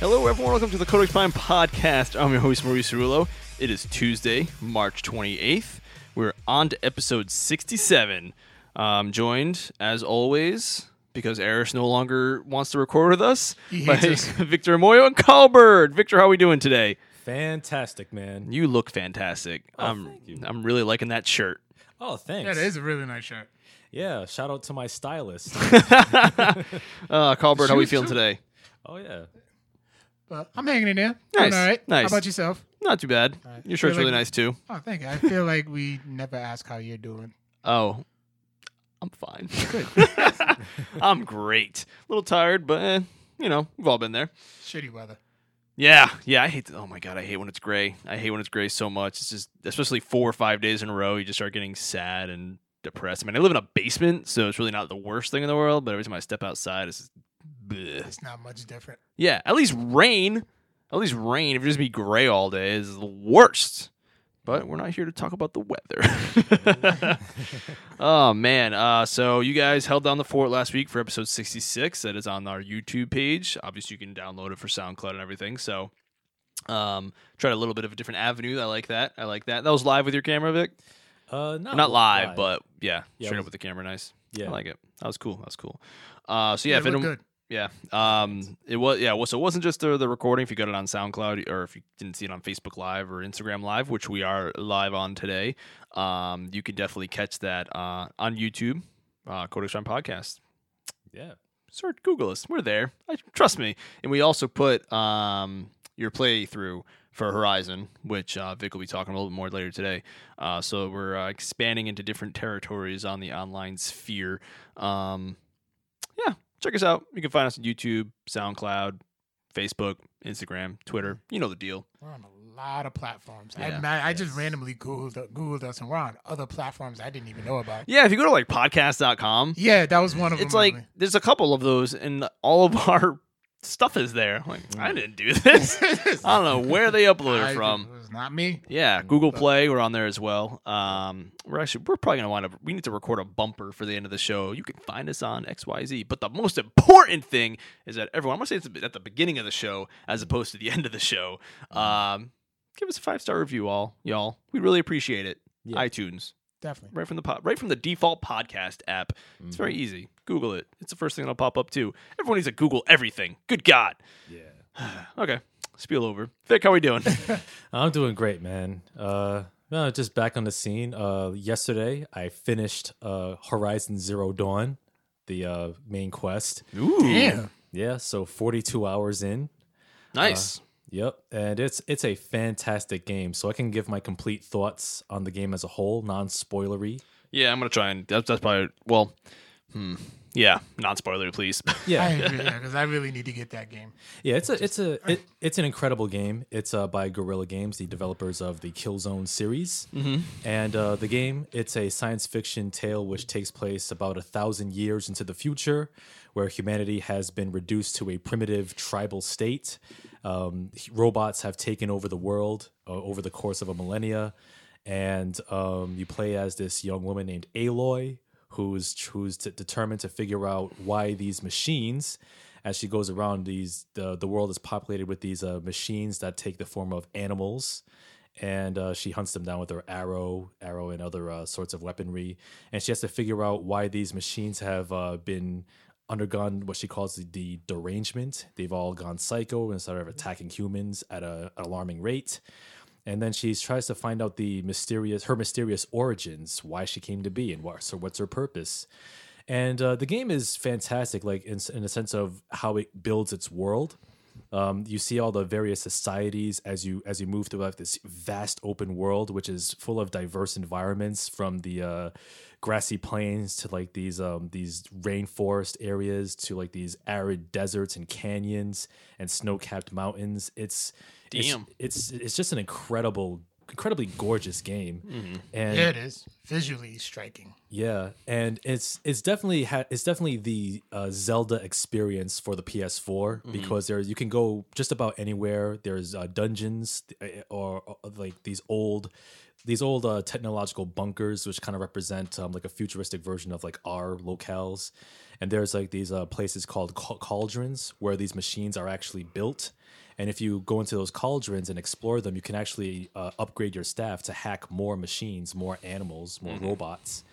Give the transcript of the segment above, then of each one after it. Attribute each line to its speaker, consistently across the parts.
Speaker 1: Hello, everyone. Welcome to the Codex Prime podcast. I'm your host, Maurice Cerullo. It is Tuesday, March 28th. We're on to episode 67. Um, joined, as always, because Eris no longer wants to record with us,
Speaker 2: hates us.
Speaker 1: Victor Moyo and Colbert. Victor, how are we doing today?
Speaker 3: Fantastic, man.
Speaker 1: You look fantastic.
Speaker 2: Oh,
Speaker 1: I'm, I'm really liking that shirt.
Speaker 3: Oh, thanks.
Speaker 2: That is a really nice shirt.
Speaker 3: Yeah, shout out to my stylist.
Speaker 1: Uh, Colbert, how are we feeling
Speaker 2: Shoot, shoot.
Speaker 1: today?
Speaker 3: Oh yeah.
Speaker 2: But I'm hanging in there.
Speaker 1: Nice,
Speaker 2: Doing all right.
Speaker 1: nice.
Speaker 2: How about yourself?
Speaker 1: Not too bad. Your shirt's
Speaker 2: Feel
Speaker 1: really
Speaker 2: like-
Speaker 1: nice, too.
Speaker 2: Oh, thank you. I feel like we never ask how you're doing.
Speaker 1: Oh, I'm fine. I'm great. A little tired, but eh, you know, we've all been there.
Speaker 2: Shitty weather.
Speaker 1: Yeah, yeah. I hate. Oh my god, I hate when it's gray. I hate when it's gray so much. It's just, especially four or five days in a row, you just start getting sad and depressed. I mean, I live in a basement, so it's really not the worst thing in the world. But every time I step outside, it's just, bleh.
Speaker 2: It's not much different.
Speaker 1: yeah. At least rain. At least rain. If it just be gray all day, is the worst. But we're not here to talk about the weather. Oh man! Uh, so you guys held down the fort last week for episode sixty-six. That is on our YouTube page. Obviously, you can download it for SoundCloud and everything. So, um, tried a little bit of a different avenue. I like that. I like that. That was live with your camera, Vic.
Speaker 3: Uh, not,
Speaker 1: Not live, but yeah,
Speaker 3: Yeah,
Speaker 1: straight up
Speaker 3: it was-
Speaker 1: with the camera. Nice.
Speaker 3: Yeah.
Speaker 1: I like it. That was cool. That was cool. Uh, so yeah,
Speaker 2: Yeah,
Speaker 1: if
Speaker 2: it
Speaker 1: anyone,
Speaker 2: looked good.
Speaker 1: yeah. Um it was yeah, well so it wasn't just the the recording if you got it on SoundCloud or if you didn't see it on Facebook Live or Instagram Live, which we are live on today. Um you can definitely catch that uh on YouTube, uh Codex Prime Podcast.
Speaker 3: yeah.
Speaker 1: Search Google us. We're there. I, trust me. And we also put um your playthrough for Horizon, which uh, Vic will be talking a little bit more later today. Uh, so we're uh, expanding into different territories on the online sphere. Um, yeah, check us out. You can find us on YouTube, SoundCloud, Facebook, Instagram, Twitter. You know the deal.
Speaker 2: We're on a lot of platforms.
Speaker 1: Yeah.
Speaker 2: I, I, I just randomly Googled, Googled us and we're on other platforms I didn't even know about.
Speaker 1: Yeah, if you go to like podcast.com,
Speaker 2: Yeah, that was one of them.
Speaker 1: it's like
Speaker 2: really.
Speaker 1: there's a couple of those, and all of our stuff is there. I'm like, I didn't do this. I don't know where they uploaded
Speaker 2: Mm. I-
Speaker 1: it from.
Speaker 2: It was not me.
Speaker 1: Yeah,
Speaker 3: uh,
Speaker 1: Google Play, we're on there as well. Um, we're actually we're probably gonna wind up. We need to record a bumper for the end of the show. You can find us on X Y Z. But the most important thing is that everyone. I'm gonna say it's at the beginning of the show as opposed to the end of the show.
Speaker 3: Mm-hmm.
Speaker 1: Um, give us a five star review, all y'all. We really appreciate it.
Speaker 3: Yeah.
Speaker 1: iTunes,
Speaker 2: Definitely.
Speaker 1: right from the po- right from the default podcast app. It's
Speaker 3: Mm-hmm.
Speaker 1: very easy. Google it. It's the first thing that'll pop up too. Everyone needs to Google everything. Good God.
Speaker 3: Yeah.
Speaker 1: Okay, spiel over. Vic, how we doing?
Speaker 3: I'm doing great, man. Uh, no, just back on the scene. Uh, yesterday I finished uh Horizon Zero Dawn, the uh main quest.
Speaker 1: Ooh,
Speaker 2: Yeah.
Speaker 3: Yeah, so 42 hours in.
Speaker 1: nice.
Speaker 3: Yep, and it's it's a fantastic game. So I can give my complete thoughts on the game as a whole, non-spoilery.
Speaker 1: Yeah, I'm gonna try and that's that's probably well, hmm, yeah, non spoiler, please.
Speaker 2: I
Speaker 3: Yeah,
Speaker 2: agree. Because I really need to get that game.
Speaker 3: yeah. It's a it's a it, it's an incredible game. It's uh, by Guerrilla Games, the developers of the Killzone series, mm-hmm. and uh, the game it's a science fiction tale which takes place about a thousand years into the future, where humanity has been reduced to a primitive tribal state. Um, robots have taken over the world uh, over the course of a millennia, and um, you play as this young woman named Aloy, who's who's t- determined to figure out why these machines. As she goes around, these the the world is populated with these uh, machines that take the form of animals, and uh, she hunts them down with her arrow, arrow, and other uh, sorts of weaponry. And she has to figure out why these machines have uh, been undergone what she calls the, the derangement. They've all gone psycho and started attacking humans at a, an alarming rate and then she tries to find out the mysterious her mysterious origins why she came to be and what so what's her purpose and uh, the game is fantastic like in, in a sense of how it builds its world um, you see all the various societies as you as you move through like this vast open world which is full of diverse environments from the uh, grassy plains to like these um, these rainforest areas to like these arid deserts and canyons and snow-capped mountains it's it's-
Speaker 1: Damn.
Speaker 3: it's it's just an incredible incredibly gorgeous game, and
Speaker 2: Yeah, it is visually striking.
Speaker 3: yeah, and it's it's definitely ha- it's definitely the uh, Zelda experience for the PS4 because there you can go just about anywhere. There's uh, dungeons uh, or, uh, like these old these old uh, technological bunkers, which kind of represent um, like a futuristic version of like our locales. And there's like these uh, places called ca- cauldrons where these machines are actually built. And if you go into those cauldrons and explore them, you can actually uh, upgrade your staff to hack more machines, more animals, more robots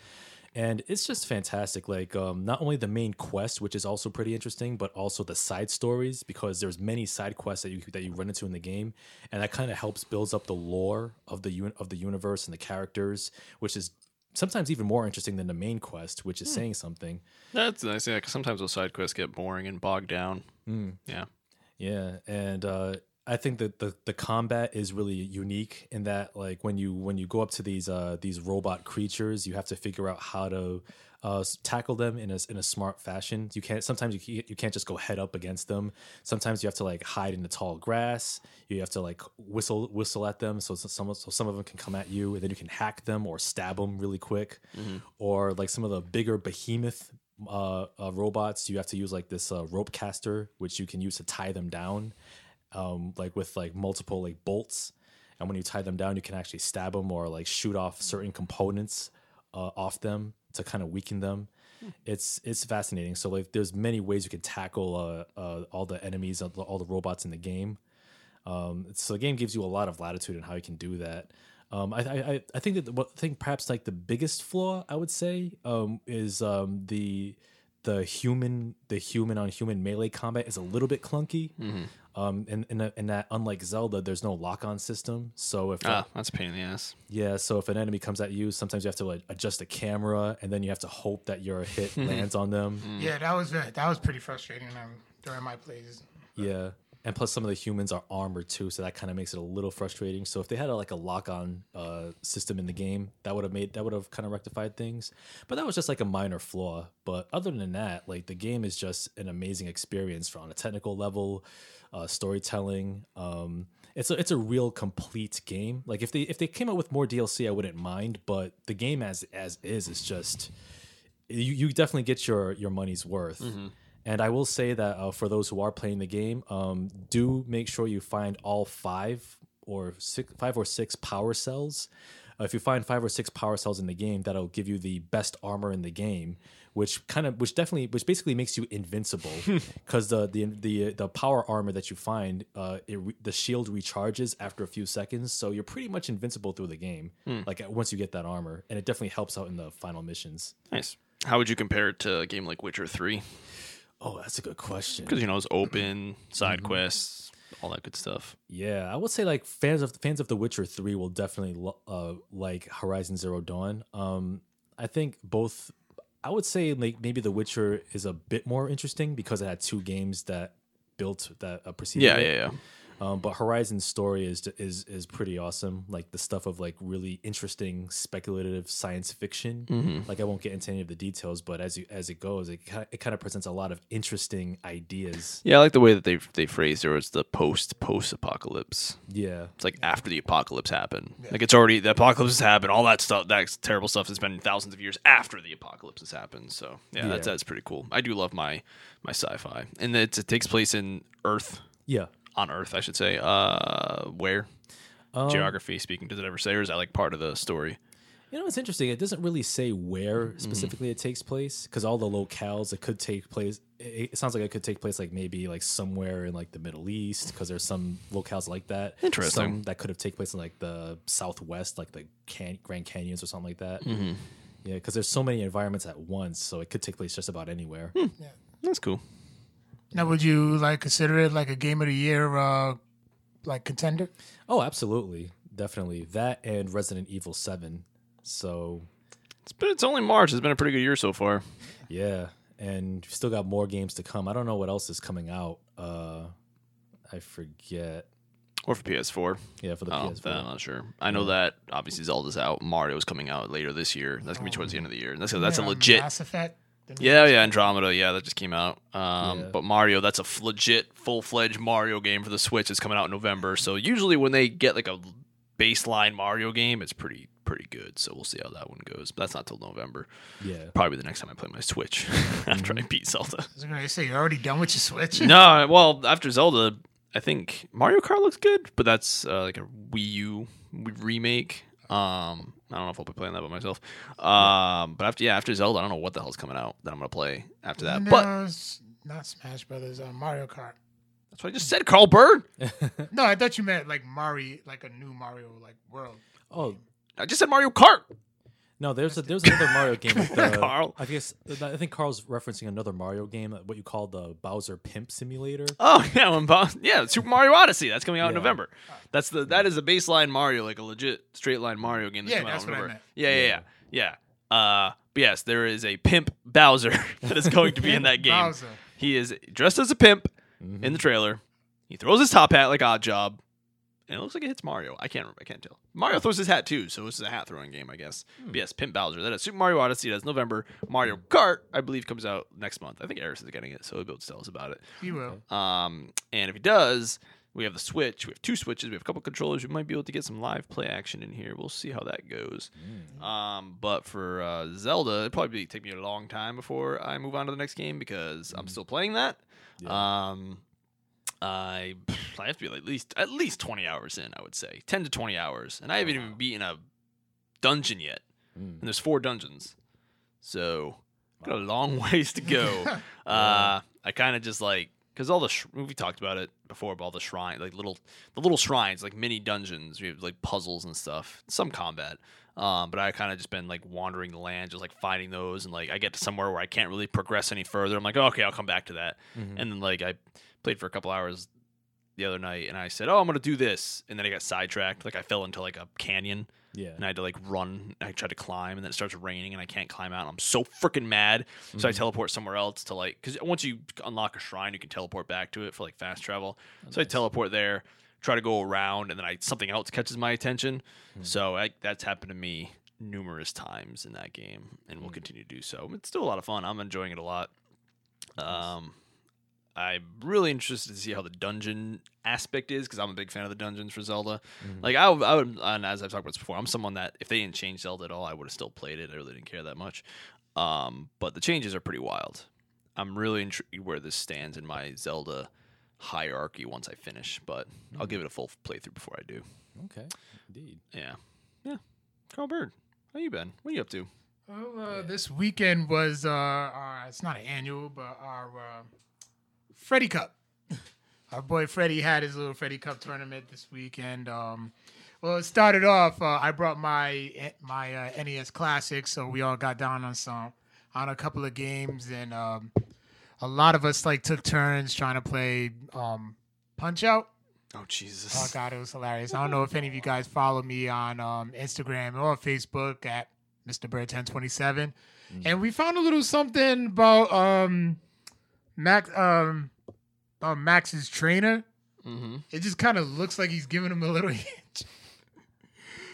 Speaker 3: and it's just fantastic like um, not only the main quest which is also pretty interesting but also the side stories because there's many side quests that you that you run into in the game and that kind of helps builds up the lore of the uni- of the universe and the characters which is sometimes even more interesting than the main quest which is saying something
Speaker 1: That's nice. Yeah, 'cause sometimes those side quests get boring and bogged down. Yeah.
Speaker 3: Yeah, and uh, I think that the the combat is really unique in that like when you when you go up to these uh, these robot creatures, you have to figure out how to uh, s- tackle them in a s- in a smart fashion. You can't sometimes you ca- you can't just go head up against them. Sometimes you have to like hide in the tall grass. You have to like whistle whistle at them so s- some so some of them can come at you, and then you can hack them or stab them really quick, or like some of the bigger behemoth uh, uh, robots, you have to use like this uh, rope caster, which you can use to tie them down, um, like with like multiple like bolts. And when you tie them down, you can actually stab them or like shoot off certain components uh, off them to kind of weaken them. It's it's fascinating. So like, there's many ways you can tackle uh, uh, all the enemies, all the- all the robots in the game. Um, so the game gives you a lot of latitude in how you can do that. Um, I, I, I- I think that the, what- I think perhaps like the biggest flaw I would say um, is um, the the human the human on human melee combat is a little bit clunky. Um, and and that- and that unlike Zelda, there's no lock on system. So if uh,
Speaker 1: Ah, that's a pain in the ass.
Speaker 3: yeah, so if an enemy comes at you, sometimes you have to like adjust the camera, and then you have to hope that your hit lands on them.
Speaker 1: Mm.
Speaker 2: Yeah, that was uh, that was pretty frustrating um, during my plays.
Speaker 3: Yeah. And plus, some of the humans are armored too, so that kind of makes it a little frustrating. So if they had a, like a lock-on uh, system in the game, that would have made that would have kind of rectified things. But that was just like a minor flaw. But other than that, like the game is just an amazing experience for on a technical level, uh, storytelling. Um, it's a, it's a real complete game. Like if they if they came out with more DLC, I wouldn't mind. But the game as as is is just you, you definitely get your your money's worth. And I will say that uh, for those who are playing the game, um, do make sure you find all five or six, five or six power cells. Uh, if you find five or six power cells in the game, that'll give you the best armor in the game, which kind of, which definitely, which basically makes you invincible, because the the the the power armor that you find, uh, it re- the shield recharges after a few seconds, so you're pretty much invincible through the game. Like once you get that armor, and it definitely helps out in the final missions.
Speaker 1: Nice. How would you compare it to a game like Witcher 3?
Speaker 3: Oh, that's a good question.
Speaker 1: Because, you know, it's open, side quests, all that good stuff.
Speaker 3: Yeah, I would say like fans of fans of The Witcher Three will definitely lo- uh, like Horizon Zero Dawn. Um, I think both. I would say like maybe The Witcher is a bit more interesting because it had two games that built that uh, preceded.
Speaker 1: Yeah,
Speaker 3: it.
Speaker 1: yeah, yeah.
Speaker 3: Um, but Horizon's story is is is pretty awesome. Like the stuff of like really interesting speculative science fiction.
Speaker 1: Mm-hmm.
Speaker 3: Like I won't get into any of the details, but as you as it goes, it kind it kind of presents a lot of interesting ideas.
Speaker 1: Yeah, I like the way that they they phrased it. It's the post post apocalypse.
Speaker 3: Yeah.
Speaker 1: It's like after the apocalypse happened. Like it's already the apocalypse has happened. All that stuff, that terrible stuff, has been thousands of years after the apocalypse has happened. So yeah, That's,
Speaker 3: Yeah.
Speaker 1: that's pretty cool. I do love my my sci-fi, and it's, it takes place in Earth
Speaker 3: Yeah.
Speaker 1: on Earth, I should say. Uh, where Um, geography speaking, does it ever say, or is that like part of the story?
Speaker 3: You know, it's interesting. It doesn't really say where specifically it takes place because all the locales it could take place. It, it sounds like it could take place like maybe like somewhere in like the Middle East because there's some locales like that.
Speaker 1: Interesting.
Speaker 3: Some that could have taken place in like the Southwest, like the can- Grand Canyons or something like that. Yeah, because there's so many environments at once, so it could take place just about anywhere.
Speaker 1: That's cool.
Speaker 2: Now, would you like consider it like a game of the year, uh, like contender?
Speaker 3: Oh, absolutely, definitely that and Resident Evil Seven. So
Speaker 1: It's been it's only March. It's been a pretty good year so far.
Speaker 3: Yeah, and still got more games to come. I don't know what else is coming out. Uh, I forget.
Speaker 1: Or for PS4.
Speaker 3: Yeah, for the
Speaker 1: Oh,
Speaker 3: PS4.
Speaker 1: that I'm not sure. I know that obviously Zelda's out. Mario's coming out later this year. That's gonna be towards the end of the year. And that's that's
Speaker 2: Yeah,
Speaker 1: a legit.
Speaker 2: Mass Effect. The new-
Speaker 1: Yeah, yeah, Andromeda. Yeah, that just came out. Um,
Speaker 3: Yeah.
Speaker 1: But Mario, that's a f- legit full fledged Mario game for the Switch. It's coming out in November. So usually when they get like a baseline Mario game, it's pretty pretty good. So we'll see how that one goes. But that's not till November.
Speaker 3: Yeah.
Speaker 1: Probably the next time I play my Switch after I beat Zelda.
Speaker 2: I was gonna say you're already done with your Switch.
Speaker 1: no, well, after Zelda, I think Mario Kart looks good, but that's uh, like a Wii U remake. Um, I don't know if I'll be playing that by myself. Um, but after yeah, after Zelda, I don't know what the hell's coming out that I'm gonna play after that.
Speaker 2: No,
Speaker 1: But
Speaker 2: it's not Smash Brothers. Uh, Mario Kart.
Speaker 1: that's what I just said, Carl Bird.
Speaker 2: No, I thought you meant like Mario, like a new Mario, like world.
Speaker 3: Oh
Speaker 1: I just said Mario Kart.
Speaker 3: no, there's a, there's another Mario game. With the,
Speaker 1: Carl.
Speaker 3: I guess I think Carl's referencing another Mario game, uh, what you call the Bowser Pimp Simulator.
Speaker 1: Oh yeah, when Bo- yeah, Super Mario Odyssey. That's coming out in
Speaker 3: Yeah.
Speaker 1: November. That's the that is a baseline Mario, like a legit straight line Mario game. That's
Speaker 2: Yeah,
Speaker 1: coming out
Speaker 2: that's
Speaker 1: in
Speaker 2: what I
Speaker 1: November.
Speaker 2: meant.
Speaker 1: Yeah, yeah, yeah, yeah. Uh, but yes, there is a pimp Bowser that is going to be in that game.
Speaker 2: Bowser.
Speaker 1: He is dressed as a pimp in the trailer. He throws his top hat like Odd Job, and it looks like it hits Mario. I can't remember. I can't tell. Mario throws his hat too, so this is a hat throwing game, I guess. But yes, Pimp Bowser. That is Super Mario Odyssey. That's November. Mario Kart, I believe, comes out next month. I think Eris is getting it, so he'll be able to tell us about it.
Speaker 2: He will.
Speaker 1: Um, and if he does, we have the Switch. We have two Switches. We have a couple controllers. We might be able to get some live play action in here. We'll see how that goes.
Speaker 3: Mm,
Speaker 1: Um, but for uh, Zelda, it'd probably take me a long time before I move on to the next game because I'm still playing that. Um, I I have to be at least at least 20 hours in. I would say 10 to 20 hours, and I haven't even beaten a dungeon yet.
Speaker 3: Mm.
Speaker 1: And there's four dungeons, so I've got a long ways to go. Uh, I kind of just like because all the sh- we talked about it before, but all the shrine like little the little shrines like mini dungeons, we have like puzzles and stuff, some combat. Um, but I kind of just been like wandering the land, just like finding those, and like I get to somewhere where I can't really progress any further. I'm like, "Oh, okay, I'll come back to that.
Speaker 3: Mm-hmm.
Speaker 1: And then like I played for a couple hours the other night, and I said, oh, I'm gonna do this, and then I got sidetracked. Like I fell into like a canyon,
Speaker 3: Yeah.
Speaker 1: and I had to like run. And I tried to climb, and then it starts raining, and I can't climb out. And I'm so freaking mad. So I teleport somewhere else to like, because once you unlock a shrine, you can teleport back to it for like fast travel.
Speaker 3: Oh,
Speaker 1: so I teleport there, try to go around, and then I something else catches my attention. So I, that's happened to me numerous times in that game, and will continue to do so. It's still a lot of fun. I'm enjoying it a lot. Um, I'm really interested to see how the dungeon aspect is because I'm a big fan of the dungeons for Zelda. Like I, would- I would, and as I've talked about this before, I'm someone that if they didn't change Zelda at all, I would have still played it. I really didn't care that much. Um, but the changes are pretty wild. I'm really intrigued where this stands in my Zelda hierarchy once I finish, but I'll give it a full playthrough before I do.
Speaker 3: Okay. Indeed.
Speaker 1: Yeah, yeah. Carl Bird, how you been? What are you up to?
Speaker 2: Well, uh, This weekend was uh, our, it's not an annual, but our uh, Freddy Cup. our boy Freddy had his little Freddy Cup tournament this weekend. Um, well, it started off. Uh, I brought my my uh, NES Classic, so we all got down on some on a couple of games, and um, a lot of us like took turns trying to play um, Punch Out.
Speaker 1: Oh
Speaker 2: Oh
Speaker 1: Jesus!
Speaker 2: god, it was hilarious. I don't know if any of you guys follow me on um, Instagram or Facebook at Mr. Bird 1027. And we found a little something about um Max um about Max's trainer.
Speaker 1: Mm-hmm.
Speaker 2: It just kind of looks like he's giving him a little hint.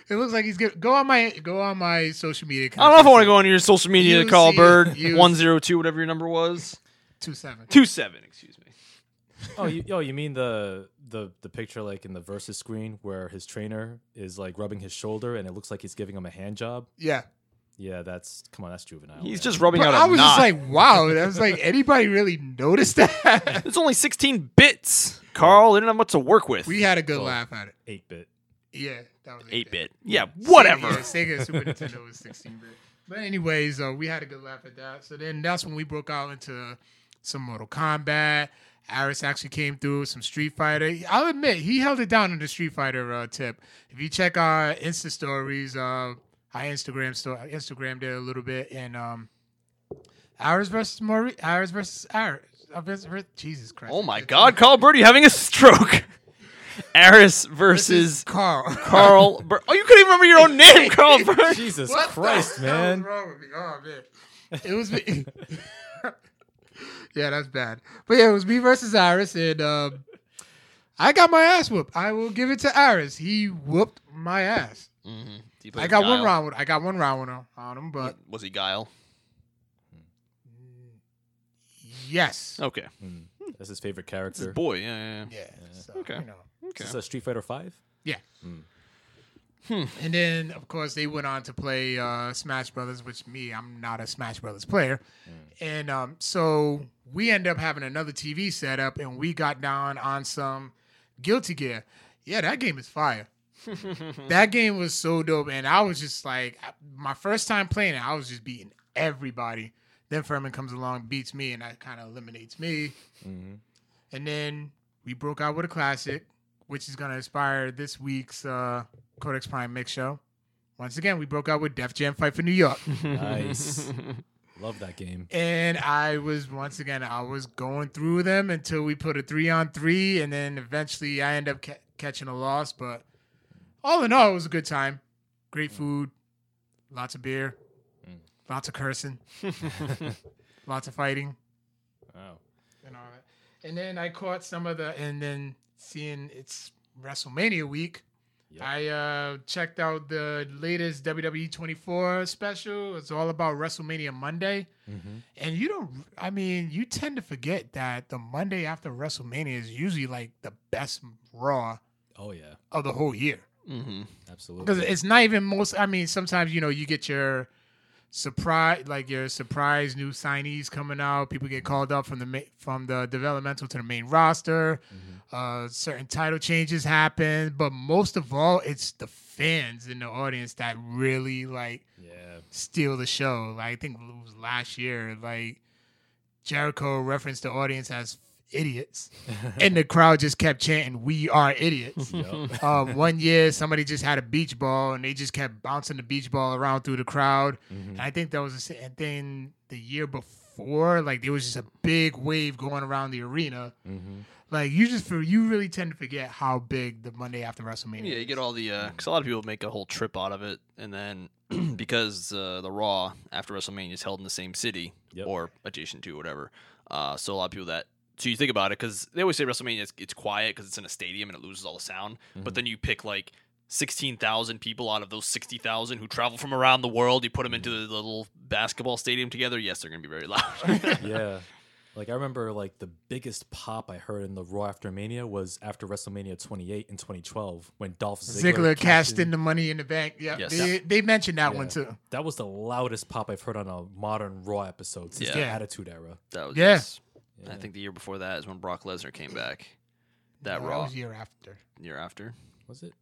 Speaker 2: it looks like he's giving go on my go on my social media
Speaker 1: I don't know if I want to go on your social media,
Speaker 2: You
Speaker 1: Carl
Speaker 2: see-
Speaker 1: Bird.
Speaker 2: you-
Speaker 1: One zero two, whatever your number was.
Speaker 2: two seven.
Speaker 1: Two seven, excuse me.
Speaker 3: Oh, you, oh, you mean the the the picture like in the versus screen where his trainer is like rubbing his shoulder and it looks like he's giving him a hand job?
Speaker 2: Yeah.
Speaker 3: Yeah, that's come on, that's juvenile.
Speaker 1: He's
Speaker 3: man.
Speaker 1: just rubbing
Speaker 2: But
Speaker 1: out a
Speaker 2: I was
Speaker 1: knot.
Speaker 2: just like, wow. I was like, anybody really noticed that?
Speaker 1: it's only 16 bits. Carl, they didn't have much to work with.
Speaker 2: we had a good laugh at it.
Speaker 3: eight bit.
Speaker 2: Yeah, that was
Speaker 1: 8
Speaker 2: bit.
Speaker 1: bit. Yeah, whatever.
Speaker 2: Sega, yeah, Sega Super Nintendo was 16 bit. But anyways, uh, we had a good laugh at that. So then that's when we broke out into some Mortal Kombat. Aris actually came through with some Street Fighter. I'll admit he held it down on the Street Fighter uh, tip. If you check our Insta stories, uh, I Instagram sto- I Instagrammed it a little bit, and um, Aris versus Mori, Aris versus Aris. uh, versus- versus- Jesus Christ!
Speaker 1: Oh my god, Carl Bird, you having a stroke. Aris versus
Speaker 2: Carl.
Speaker 1: Carl Bird. Oh, you couldn't even remember your own name, Carl Bird.
Speaker 3: Jesus
Speaker 2: What the
Speaker 3: Christ,
Speaker 2: hell is
Speaker 3: man.
Speaker 2: wrong with me? Oh man, it was me. yeah, that's bad. But yeah, it was me versus Iris, and um, I got my ass whooped. I will give it to Iris. He whooped my ass.
Speaker 1: Mm-hmm.
Speaker 2: I got one round. With, I got one round with him, on him, but
Speaker 1: Was he Guile?
Speaker 2: yes,
Speaker 1: Okay.
Speaker 3: Hmm. That's his favorite
Speaker 1: This is
Speaker 3: character.
Speaker 1: boy, yeah, yeah, yeah.
Speaker 2: yeah. So,
Speaker 1: Okay.
Speaker 2: You know,
Speaker 1: Okay.
Speaker 3: Is this a Street Fighter Five?
Speaker 2: yeah. And then, of course, they went on to play uh, Smash Brothers, which me, I'm not a Smash Brothers player. And um, so we end up having another TV set up, and we got down on some Guilty Gear. Yeah, that game is fire. that game was so dope, and I was just like, my first time playing it, I was just beating everybody. Then Furman comes along, beats me, and that kind of eliminates me. And then we broke out with a classic, which is going to inspire this week's uh, Codex Prime Mix Show. Once again, we broke out with Def Jam Fight for New York.
Speaker 3: Nice. Love that game.
Speaker 2: and I was, once again, I was going through them until we put a three on three. And then eventually I end up ca- catching a loss. But all in all, it was a good time. Great food, lots of beer, lots of cursing, lots of fighting.
Speaker 3: Wow.
Speaker 2: and all that. And then I caught some of the, and then seeing it's WrestleMania week,
Speaker 3: Yep.
Speaker 2: I uh, checked out the latest WWE 24 special. It's all about WrestleMania Monday.
Speaker 3: Mm-hmm.
Speaker 2: And you don't, I mean, you tend to forget that the Monday after WrestleMania is usually like the best Raw
Speaker 3: Oh yeah,
Speaker 2: of the whole year.
Speaker 1: Mm-hmm.
Speaker 3: absolutely.
Speaker 2: Because it's not even most, I mean, sometimes, you know, you get your surprise like your surprise new signees coming out people get called up from the ma- from the developmental to the main roster uh certain title changes happen but most of all it's the fans in the audience that really like
Speaker 3: Yeah.
Speaker 2: steal the show like i think it was last year like jericho referenced the audience as idiots and the crowd just kept chanting we are idiots
Speaker 3: Yup.
Speaker 2: um, one year somebody just had a beach ball and they just kept bouncing the beach ball around through the crowd.
Speaker 3: Mm-hmm.
Speaker 2: And I think that was the same thing the year before. Like there was just a big wave going around the arena.
Speaker 3: Mm-hmm.
Speaker 2: Like you just for you really tend to forget how big the Monday after WrestleMania.
Speaker 1: Yeah, you get all the because a lot of people make a whole trip out of it, and then because uh, the Raw after WrestleMania is held in the same city
Speaker 3: Yep.
Speaker 1: or adjacent to whatever, uh, so a lot of people that so you think about it because they always say WrestleMania it's, it's quiet because it's in a stadium and it loses all the sound, but then you pick like. 16,000 people out of those 60,000 who travel from around the world, you put them into the little basketball stadium together. Yes, they're going to be very loud.
Speaker 3: yeah. Like I remember, like the biggest pop I heard in the Raw after Mania was after WrestleMania 28 in 2012 when Dolph Ziggler,
Speaker 2: Ziggler
Speaker 3: cashed in-
Speaker 2: the money in the bank. Yeah,
Speaker 1: Yes.
Speaker 2: they, they mentioned that one
Speaker 3: Yeah.
Speaker 2: too.
Speaker 3: That was the loudest pop I've heard on a modern Raw episode since the
Speaker 2: Yeah.
Speaker 3: Attitude Era.
Speaker 1: that was,
Speaker 2: Yeah.
Speaker 1: yes. I think the year before that is when Brock Lesnar came back. That
Speaker 2: No,
Speaker 1: Raw
Speaker 2: was year after.
Speaker 1: year after.
Speaker 3: Was it?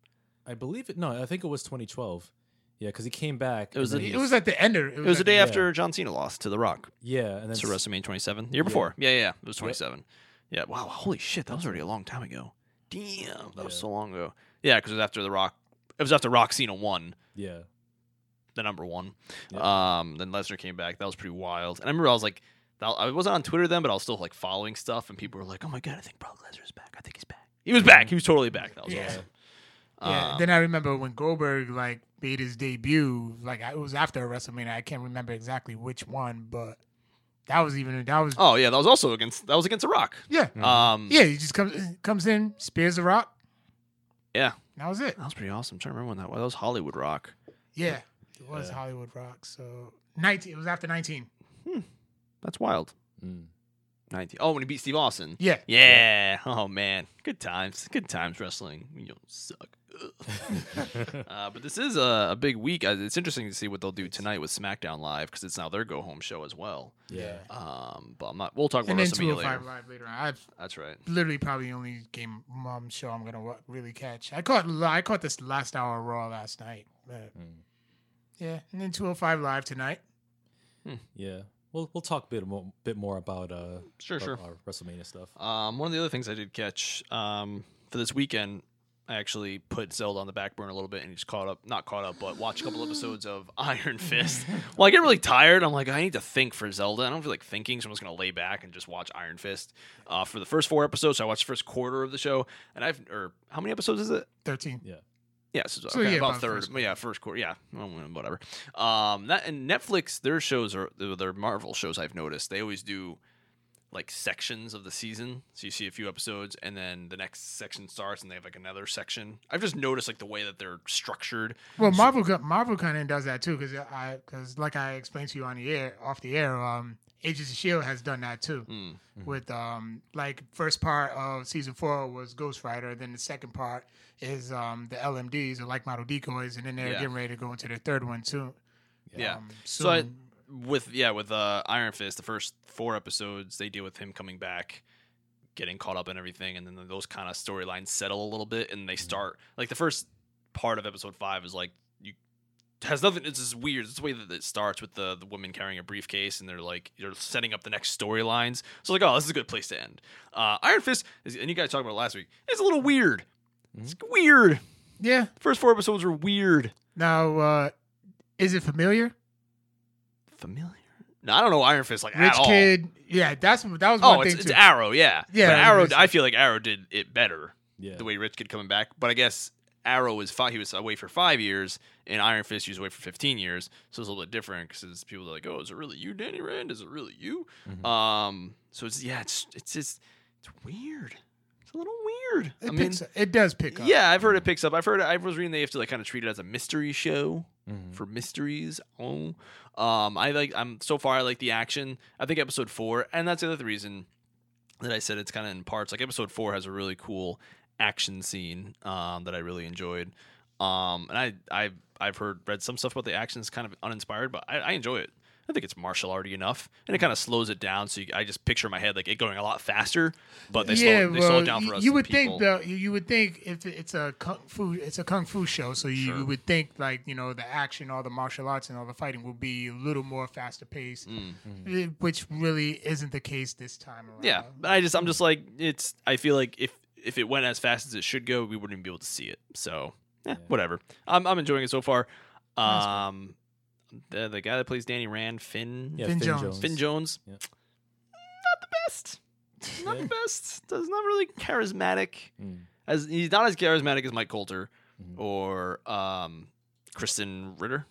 Speaker 3: I believe it. No, I think it was 2012. Yeah, because he came back.
Speaker 1: It was
Speaker 3: and
Speaker 1: a-
Speaker 3: then
Speaker 2: It
Speaker 3: he-
Speaker 2: was at the end of
Speaker 1: It was the
Speaker 2: at
Speaker 1: day
Speaker 3: Yeah.
Speaker 1: after John Cena lost to The Rock
Speaker 3: yeah, and then
Speaker 1: to WrestleMania 27. The year before. Yeah, yeah, yeah. It was 27. Yeah, wow. Holy shit. That was already a long time ago. Damn. That was
Speaker 3: Yeah.
Speaker 1: so long ago. Yeah, because it was after The Rock. It was after Rock Cena won,
Speaker 3: Yeah,
Speaker 1: the number one. Um, then Lesnar came back. That was pretty wild. And I remember I was like, I wasn't on Twitter then, but I was still like following stuff, and people were like, oh my God, I think Brock Lesnar's back. I think he's back. He was back. He was totally back. That was
Speaker 2: Yeah.
Speaker 1: awesome.
Speaker 2: Yeah.
Speaker 1: Um,
Speaker 2: then I remember when Goldberg like made his debut. Like I- it was after WrestleMania. I can't remember exactly which one, but that was even that was
Speaker 1: oh, yeah. That was also against, that was against The Rock.
Speaker 2: yeah
Speaker 1: Um,
Speaker 2: Mm-hmm. yeah. He just comes comes in, spears the rock.
Speaker 1: yeah.
Speaker 2: and That was it.
Speaker 1: That was pretty awesome. I'm trying to remember when that was. That was Hollywood Rock.
Speaker 2: Yeah, it was
Speaker 3: Yeah.
Speaker 2: Hollywood Rock. So nineteen. It was after nineteen.
Speaker 1: That's wild.
Speaker 3: Mm.
Speaker 1: 19. Oh, when he beat Steve Austin.
Speaker 2: Yeah.
Speaker 1: Yeah. Oh man, good times. Good times wrestling. You don't suck.
Speaker 3: Mm.
Speaker 1: Ugh. uh, but this is a, a big week. Uh, It's interesting to see what they'll do tonight with SmackDown Live because it's now their go home show as well.
Speaker 3: yeah.
Speaker 1: Um, but I'm not. We'll talk about
Speaker 2: And then
Speaker 1: WrestleMania
Speaker 2: 205
Speaker 1: later.
Speaker 2: Live later on. I've
Speaker 1: That's right.
Speaker 2: literally probably the only game mom show I'm gonna wa- really catch. I caught I caught this last hour of Raw last night. but- Yeah, and then 205 Live tonight.
Speaker 3: Yeah. We'll we'll talk a bit more bit more about uh
Speaker 1: Sure,
Speaker 3: about
Speaker 1: sure.
Speaker 3: our WrestleMania stuff.
Speaker 1: Um, one of the other things I did catch um, for this weekend, I actually put Zelda on the back burner a little bit and just caught up, not caught up, but watched a couple episodes of Iron Fist. well, I get really tired. I'm like, I need to think for Zelda. I don't feel like thinking, so I'm just going to lay back and just watch Iron Fist. Uh, for the first four episodes, so I watched the first quarter of the show, and I've, or how many episodes is it?
Speaker 2: 13.
Speaker 1: Yeah, so,
Speaker 2: So,
Speaker 1: uh, okay,
Speaker 2: yeah,
Speaker 1: about,
Speaker 2: about
Speaker 1: third.
Speaker 2: first quarter.
Speaker 1: yeah, first quarter. Yeah, well, whatever. Um, that and Netflix, their shows are their Marvel shows. I've noticed they always do like sections of the season. So you see a few episodes, and then the next section starts, and they have like another section. I've just noticed like the way that they're structured.
Speaker 2: Well, Marvel Marvel kind of does that too, because I because like I explained to you on the air off the air, um, Agents of Shield has done that too.
Speaker 1: Hmm. Mm-hmm.
Speaker 2: With um, like first part of season four was Ghost Rider, then the second part is um the LMDs or like model decoys, and then they're
Speaker 1: Yeah.
Speaker 2: getting ready to go into the third one too.
Speaker 1: Yeah.
Speaker 2: Um,
Speaker 1: so I,
Speaker 2: soon.
Speaker 1: with yeah with uh, Iron Fist, the first four episodes they deal with him coming back, getting caught up in everything, and then those kind of storylines settle a little bit, and they
Speaker 2: Mm-hmm.
Speaker 1: start like the first part of episode five is like you has nothing. It's just weird. It's the way that it starts with the the woman carrying a briefcase, and they're like they're setting up the next storylines. So like, oh, this is a good place to end. Uh, Iron Fist, is, and you guys talked about it last week. It's a little weird.
Speaker 2: Mm-hmm.
Speaker 1: It's weird.
Speaker 2: Yeah.
Speaker 1: First four episodes were weird.
Speaker 2: Now, uh, is it familiar?
Speaker 1: Familiar. No, I don't know Iron Fist like
Speaker 2: Rich
Speaker 1: at all.
Speaker 2: kid. Yeah, that's that was one
Speaker 1: Oh, it's,
Speaker 2: thing
Speaker 1: it's
Speaker 2: too.
Speaker 1: Arrow, yeah.
Speaker 2: Yeah,
Speaker 1: but
Speaker 2: I
Speaker 1: Arrow.
Speaker 2: mean, it's-
Speaker 1: I feel like Arrow did it better
Speaker 3: Yeah.
Speaker 1: the way Rich Kid coming back. But I guess Arrow was five, he was away for five years, and Iron Fist was away for fifteen years, so it's a little bit different because people are like, "Oh, is it really you, Danny Rand? Is it really you?"
Speaker 3: Mhm.
Speaker 1: Um, so it's yeah, it's it's just it's weird. It's a little weird.
Speaker 2: it,
Speaker 1: I mean,
Speaker 2: picks, it does pick up.
Speaker 1: yeah, I've heard it picks up. I've heard I was reading they have to like kind of treat it as a mystery show
Speaker 3: Mhm.
Speaker 1: for mysteries. Oh, um, I like. I'm so far. I like the action. I think episode four, and that's the other reason that I said it's kind of in parts. Like episode four has a really cool action scene um, that I really enjoyed. Um, and I I I've heard read some stuff about the action is kind of uninspired, but I, I enjoy it. I think it's martial arty enough, and it kind of slows it down. So you, I just picture in my head like it going a lot faster, but they slow, they slow it down
Speaker 2: y-
Speaker 1: for us.
Speaker 2: You
Speaker 1: and
Speaker 2: would
Speaker 1: people.
Speaker 2: think though, you, you would think if it's a kung fu, it's a kung fu show, so you,
Speaker 1: Sure.
Speaker 2: would think like you know the action, all the martial arts, and all the fighting will be a little more faster paced,
Speaker 1: Mm.
Speaker 2: eh, which really isn't the case this time around.
Speaker 1: Mm-hmm. Yeah, but I just I'm just like it's. I feel like if if it went as fast as it should go, we wouldn't even be able to see it. So eh, whatever. I'm I'm enjoying it so far. Um, the the guy that plays Danny Rand, Finn
Speaker 3: Yeah,
Speaker 2: Finn
Speaker 3: Finn,
Speaker 2: Jones.
Speaker 3: Jones.
Speaker 1: Finn Jones,
Speaker 3: Yeah.
Speaker 1: not the best. Not the
Speaker 3: Yeah.
Speaker 1: best. Does not really charismatic.
Speaker 3: Mm.
Speaker 1: As he's not as charismatic as Mike Coulter
Speaker 3: Mhm.
Speaker 1: or um Kristen Ritter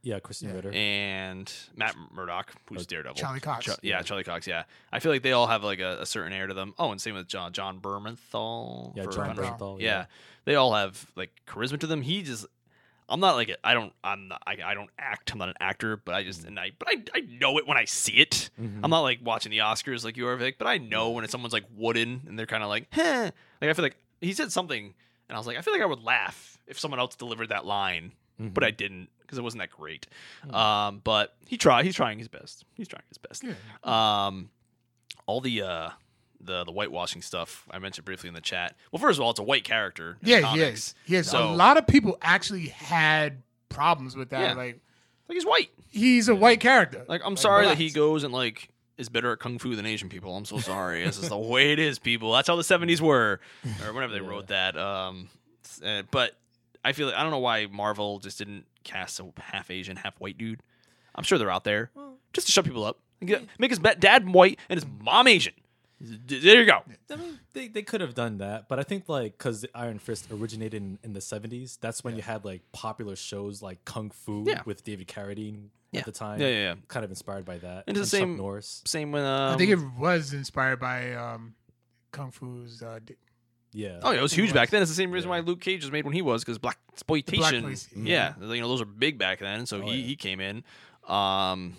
Speaker 3: Yeah, Kristen Ritter.
Speaker 1: and Matt Murdock, who's Daredevil.
Speaker 2: Charlie Cox.
Speaker 1: Cha- yeah, Charlie Cox. Yeah, I feel like they all have like a, a certain air to them. Oh, and same with John John Bermenthal.
Speaker 3: yeah,
Speaker 1: for
Speaker 3: John
Speaker 1: Punisher.
Speaker 2: Bernthal.
Speaker 3: Bernthal.
Speaker 1: Yeah. they all have like charisma to them. He just, I'm not like a- I don't I'm not, I, I don't act. I'm not an actor, but I
Speaker 3: Mm.
Speaker 1: just and I but I, I know it when I see it.
Speaker 3: Mhm.
Speaker 1: I'm not like watching the Oscars like you are, Vic, but
Speaker 3: Mm.
Speaker 1: I know when it's someone's like wooden and they're kind of like, huh. like I feel like he said something, and I was like, I feel like I would laugh if someone else delivered that line
Speaker 3: Mhm.
Speaker 1: but I didn't because it wasn't that great.
Speaker 3: Mm.
Speaker 1: Um, but he tried. He's trying his best. He's trying his best. Um, all the uh, the the whitewashing stuff I mentioned briefly in the chat. Well, first of all, it's a white character. In
Speaker 2: yeah,
Speaker 1: the
Speaker 2: yes,
Speaker 1: comics.
Speaker 2: yes.
Speaker 1: So-
Speaker 2: a lot of people actually had problems with that.
Speaker 1: Yeah.
Speaker 2: Like
Speaker 1: Like he's white.
Speaker 2: he's a white character.
Speaker 1: Like I'm sorry that he
Speaker 2: relax.
Speaker 1: goes and like is better at kung fu than Asian people. I'm so sorry. this is the way it is, people. That's how the '70s were, or whenever they wrote that. Um, s- uh, but I feel I don't know why Marvel just didn't cast a half Asian, half white dude. I'm sure they're out there just to shut people up. And get- Make his ba- dad white and his mom Asian. D- There you go.
Speaker 3: I mean, they, they could have done that, but I think like because Iron Fist originated in, in the seventies, that's when you had like popular shows like Kung Fu
Speaker 1: Yeah.
Speaker 3: with David Carradine
Speaker 1: Yeah.
Speaker 3: at the time.
Speaker 1: Yeah, yeah, yeah.
Speaker 3: Kind of inspired by that.
Speaker 1: And it's the
Speaker 3: Chuck
Speaker 1: same-
Speaker 3: Norris.
Speaker 1: Same with um,
Speaker 2: I think it was inspired by um, Kung Fu's uh, d-
Speaker 3: Yeah.
Speaker 1: Oh, yeah, it was huge
Speaker 2: was.
Speaker 1: back then. It's the same reason
Speaker 3: Yeah.
Speaker 1: why Luke Cage was made when he was because black exploitation.
Speaker 2: place,
Speaker 1: yeah, you know those are big back then. So
Speaker 3: Oh,
Speaker 1: he,
Speaker 3: yeah.
Speaker 1: he came in. Um,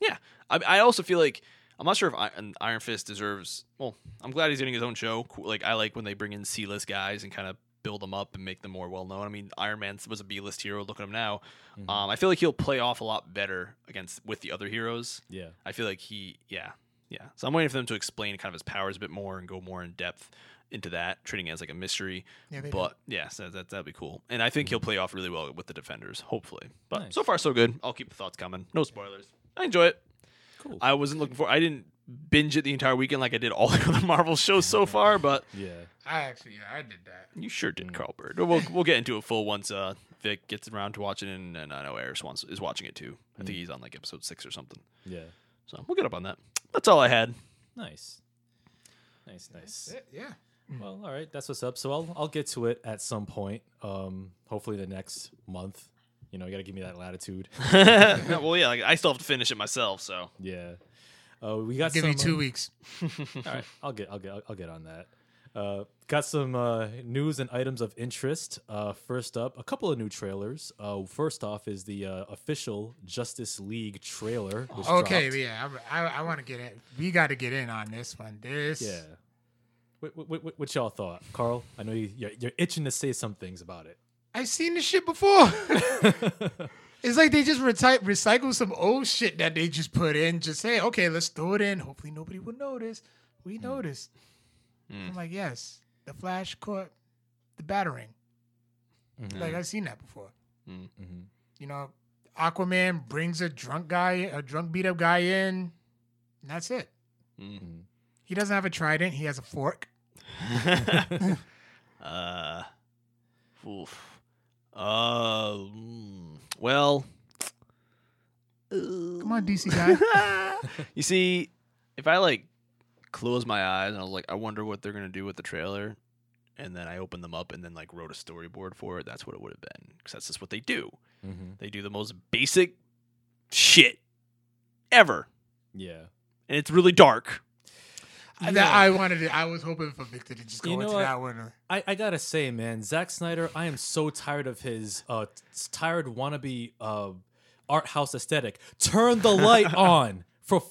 Speaker 1: yeah, I, I also feel like I'm not sure if I, an Iron Fist deserves. Well, I'm glad he's doing his own show. Cool. Like I like when they bring in C-list guys and kind of build them up and make them more well known. I mean, Iron Man was a B-list hero. Look at him now.
Speaker 3: Mm-hmm.
Speaker 1: Um, I feel like he'll play off a lot better against with the other heroes.
Speaker 3: Yeah.
Speaker 1: I feel like he, yeah, yeah. So I'm waiting for them to explain kind of his powers a bit more and go more in depth into that, treating it as like a mystery.
Speaker 2: Yeah, they do.
Speaker 1: but yeah, so that that'd be cool. And I think he'll play off really well with the defenders, hopefully. But
Speaker 3: Nice.
Speaker 1: so far so good. I'll keep the thoughts coming. No spoilers. I enjoy it.
Speaker 3: Cool.
Speaker 1: I wasn't looking for. I didn't binge it the entire weekend like I did all the other Marvel shows so far, but
Speaker 3: yeah.
Speaker 2: I actually, yeah, I did that.
Speaker 1: you sure did, Carl Bird. We'll we'll get into it full once uh Vic gets around to watching it, and, and I know Eris wants is watching it too. I think he's on like episode six or something.
Speaker 3: Yeah.
Speaker 1: So we'll get up on that. That's all I had.
Speaker 3: Nice. Nice. Nice.
Speaker 2: Yeah.
Speaker 3: Well, all right. That's what's up. So I'll I'll get to it at some point. Um, hopefully the next month. You know, you gotta give me that latitude.
Speaker 1: No, well, yeah, like, I still have to finish it myself, so
Speaker 3: yeah. Uh, we got
Speaker 2: Give
Speaker 3: some,
Speaker 2: you two
Speaker 3: um,
Speaker 2: weeks.
Speaker 3: All right, I'll get, I'll get, I'll, I'll get on that. Uh, Got some uh, news and items of interest. Uh, first up, a couple of new trailers. Uh, first off is the uh, official Justice League trailer. which
Speaker 2: Okay,
Speaker 3: dropped.
Speaker 2: yeah, I, I, I want to get in. We got to get in on this one. This,
Speaker 3: Yeah. What, what, what, what y'all thought, Carl? I know you, you're, you're itching to say some things about it. Mm-hmm,
Speaker 2: I've seen this shit before. it's like they just reti- recycle some old shit that they just put in. Just say, okay, let's throw it in. Hopefully nobody will notice. We
Speaker 3: Hmm.
Speaker 2: noticed. I'm like, yes, the Flash caught the battering.
Speaker 3: Hmm.
Speaker 2: Like I've seen that before.
Speaker 3: Mhm.
Speaker 2: You know, Aquaman brings a drunk guy, a drunk beat up guy in. And that's it.
Speaker 1: Mm.
Speaker 3: Mhm.
Speaker 2: He doesn't have a trident. He has a fork.
Speaker 1: uh, oof. Uh, mm, well.
Speaker 2: Come on, DC guy.
Speaker 1: you see, if I like close my eyes and I was like, I wonder what they're gonna do with the trailer, and then I opened them up and then like wrote a storyboard for it, that's what it would have been. Because that's just what they do.
Speaker 3: Mhm.
Speaker 1: They do the most basic shit ever,
Speaker 3: Yeah.
Speaker 1: and it's really dark.
Speaker 2: I-
Speaker 3: Yeah.
Speaker 2: I wanted it. I was hoping for Victor to just go
Speaker 3: You know
Speaker 2: into
Speaker 3: what?
Speaker 2: that one.
Speaker 3: I, I gotta say, man, Zack Snyder, I am so tired of his uh s- tired wannabe uh art house aesthetic. Turn the light on for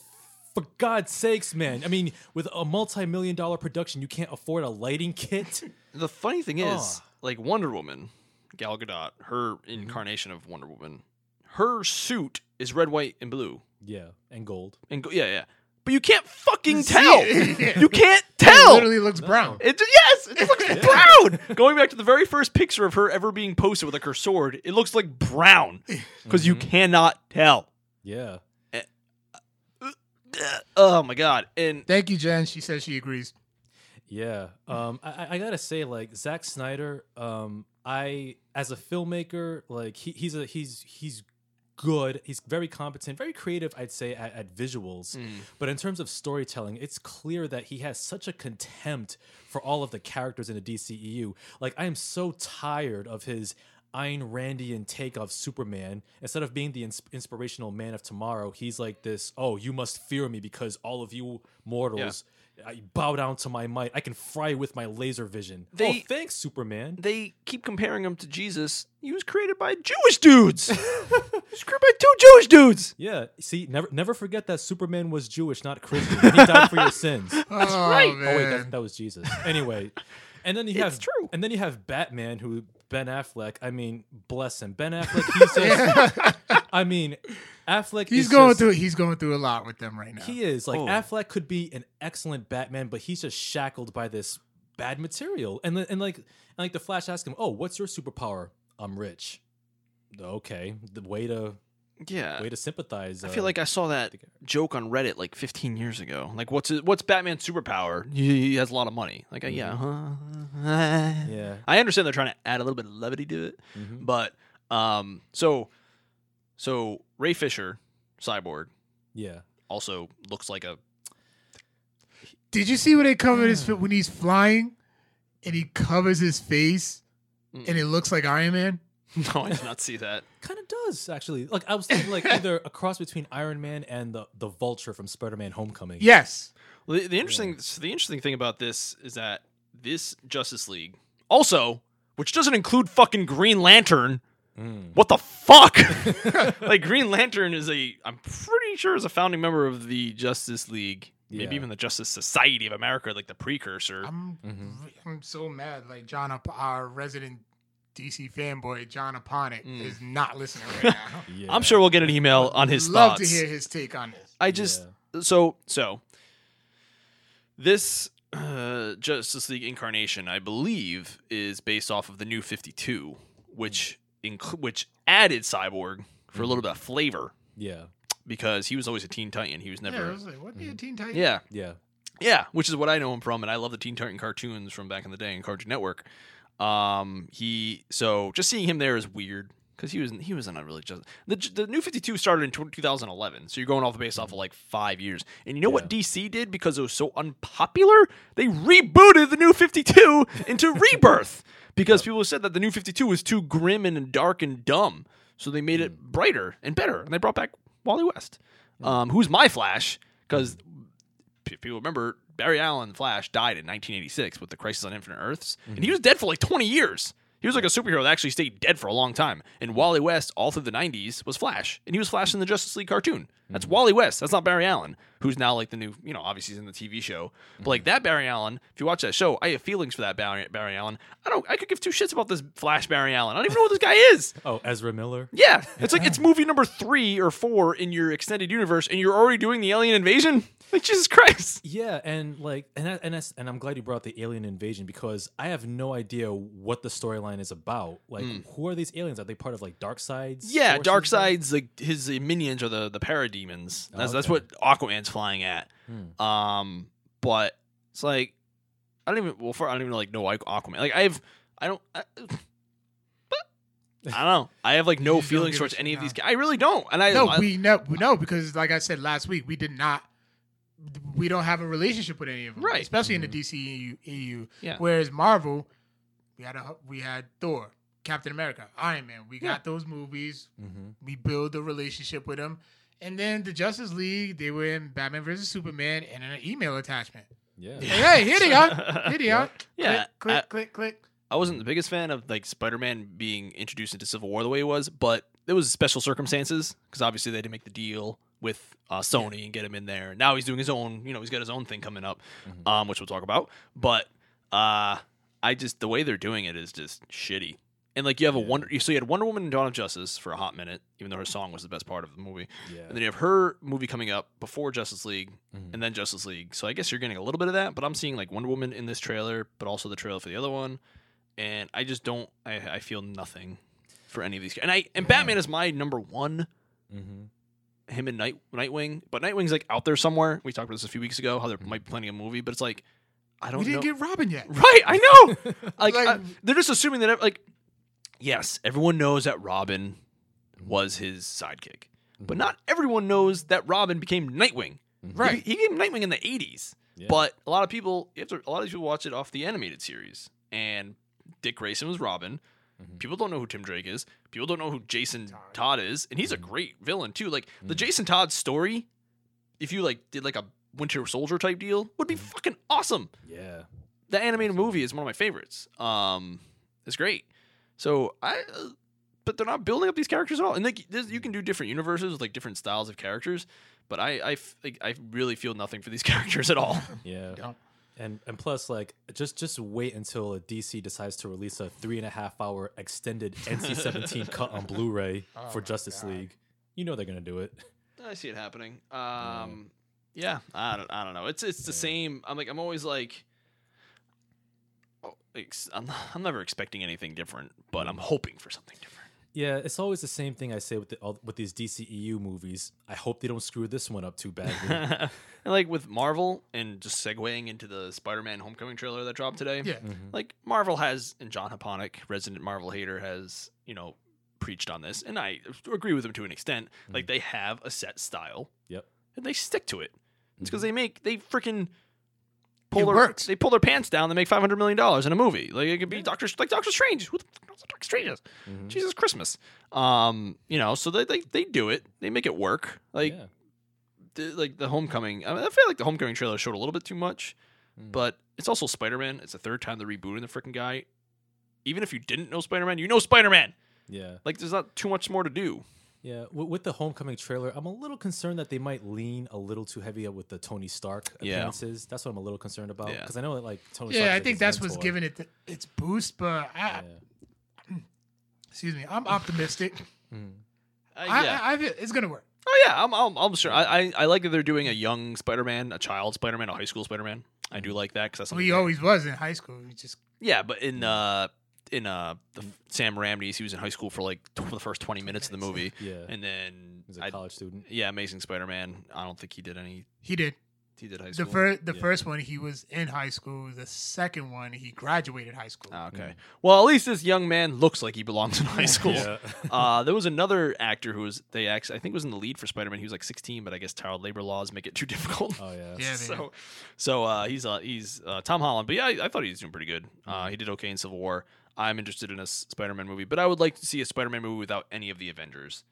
Speaker 3: for God's sakes, man. I mean, with a multi-million dollar production, you can't afford a lighting kit.
Speaker 1: The funny thing is,
Speaker 3: Oh.
Speaker 1: like Wonder Woman, Gal Gadot, her
Speaker 2: Mm-hmm.
Speaker 1: incarnation of Wonder Woman, her suit is red, white, and blue,
Speaker 3: yeah, and gold.
Speaker 1: and go- yeah, yeah. But you can't fucking
Speaker 2: See
Speaker 1: tell.
Speaker 2: it.
Speaker 1: You can't
Speaker 2: It
Speaker 1: tell.
Speaker 2: literally looks brown.
Speaker 1: It just, yes, it looks brown. Going back to the very first picture of her ever being posted with like her sword, it looks like brown
Speaker 2: Mm-hmm.
Speaker 1: because you cannot tell.
Speaker 3: Yeah.
Speaker 1: Ugh, Oh my god! And
Speaker 2: Thank you, Jen. She says she agrees.
Speaker 3: Yeah. Um, I- I, I gotta say, like Zack Snyder, um, I as a filmmaker, like he, he's a he's he's good. He's very competent, very creative. I'd say at, at visuals,
Speaker 2: Mm.
Speaker 3: but in terms of storytelling, it's clear that he has such a contempt for all of the characters in the DCEU. Like I am so tired of his. Ayn Randian take of Superman. Instead of being the ins- inspirational man of tomorrow, he's like this, oh, you must fear me because all of you mortals I bow down to my might. I can fry with my laser vision.
Speaker 1: They-
Speaker 3: oh, thanks, Superman.
Speaker 1: they keep comparing him to Jesus. He was created by Jewish dudes. he was created by two Jewish dudes.
Speaker 3: Yeah. See, never never forget that Superman was Jewish, not Christian. and He died for your sins. Oh
Speaker 2: That's oh,
Speaker 1: right.
Speaker 2: Man.
Speaker 3: wait, that, that was Jesus. Anyway, and then you have
Speaker 1: true.
Speaker 3: and then you have Batman, who Ben Affleck. I mean, bless him, Ben Affleck. He's just. I mean, Affleck.
Speaker 2: he's
Speaker 3: is
Speaker 2: going
Speaker 3: just-
Speaker 2: through. He's going through a lot with them right now.
Speaker 3: He is like
Speaker 1: Oh.
Speaker 3: Affleck could be an excellent Batman, but he's just shackled by this bad material. And li- and like and like the Flash asked him, "Oh, what's your superpower?" I'm rich. Okay, the way to
Speaker 1: Yeah,
Speaker 3: way to sympathize. uh,
Speaker 1: I feel like I saw that joke on Reddit like 15 years ago. Like, what's his, what's Batman's superpower? He, he has a lot of money. Like, I yeah, huh?
Speaker 3: yeah,
Speaker 1: I understand they're trying to add a little bit of levity to it,
Speaker 3: Mhm.
Speaker 1: but um, so so Ray Fisher, Cyborg,
Speaker 3: yeah.
Speaker 1: also looks like a
Speaker 2: Did you see when they covered his his when he's flying, and he covers his face, and it looks like Iron Man?
Speaker 1: no. I did not see that.
Speaker 3: Kind of does actually. Like I was thinking, like either a cross between Iron Man and the the Vulture from Spider-Man: Homecoming.
Speaker 2: Yes.
Speaker 1: Well, the, the interesting so the interesting thing about this is that this Justice League also, which doesn't include fucking Green Lantern.
Speaker 3: Mm.
Speaker 1: What the fuck? like Green Lantern is a I'm pretty sure is a founding member of the Justice League, maybe
Speaker 3: Yeah.
Speaker 1: even the Justice Society of America, like the precursor.
Speaker 2: I'm
Speaker 3: Mhm.
Speaker 2: re-
Speaker 1: Mm-hmm.
Speaker 2: I'm so mad. Like John, Ap- our resident DC fanboy John Aponic
Speaker 1: Mm.
Speaker 2: is not listening right now.
Speaker 3: Yeah.
Speaker 1: I'm sure we'll get an email on his
Speaker 2: Love
Speaker 1: thoughts.
Speaker 2: to hear his take on this.
Speaker 1: I just so so this uh, Justice League incarnation, I believe, is based off of the New Fifty Two, which
Speaker 2: Mm.
Speaker 1: incl- which added Cyborg for a
Speaker 2: Mm-hmm.
Speaker 1: little bit of flavor
Speaker 3: Yeah.
Speaker 1: because he was always a Teen Titan. He was
Speaker 2: Yeah, I
Speaker 1: never. Mm.
Speaker 2: was like, what the Teen Titans?
Speaker 1: Yeah,
Speaker 3: Yeah.
Speaker 1: yeah, which is what I know him from, and I love the Teen Titan cartoons from back in the day in Cartoon Network. Um, he so just seeing him there is weird because he was he was not really just the the New Fifty Two started in tw 2011, so you're going off the base off of like five years. And you know what DC did because it was so unpopular? They rebooted the New Fifty Two into Rebirth because people said that the New Fifty Two was too grim and dark and dumb, so they made it brighter and better, and they brought back Wally West, um, who's my Flash because p- people remember Barry Allen Flash died in 1986 with the Crisis on Infinite Earths, and he was dead for like 20 years. He was like a superhero that actually stayed dead for a long time. And Wally West, all through the 90s, was Flash, and he was Flash in the Justice League cartoon. That's Wally West. That's not Barry Allen, who's now like the new, you know, obviously he's in the TV show. But like that Barry Allen, if you watch that show, I have feelings for that Barry, Barry Allen. I don't. I could give two shits about this Flash Barry Allen. I don't even know who this guy is.
Speaker 3: Oh, Ezra Miller.
Speaker 1: Yeah, it's like it's movie number three or four in your extended universe, and you're already doing the alien invasion. Like Jesus Christ!
Speaker 3: Yeah, and like, and that, and that's, and I'm glad you brought the alien invasion because I have no idea what the storyline is about. Like, who are these aliens? Are they part of like Dark Side's?
Speaker 1: Hmm. Yeah,
Speaker 3: forces?
Speaker 1: Darkseid's like his minions are the the parademons. That's that's
Speaker 3: Okay.
Speaker 1: what Aquaman's flying at.
Speaker 3: Hmm.
Speaker 1: Um, but it's like I don't even well, for, I don't even like know like Aquaman. Like I've I don't. I, I don't know. I have like no
Speaker 2: You just don't
Speaker 1: feelings
Speaker 2: give a
Speaker 1: towards
Speaker 2: shit
Speaker 1: any of
Speaker 2: now.
Speaker 1: these guys. I really don't. And I
Speaker 2: No,
Speaker 1: I-
Speaker 2: we know, we know because, like I said last week, we did not, we don't have a relationship with any of them,
Speaker 1: Right.
Speaker 2: Especially in the E DCEU. EU.
Speaker 1: Yeah.
Speaker 2: Whereas Marvel, we had a, we had Thor, Captain America, Iron Man. We got
Speaker 1: Yeah.
Speaker 2: those movies.
Speaker 3: Mhm.
Speaker 2: We build a relationship with them, and then the Justice League. They were in Batman versus Superman and an email attachment.
Speaker 3: Yeah.
Speaker 2: Like, hey, here they are. Here they are.
Speaker 1: Yeah,
Speaker 2: Click,
Speaker 1: I-
Speaker 2: click, click, click.
Speaker 1: I wasn't the biggest fan of like Spider-Man being introduced into Civil War the way he was, but there was special circumstances because obviously they had to make the deal with uh, Sony and get him in there. Now he's doing his own, you know, he's got his own thing coming up, um, which we'll talk about. But uh, I just the way they're doing it is just shitty. And like you have a wonder, so you had Wonder Woman and Dawn of Justice for a hot minute, even though her song was the best part of the movie.
Speaker 3: Yeah.
Speaker 1: And then you have her movie coming up before Justice League
Speaker 2: Mm-hmm.
Speaker 1: and then Justice League. So I guess you're getting a little bit of that, but I'm seeing like Wonder Woman in this trailer, but also the trailer for the other one. And I just don't, I, I feel nothing for any of these. And I, and Batman is my number one,
Speaker 3: hmm
Speaker 1: him and Night, Nightwing, but Nightwing's like out there somewhere. We talked about this a few weeks ago, how they might be planning a movie, but it's like, I don't
Speaker 2: Mm-hmm. We didn't
Speaker 1: know.
Speaker 2: get Robin yet.
Speaker 1: Right, I know.
Speaker 3: Mm-hmm.
Speaker 1: like,
Speaker 2: Like-
Speaker 1: I- they're just assuming that like yes, everyone knows that Robin was his sidekick. But not everyone knows that Robin became Nightwing.
Speaker 2: Right.
Speaker 1: He, he became Nightwing in the 80s.
Speaker 3: Mm-hmm. Yeah.
Speaker 1: But a lot of people you have to, a lot of people watch it off the animated series and Dick Grayson was Robin.
Speaker 3: Mm-hmm.
Speaker 1: People don't know who Tim Drake is. People don't know who Jason Todd, is, and he's a great villain too. Like the Jason Todd story, if you like did like a Winter Soldier type deal, would be fucking awesome
Speaker 3: yeah.
Speaker 1: the animated movie is one of my favorites. Um, it's great. So I, uh, but they're not building up these characters at all. And like, there's- you can do different universes with like different styles of characters. But I, I, f- like, I really feel nothing for these characters at all.
Speaker 3: Yeah.
Speaker 2: Don't.
Speaker 3: And and plus, like, just just wait until DC decides to release a three and a half hour extended NC-17 cut on Blu-ray
Speaker 2: Oh
Speaker 3: for
Speaker 2: my
Speaker 3: Justice
Speaker 2: God.
Speaker 3: League. You know they're gonna do it.
Speaker 1: I see it happening. Um, yeah, I don't, I don't know. It's, it's the same. I'm like, I'm always like, oh, ex- I'm, I'm never expecting anything different, but I'm hoping for something different.
Speaker 3: Yeah, it's always the same thing I say with the, all, with these DCEU movies. I hope they don't screw this one up too badly.
Speaker 1: and like with Marvel and just segueing into the Spider-Man Homecoming trailer that dropped today.
Speaker 3: Mm-hmm,
Speaker 2: Yeah.
Speaker 1: Like Marvel has and John Haponic, resident Marvel hater has, you know, preached on this and I agree with him to an extent. Like they have a set style
Speaker 3: yep.
Speaker 1: and they stick to it. It's because they make they freaking pull their
Speaker 2: works.
Speaker 1: they pull their pants down. They make five hundred million dollars in a movie. Like it could be Doctor like Doctor Strange. Who the fuck knows what Doctor Strange
Speaker 3: Mm-hmm.
Speaker 1: is? Jesus Christmas. Um, you know, so they, they they do it. They make it work. Like
Speaker 3: Yeah.
Speaker 1: the, like the homecoming. I, mean, I feel like the homecoming trailer showed a little bit too much, but it's also Spider Man. It's the third time they're rebooting the freaking guy. Even if you didn't know Spider Man, you know Spider Man.
Speaker 3: Yeah.
Speaker 1: Like there's not too much more to do.
Speaker 3: Yeah, with, with the Homecoming trailer, I'm a little concerned that they might lean a little too heavy with the Tony Stark
Speaker 1: Yeah.
Speaker 3: appearances. That's what I'm a little concerned about
Speaker 1: Yeah.
Speaker 3: because I know that like Tony. Stark
Speaker 2: Yeah,
Speaker 3: is,
Speaker 2: I
Speaker 3: like,
Speaker 2: think
Speaker 3: his
Speaker 2: that's what's
Speaker 3: mentor.
Speaker 2: giving it the, its boost. But I,
Speaker 3: Yeah.
Speaker 2: excuse me, I'm optimistic.
Speaker 3: Mm-hmm.
Speaker 1: Uh,
Speaker 2: I,
Speaker 1: yeah.
Speaker 2: I, I feel it's gonna work.
Speaker 1: oh yeah. I'm I'm, I'm sure. I, I I like that they're doing a young Spider Man, a child Spider Man, a high school Spider Man. I do like that because that's
Speaker 2: Well,
Speaker 1: something.
Speaker 2: he always was in high school. He just
Speaker 1: yeah, but in uh in uh the, Sam Raimi's, he was in high school for like tw- the first twenty minutes of the movie,
Speaker 3: Yeah.
Speaker 1: and then
Speaker 3: He's a
Speaker 1: I,
Speaker 3: college student.
Speaker 1: yeah, Amazing Spider Man. I don't think he did any.
Speaker 2: he did
Speaker 1: He did high
Speaker 2: the
Speaker 1: school.
Speaker 2: first the
Speaker 3: Yeah.
Speaker 2: first one. He was in high school. The second one, he graduated high school.
Speaker 1: Ah, okay. Well, at least this young man looks like he belongs in high school.
Speaker 3: Yeah.
Speaker 1: uh, there was another actor who was they actually I think was in the lead for Spider Man. He was like 16, but I guess child labor laws make it too difficult.
Speaker 3: Oh yeah.
Speaker 2: yeah, man.
Speaker 1: so, so uh, he's uh, he's uh, Tom Holland. But yeah, I, I thought he was doing pretty good. Uh, he did okay in Civil War. I'm interested in a S- Spider Man movie, but I would like to see a Spider Man movie without any of the Avengers.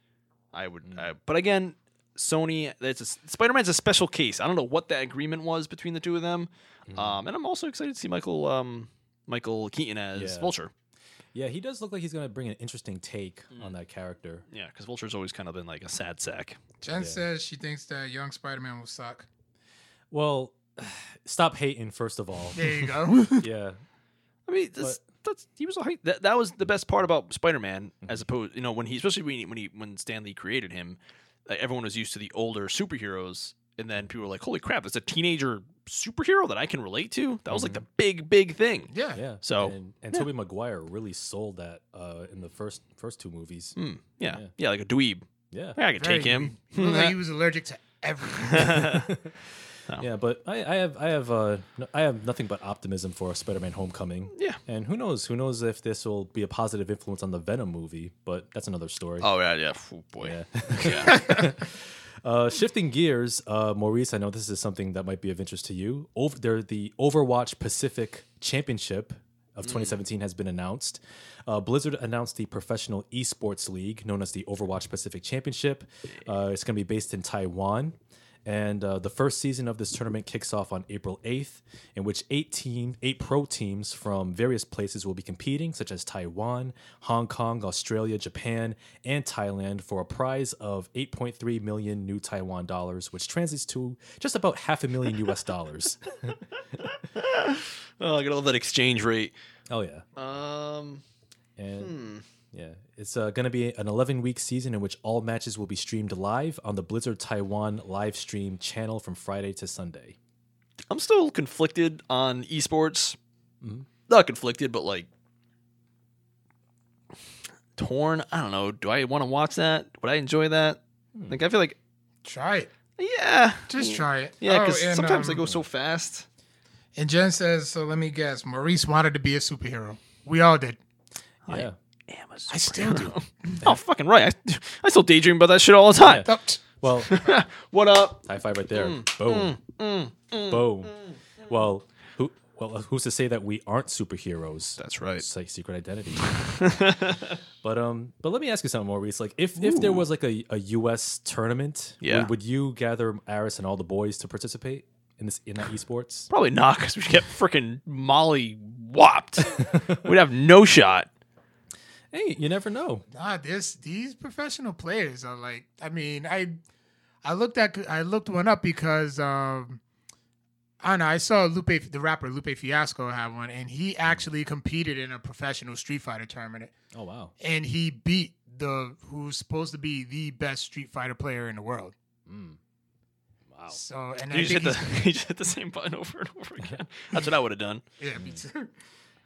Speaker 1: I would, uh, but again, Sony. That's a, Spider-Man's a special case. I don't know what that agreement was between the two of them. Um, and I'm also excited to see Michael um, Michael Keaton as
Speaker 3: Yeah.
Speaker 1: Vulture.
Speaker 3: Yeah, he does look like he's going to bring an interesting take on that character.
Speaker 1: Yeah, because Vulture's always kind of been like a sad sack.
Speaker 2: Jen says she thinks that young Spider Man will suck.
Speaker 3: Well, stop hating first of all.
Speaker 2: There you go.
Speaker 3: yeah.
Speaker 1: I mean, that's, that's he was a high, that, that was the best part about Spider-Man as opposed, you know, when he especially when he, when, he, when Stan Lee created him, like, everyone was used to the older superheroes, and then people were like, "Holy crap, that's a teenager superhero that I can relate to." That was like the big big thing.
Speaker 2: yeah.
Speaker 3: Yeah.
Speaker 1: So-
Speaker 3: and, and Tobey Maguire really sold that uh, in the first first two movies.
Speaker 1: Hmm. yeah,
Speaker 3: Yeah.
Speaker 1: yeah, like a dweeb.
Speaker 3: Mm. Yeah.
Speaker 1: I could
Speaker 2: Very
Speaker 1: take him.
Speaker 2: weird. Looked like he was allergic to everything.
Speaker 3: Yeah, but I, I have I have uh, no, I have nothing but optimism for Spider-Man: Homecoming.
Speaker 1: Yeah.
Speaker 3: And who knows? Who knows if this will be a positive influence on the Venom movie? But that's another story.
Speaker 1: Oh yeah, yeah. Phew, boy.
Speaker 3: Yeah.
Speaker 1: Yeah.
Speaker 3: Uh, shifting gears, uh, Maurice, I know this is something that might be of interest to you. Over there, the Overwatch Pacific Championship of 2017 has been announced. Uh, Blizzard announced the professional esports league known as the Overwatch Pacific Championship. Uh, it's going to be based in Taiwan. And uh, the first season of this tournament kicks off on April 8th, in which 18, eight pro teams from various places will be competing, such as Taiwan, Hong Kong, Australia, Japan, and Thailand, for a prize of 8.3 million new Taiwan dollars, which translates to just about half a million US dollars.
Speaker 1: oh, I gotta love that exchange rate.
Speaker 3: oh, yeah.
Speaker 1: Um,
Speaker 3: And yeah, it's uh, going to be an 11 week season in which all matches will be streamed live on the Blizzard Taiwan live stream channel from Friday to Sunday.
Speaker 1: I'm still conflicted on esports. Not conflicted, but like torn. I don't know. Do I want to watch that? Would I enjoy that? Like, I feel like,
Speaker 2: try it.
Speaker 1: yeah,
Speaker 2: Just try it.
Speaker 1: yeah.
Speaker 2: Oh,
Speaker 1: Because
Speaker 2: and,
Speaker 1: sometimes they
Speaker 2: um,
Speaker 1: go so fast.
Speaker 2: And Jen says, so let me guess. Maurice wanted to be a superhero. We all did.
Speaker 3: Yeah.
Speaker 1: Amazon.
Speaker 2: I still do.
Speaker 1: Oh, fucking right. I, I still daydream about that shit all the time.
Speaker 2: Oh, t-
Speaker 3: Well,
Speaker 1: What up?
Speaker 3: High five right there. Boom. Boom. Well, who well who's to say that we aren't superheroes?
Speaker 1: That's right.
Speaker 3: It's like secret identity. but um but let me ask you something, Maurice. Like if if there was like a, a US tournament, would-
Speaker 1: Yeah.
Speaker 3: would, you gather Aris and all the boys to participate in this in that esports?
Speaker 1: Probably not because we get freaking Molly whopped. We'd have no shot.
Speaker 3: Hey, you never know.
Speaker 2: Nah, this these professional players are like. I mean, I I looked at I looked one up because um, I don't know. I saw Lupe, the rapper Lupe Fiasco, had one, and he actually competed in a professional Street Fighter tournament,
Speaker 3: Oh wow.
Speaker 2: and he beat the who's supposed to be the best Street Fighter player in the world.
Speaker 3: Wow.
Speaker 2: So and
Speaker 1: You
Speaker 2: I
Speaker 1: just, hit
Speaker 2: think
Speaker 1: the,
Speaker 2: he's-
Speaker 1: you just hit the same button over and over again. That's what I would have done.
Speaker 2: yeah, me too.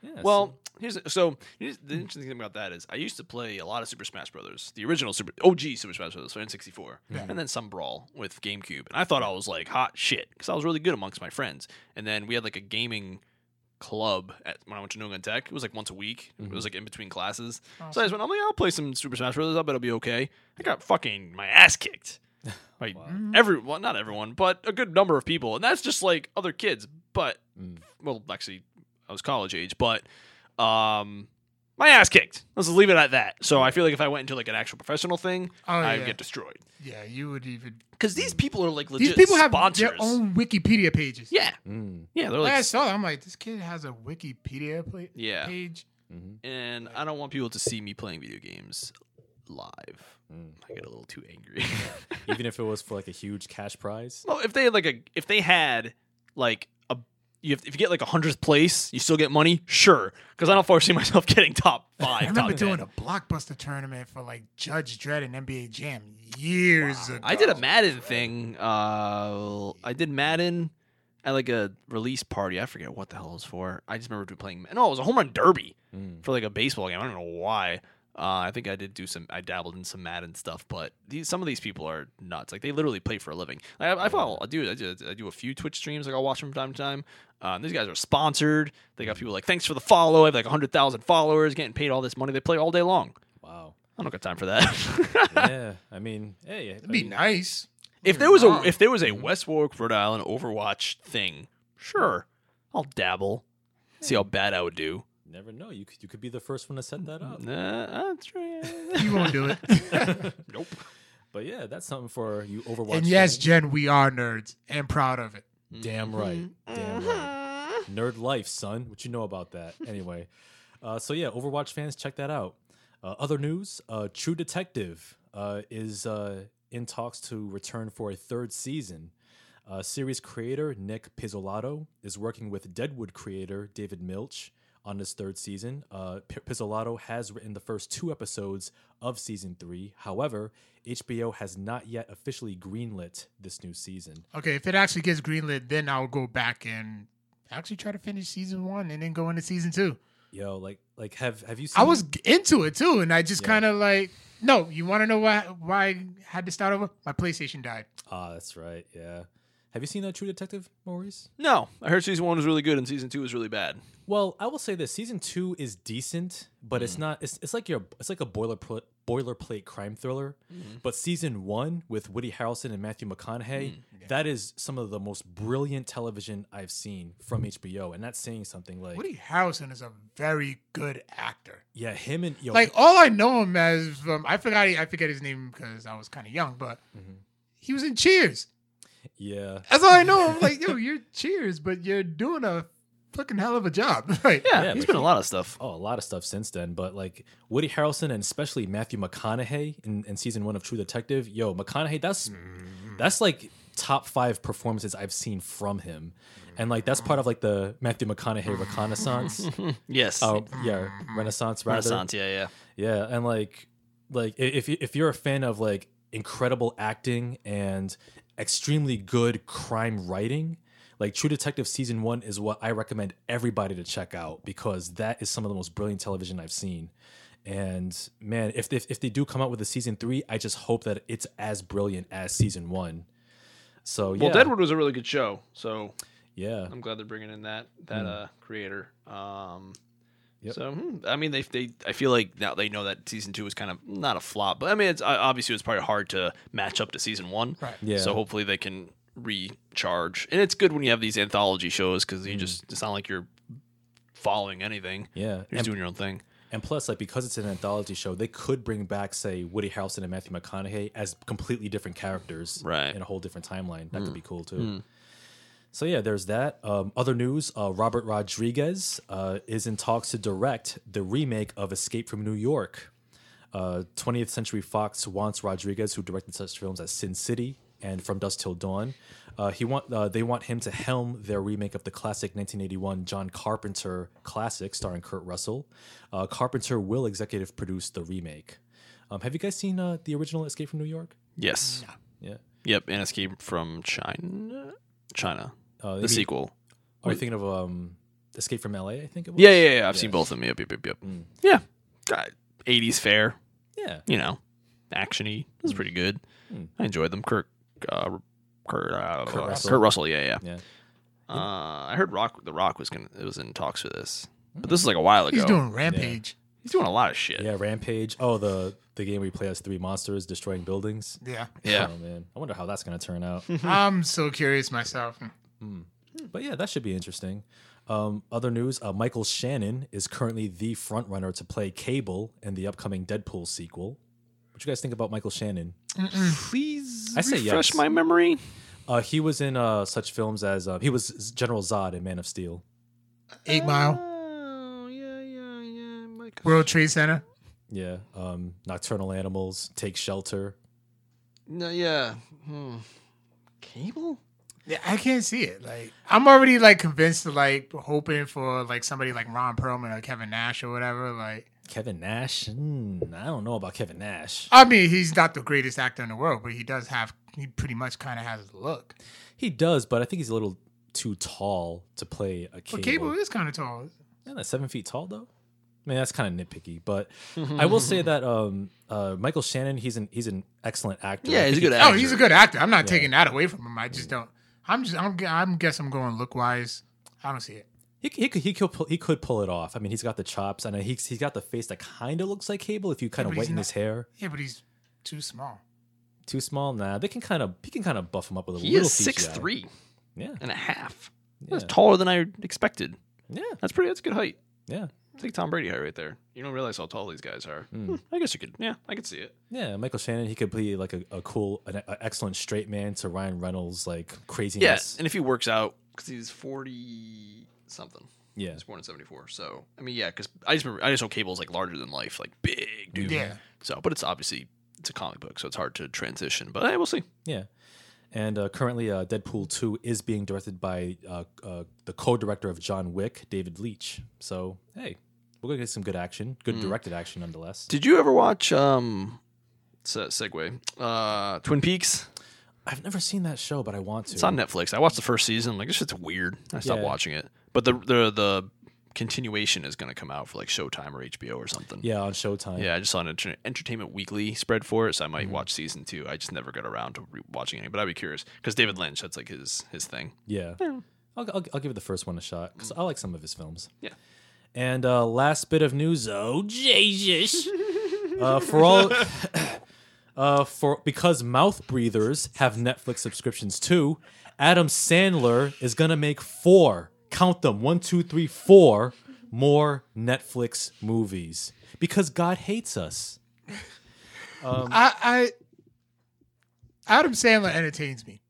Speaker 3: Yeah,
Speaker 1: Well, here's so here's the interesting thing about that is I used to play a lot of Super Smash Brothers, the original Super OG Super Smash Brothers for N64, and then some Brawl with GameCube, and I thought I was like hot shit because I was really good amongst my friends, and then we had like a gaming club at when I went to New England Tech. It was like once a week. It was like in between classes. So I just went, I'm like, I'll play some Super Smash Brothers. I bet I'll be okay. I got fucking my ass kicked. Like every well, not everyone, but a good number of people, and that's just like other kids. But well, actually, I was college age, but um, my ass kicked. Let's just leave it at that. So I feel like if I went into like an actual professional thing,
Speaker 2: Oh,
Speaker 1: I
Speaker 2: yeah.
Speaker 1: would get destroyed
Speaker 2: Yeah, you would even.
Speaker 1: because these people are like legit.
Speaker 2: These people have
Speaker 1: sponsors.
Speaker 2: their own Wikipedia pages.
Speaker 1: Yeah,
Speaker 3: Mm,
Speaker 1: yeah, they're
Speaker 2: When I
Speaker 1: like,
Speaker 2: saw that. I'm like, this kid has a Wikipedia pla-
Speaker 1: Yeah.
Speaker 2: page.
Speaker 3: mhm.
Speaker 1: and I don't want people to see me playing video games live.
Speaker 3: Mm.
Speaker 1: I get a little too angry.
Speaker 3: Even if it was for like a huge cash prize.
Speaker 1: Well, if they had like a, if they had like a, you have, if you get like a hundredth place, you still get money. Sure, because I don't foresee myself getting top five.
Speaker 2: I remember
Speaker 1: top 10.
Speaker 2: doing a blockbuster tournament for like Judge Dredd and NBA Jam years ago.
Speaker 1: I did a Madden thing. Uh, I did Madden at like a release party. I forget what the hell it was for. I just remember playing. No, it was a home run derby for like a baseball game. I don't know why. Uh, I think I did do some. I dabbled in some Madden stuff, but these some of these people are nuts. Like they literally play for a living. I, I follow. I do. I do. I do a few Twitch streams. Like I'll watch them from time to time. Uh, these guys are sponsored. They got people like thanks for the follow. I have like hundred thousand followers, getting paid all this money. They play all day long.
Speaker 3: Wow.
Speaker 1: I don't got time for that.
Speaker 3: yeah. I mean, hey, I
Speaker 2: It'd be
Speaker 3: mean,
Speaker 2: nice.
Speaker 1: If there was a if there was a West Warwick, Rhode Island Overwatch thing, sure, I'll dabble, see how bad I would do.
Speaker 3: you never know. You could you could
Speaker 1: Oh.
Speaker 3: be the first one to set that up.
Speaker 1: Nah, I'll try.
Speaker 2: you won't do it.
Speaker 1: nope.
Speaker 3: But yeah, that's something for you Overwatch.
Speaker 2: and yes,
Speaker 3: fans.
Speaker 2: Jen, we are nerds and proud of it.
Speaker 1: Mm-hmm.
Speaker 3: damn right, damn right. Nerd life, son. What you know about that? Anyway, uh, so yeah, Overwatch fans, check that out. Uh, other news: uh, True Detective uh, is uh, in talks to return for a third season. Uh, series creator Nick Pizzolatto is working with Deadwood creator David Milch on this third season. Uh, P- Pizzolatto has written the first two episodes of season three. However, HBO has not yet officially greenlit this new season.
Speaker 2: Okay, if it actually gets greenlit, then I'll go back and actually try to finish season one and then go into season two.
Speaker 3: Yo, like, like have have you? Seen
Speaker 2: I was g- into it too, and I just
Speaker 3: Yeah.
Speaker 2: kind of like, no, you want to know why, why I had to start over? My PlayStation died.
Speaker 3: Ah, that's right. Yeah. Have you seen that True Detective, Maurice?
Speaker 1: No, I heard season one was really good and season two was really bad.
Speaker 3: Well, I will say this: season two is decent, but it's not. It's, it's like your. It's like a boilerplate boilerplate crime thriller. But season one with Woody Harrelson and Matthew McConaughey, that is some of the most brilliant television I've seen from HBO, and that's saying something. Like,
Speaker 2: Woody Harrelson is a very good actor.
Speaker 3: yeah, him and yo,
Speaker 2: Like all I know him as from, I forgot he, I forget his name because I was kind of young, but he was in Cheers.
Speaker 3: mm-hmm. yeah,
Speaker 2: That's all I know. I'm like, yo, you're Cheers, but you're doing a fucking hell of a job. Like,
Speaker 1: Yeah,
Speaker 3: Yeah,
Speaker 1: he's
Speaker 3: but
Speaker 1: been in a lot of stuff.
Speaker 3: oh, a lot of stuff since then. But like Woody Harrelson and especially Matthew McConaughey in, in season one of True Detective, yo, McConaughey, that's
Speaker 2: Mm.
Speaker 3: that's like top five performances I've seen from him, and like that's part of like the Matthew McConaughey reconnaissance.
Speaker 1: Yes,
Speaker 3: Oh yeah, Renaissance rather.
Speaker 1: Renaissance. Yeah, yeah.
Speaker 3: Yeah, and like, like i- if you- if you're a fan of like incredible acting and extremely good crime writing, like True Detective season one is what I recommend everybody to check out because that is some of the most brilliant television I've seen. And man, if they, if they do come out with a season three, I just hope that it's as brilliant as season one. So yeah,
Speaker 1: Well, Deadwood was a really good show, so
Speaker 3: yeah,
Speaker 1: I'm glad they're bringing in that that uh, creator. Um,
Speaker 3: Hmm. Yep.
Speaker 1: So hmm, I mean, they they I feel like now they know that season two was kind of not a flop, but I mean, it's uh, obviously it's probably hard to match up to season one.
Speaker 2: Right.
Speaker 3: Yeah.
Speaker 1: So hopefully they can recharge, and it's good when you have these anthology shows because
Speaker 3: Hmm.
Speaker 1: you just it's not like you're following anything.
Speaker 3: yeah.
Speaker 1: You're just doing your own thing.
Speaker 3: And plus, like because it's an anthology show, they could bring back, say, Woody Harrelson and Matthew McConaughey as completely different characters,
Speaker 1: Right.
Speaker 3: In a whole different timeline. That could be cool too. So yeah, there's that. Um, other news: uh, Robert Rodriguez uh, is in talks to direct the remake of Escape from New York. Uh, 20th Century Fox wants Rodriguez, who directed such films as Sin City and From Dusk Till Dawn, uh, he want uh, they want him to helm their remake of the classic 1981 John Carpenter classic starring Kurt Russell. Uh, Carpenter will executive produce the remake. Um, have you guys seen uh, the original Escape from New York?
Speaker 1: Yes.
Speaker 3: Yeah.
Speaker 1: Yep. And Escape from China. China.
Speaker 3: Uh,
Speaker 1: the
Speaker 3: maybe-
Speaker 1: sequel.
Speaker 3: Are you thinking of um, Escape from LA? I think it was. Mm.
Speaker 1: Yeah, yeah, yeah. I've seen
Speaker 3: Yes.
Speaker 1: both of them. Yep, yep, yep. yep. Yeah. Uh, 80s fair,
Speaker 3: yeah.
Speaker 1: you know, actiony. It
Speaker 3: Hmm.
Speaker 1: was pretty good. I enjoyed them. Kirk, uh, Kurt, uh, Kurt, Russell.
Speaker 3: Russell.
Speaker 1: Yeah, yeah.
Speaker 3: Yeah.
Speaker 1: Uh, I heard Rock. The Rock was gonna. It was in talks for this, but
Speaker 3: Hmm.
Speaker 1: this is like a while ago.
Speaker 2: he's doing Rampage.
Speaker 1: He's doing a lot of shit.
Speaker 3: Yeah, Rampage. Oh, the the game we play as three monsters destroying buildings.
Speaker 2: Yeah.
Speaker 1: Yeah.
Speaker 3: Oh man, I wonder how that's gonna turn out.
Speaker 2: I'm so curious myself.
Speaker 3: Hmm. but yeah, that should be interesting. Um, other news: uh, Michael Shannon is currently the frontrunner to play Cable in the upcoming Deadpool sequel. What you guys think about Michael Shannon?
Speaker 2: Hmm.
Speaker 1: Please
Speaker 3: I say
Speaker 1: refresh
Speaker 3: yes.
Speaker 1: my memory.
Speaker 3: Uh, he was in uh, such films as uh, he was General Zod in Man of Steel.
Speaker 2: Eight Mile,
Speaker 1: Oh yeah, yeah, yeah. Michael.
Speaker 2: World Trade Center.
Speaker 3: Yeah, um, Nocturnal Animals, Take Shelter.
Speaker 1: No, yeah. Hmm. Cable.
Speaker 2: Yeah, I can't see it. Like I'm already like convinced to like hoping for like somebody like Ron Perlman or Kevin Nash or whatever. Like
Speaker 3: Kevin Nash. Hmm, I don't know about Kevin Nash.
Speaker 2: I mean, he's not the greatest actor in the world, but he does have he pretty much kind of has the look.
Speaker 3: He does, but I think he's a little too tall to play a
Speaker 2: But
Speaker 3: Cable.
Speaker 2: Cable is kind of tall.
Speaker 3: Yeah, that's seven feet tall though. I mean, that's kind of nitpicky, but I
Speaker 1: Mm-hmm.
Speaker 3: will say that um, uh, Michael Shannon, he's an he's an excellent actor.
Speaker 1: Yeah,
Speaker 3: I
Speaker 1: he's a
Speaker 3: think
Speaker 1: good
Speaker 3: he-
Speaker 1: actor.
Speaker 2: Oh, he's a good actor. I'm not taking that away from him. I just don't. I'm just. I'm. I'm guess I'm going look wise. I don't see it.
Speaker 3: He, c- he could he could pull, he could pull it off. I mean, he's got the chops, and he's he's got the face that kind of looks like Cable if you kind
Speaker 2: but
Speaker 3: of
Speaker 2: he's
Speaker 3: whiten
Speaker 2: not-
Speaker 3: his hair.
Speaker 2: Yeah, but he's too small.
Speaker 3: Too small, nah. They can kind of he can kind of buff him up with a
Speaker 1: He
Speaker 3: little.
Speaker 1: is six
Speaker 3: CGI.
Speaker 1: three
Speaker 3: Yeah,
Speaker 1: and a half.
Speaker 3: yeah,
Speaker 1: That's taller than I expected.
Speaker 3: yeah,
Speaker 1: That's pretty. That's a good height.
Speaker 3: yeah.
Speaker 1: Take Tom Brady height right there. You don't realize how tall these guys are. Hmm, I guess you could. Yeah, I could see it.
Speaker 3: Yeah, Michael Shannon, he could be like a, a cool, an, a excellent straight man to Ryan Reynolds, like
Speaker 1: Yes,
Speaker 3: craziness.
Speaker 1: and if he works out, because he's forty something.
Speaker 3: Yeah.
Speaker 1: He's born in seventy four. So I mean, yeah, because I just remember, I just know Cable's like larger than life, like big dude.
Speaker 2: Yeah.
Speaker 1: So, but it's obviously it's a comic book, so it's hard to transition. But hey, we'll see.
Speaker 3: Yeah. And uh, currently, uh, Deadpool 2 is being directed by uh, uh, the co director of John Wick, David Leitch. So, hey, we're going to get some good action, good
Speaker 1: Mm.
Speaker 3: directed action nonetheless.
Speaker 1: Did you ever watch um, se- segue, uh, Twin Peaks?
Speaker 3: I've never seen that show, but I want to.
Speaker 1: It's on Netflix. I watched the first season. I'm like, this shit's weird. I stopped
Speaker 3: Yeah.
Speaker 1: watching it. But the the the continuation is going to come out for like Showtime or HBO or something.
Speaker 3: yeah, on Showtime.
Speaker 1: Yeah, I just saw an Enter- Entertainment Weekly spread for it, so I might
Speaker 2: Mm-hmm.
Speaker 1: watch season two. I just never got around to re- watching any, but I'd be curious because David Lynch, that's like his his thing.
Speaker 3: Yeah. I'll, I'll, I'll give it the first one a shot because I like some of his films.
Speaker 1: Yeah.
Speaker 3: And uh, last bit of news. Oh, Jesus. uh, for all. Uh, for because mouth breathers have Netflix subscriptions too, Adam Sandler is gonna make four. Count them one, two, three, four more Netflix movies because God hates us.
Speaker 1: Um,
Speaker 2: I, I Adam Sandler entertains me.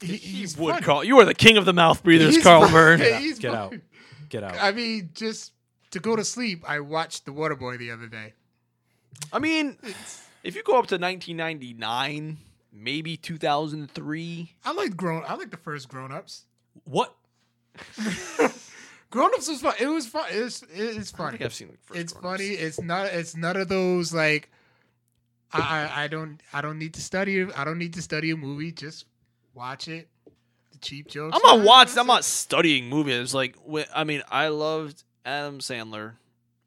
Speaker 2: He, he's
Speaker 1: Would
Speaker 2: funny.
Speaker 1: Carl, you are the king of the mouth breathers,
Speaker 2: He's
Speaker 1: Carl
Speaker 2: funny.
Speaker 1: Vern.
Speaker 2: Yeah, he's
Speaker 3: Get out,
Speaker 2: funny.
Speaker 3: get out.
Speaker 2: I mean, just to go to sleep, I watched The Waterboy the other day.
Speaker 1: I mean, if you go up to 1999, maybe 2003,
Speaker 2: I like grown. I like the first Grown Ups.
Speaker 3: What?
Speaker 2: Grown Ups was fun. It was fun. It's it's
Speaker 1: I
Speaker 2: funny.
Speaker 1: think I've seen like first
Speaker 2: it's
Speaker 1: Grown Ups.
Speaker 2: funny. It's not. It's none of those like. I, I I don't I don't need to study. I don't need to study a movie. Just watch it. The cheap jokes.
Speaker 1: I'm not watching. I'm not studying movies. Like, wh- I mean, I loved Adam Sandler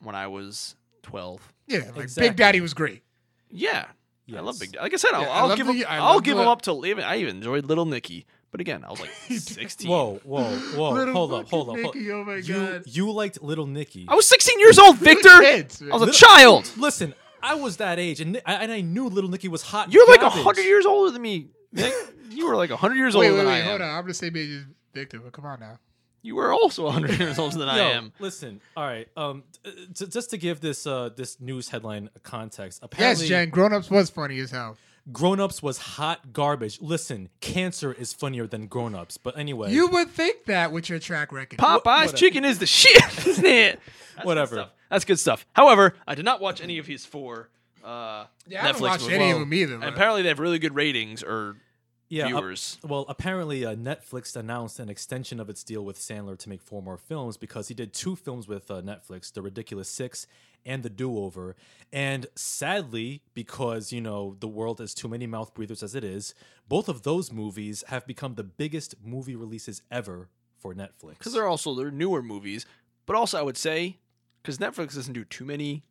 Speaker 1: when I was 12.
Speaker 2: Yeah, like
Speaker 3: Exactly.
Speaker 2: Big Daddy was great.
Speaker 1: Yeah. I love
Speaker 3: Yes.
Speaker 1: Big Daddy. Like I said, I'll,
Speaker 2: Yeah, I
Speaker 1: I'll
Speaker 2: love
Speaker 1: give
Speaker 2: the-
Speaker 1: him.
Speaker 2: I
Speaker 1: I'll
Speaker 2: love
Speaker 1: give
Speaker 2: the-
Speaker 1: him up to even. I even enjoyed Little Nicky, but again, I was like sixteen.
Speaker 3: Whoa, whoa, whoa!
Speaker 2: Little
Speaker 3: Hold up,
Speaker 2: fucking
Speaker 3: hold up, hold
Speaker 2: Nicky, oh my
Speaker 3: You
Speaker 2: God.
Speaker 3: you liked Little Nicky.
Speaker 1: I was sixteen years old, Victor. I
Speaker 2: Kids, man.
Speaker 1: was a
Speaker 3: Little-
Speaker 1: child.
Speaker 3: Listen, I was that age, and I, and I knew Little Nicky was hot.
Speaker 1: You're like
Speaker 3: garbage.
Speaker 1: hundred years older than me. Nick. you were like hundred years
Speaker 2: wait,
Speaker 1: older
Speaker 2: wait,
Speaker 1: than I
Speaker 2: wait.
Speaker 1: am.
Speaker 2: Hold on. I'm the same age as Victor. But come on now.
Speaker 1: You were also hundred years older than I
Speaker 3: Yo,
Speaker 1: am.
Speaker 3: Listen, all right. Um, t- t- just to give this uh this news headline a context.
Speaker 2: Yes,
Speaker 3: Apparently,
Speaker 2: Jen. Grown Ups was funny as hell.
Speaker 3: Grown Ups was hot garbage. Listen, cancer is funnier than Grown Ups. But anyway,
Speaker 2: You would think that with your track record.
Speaker 1: Popeye's
Speaker 3: whatever.
Speaker 1: chicken is the shit, isn't it? That's
Speaker 3: Whatever.
Speaker 1: Good stuff. That's good stuff. However, I did not watch any of his four. Uh,
Speaker 2: Yeah, I
Speaker 1: Netflix
Speaker 2: haven't watched
Speaker 1: movies.
Speaker 2: any of them either.
Speaker 1: And
Speaker 2: but-
Speaker 1: apparently, they have really good ratings or
Speaker 3: yeah, uh, ap-
Speaker 1: viewers.
Speaker 3: well, apparently, uh, Netflix announced an extension of its deal with Sandler to make four more films because he did two films with uh, Netflix: The Ridiculous Six and The Do Over. And sadly, because you know the world has too many mouth breathers as it is, both of those movies have become the biggest movie releases ever for Netflix.
Speaker 1: because they're also they're newer movies. But also, I would say because Netflix doesn't do too many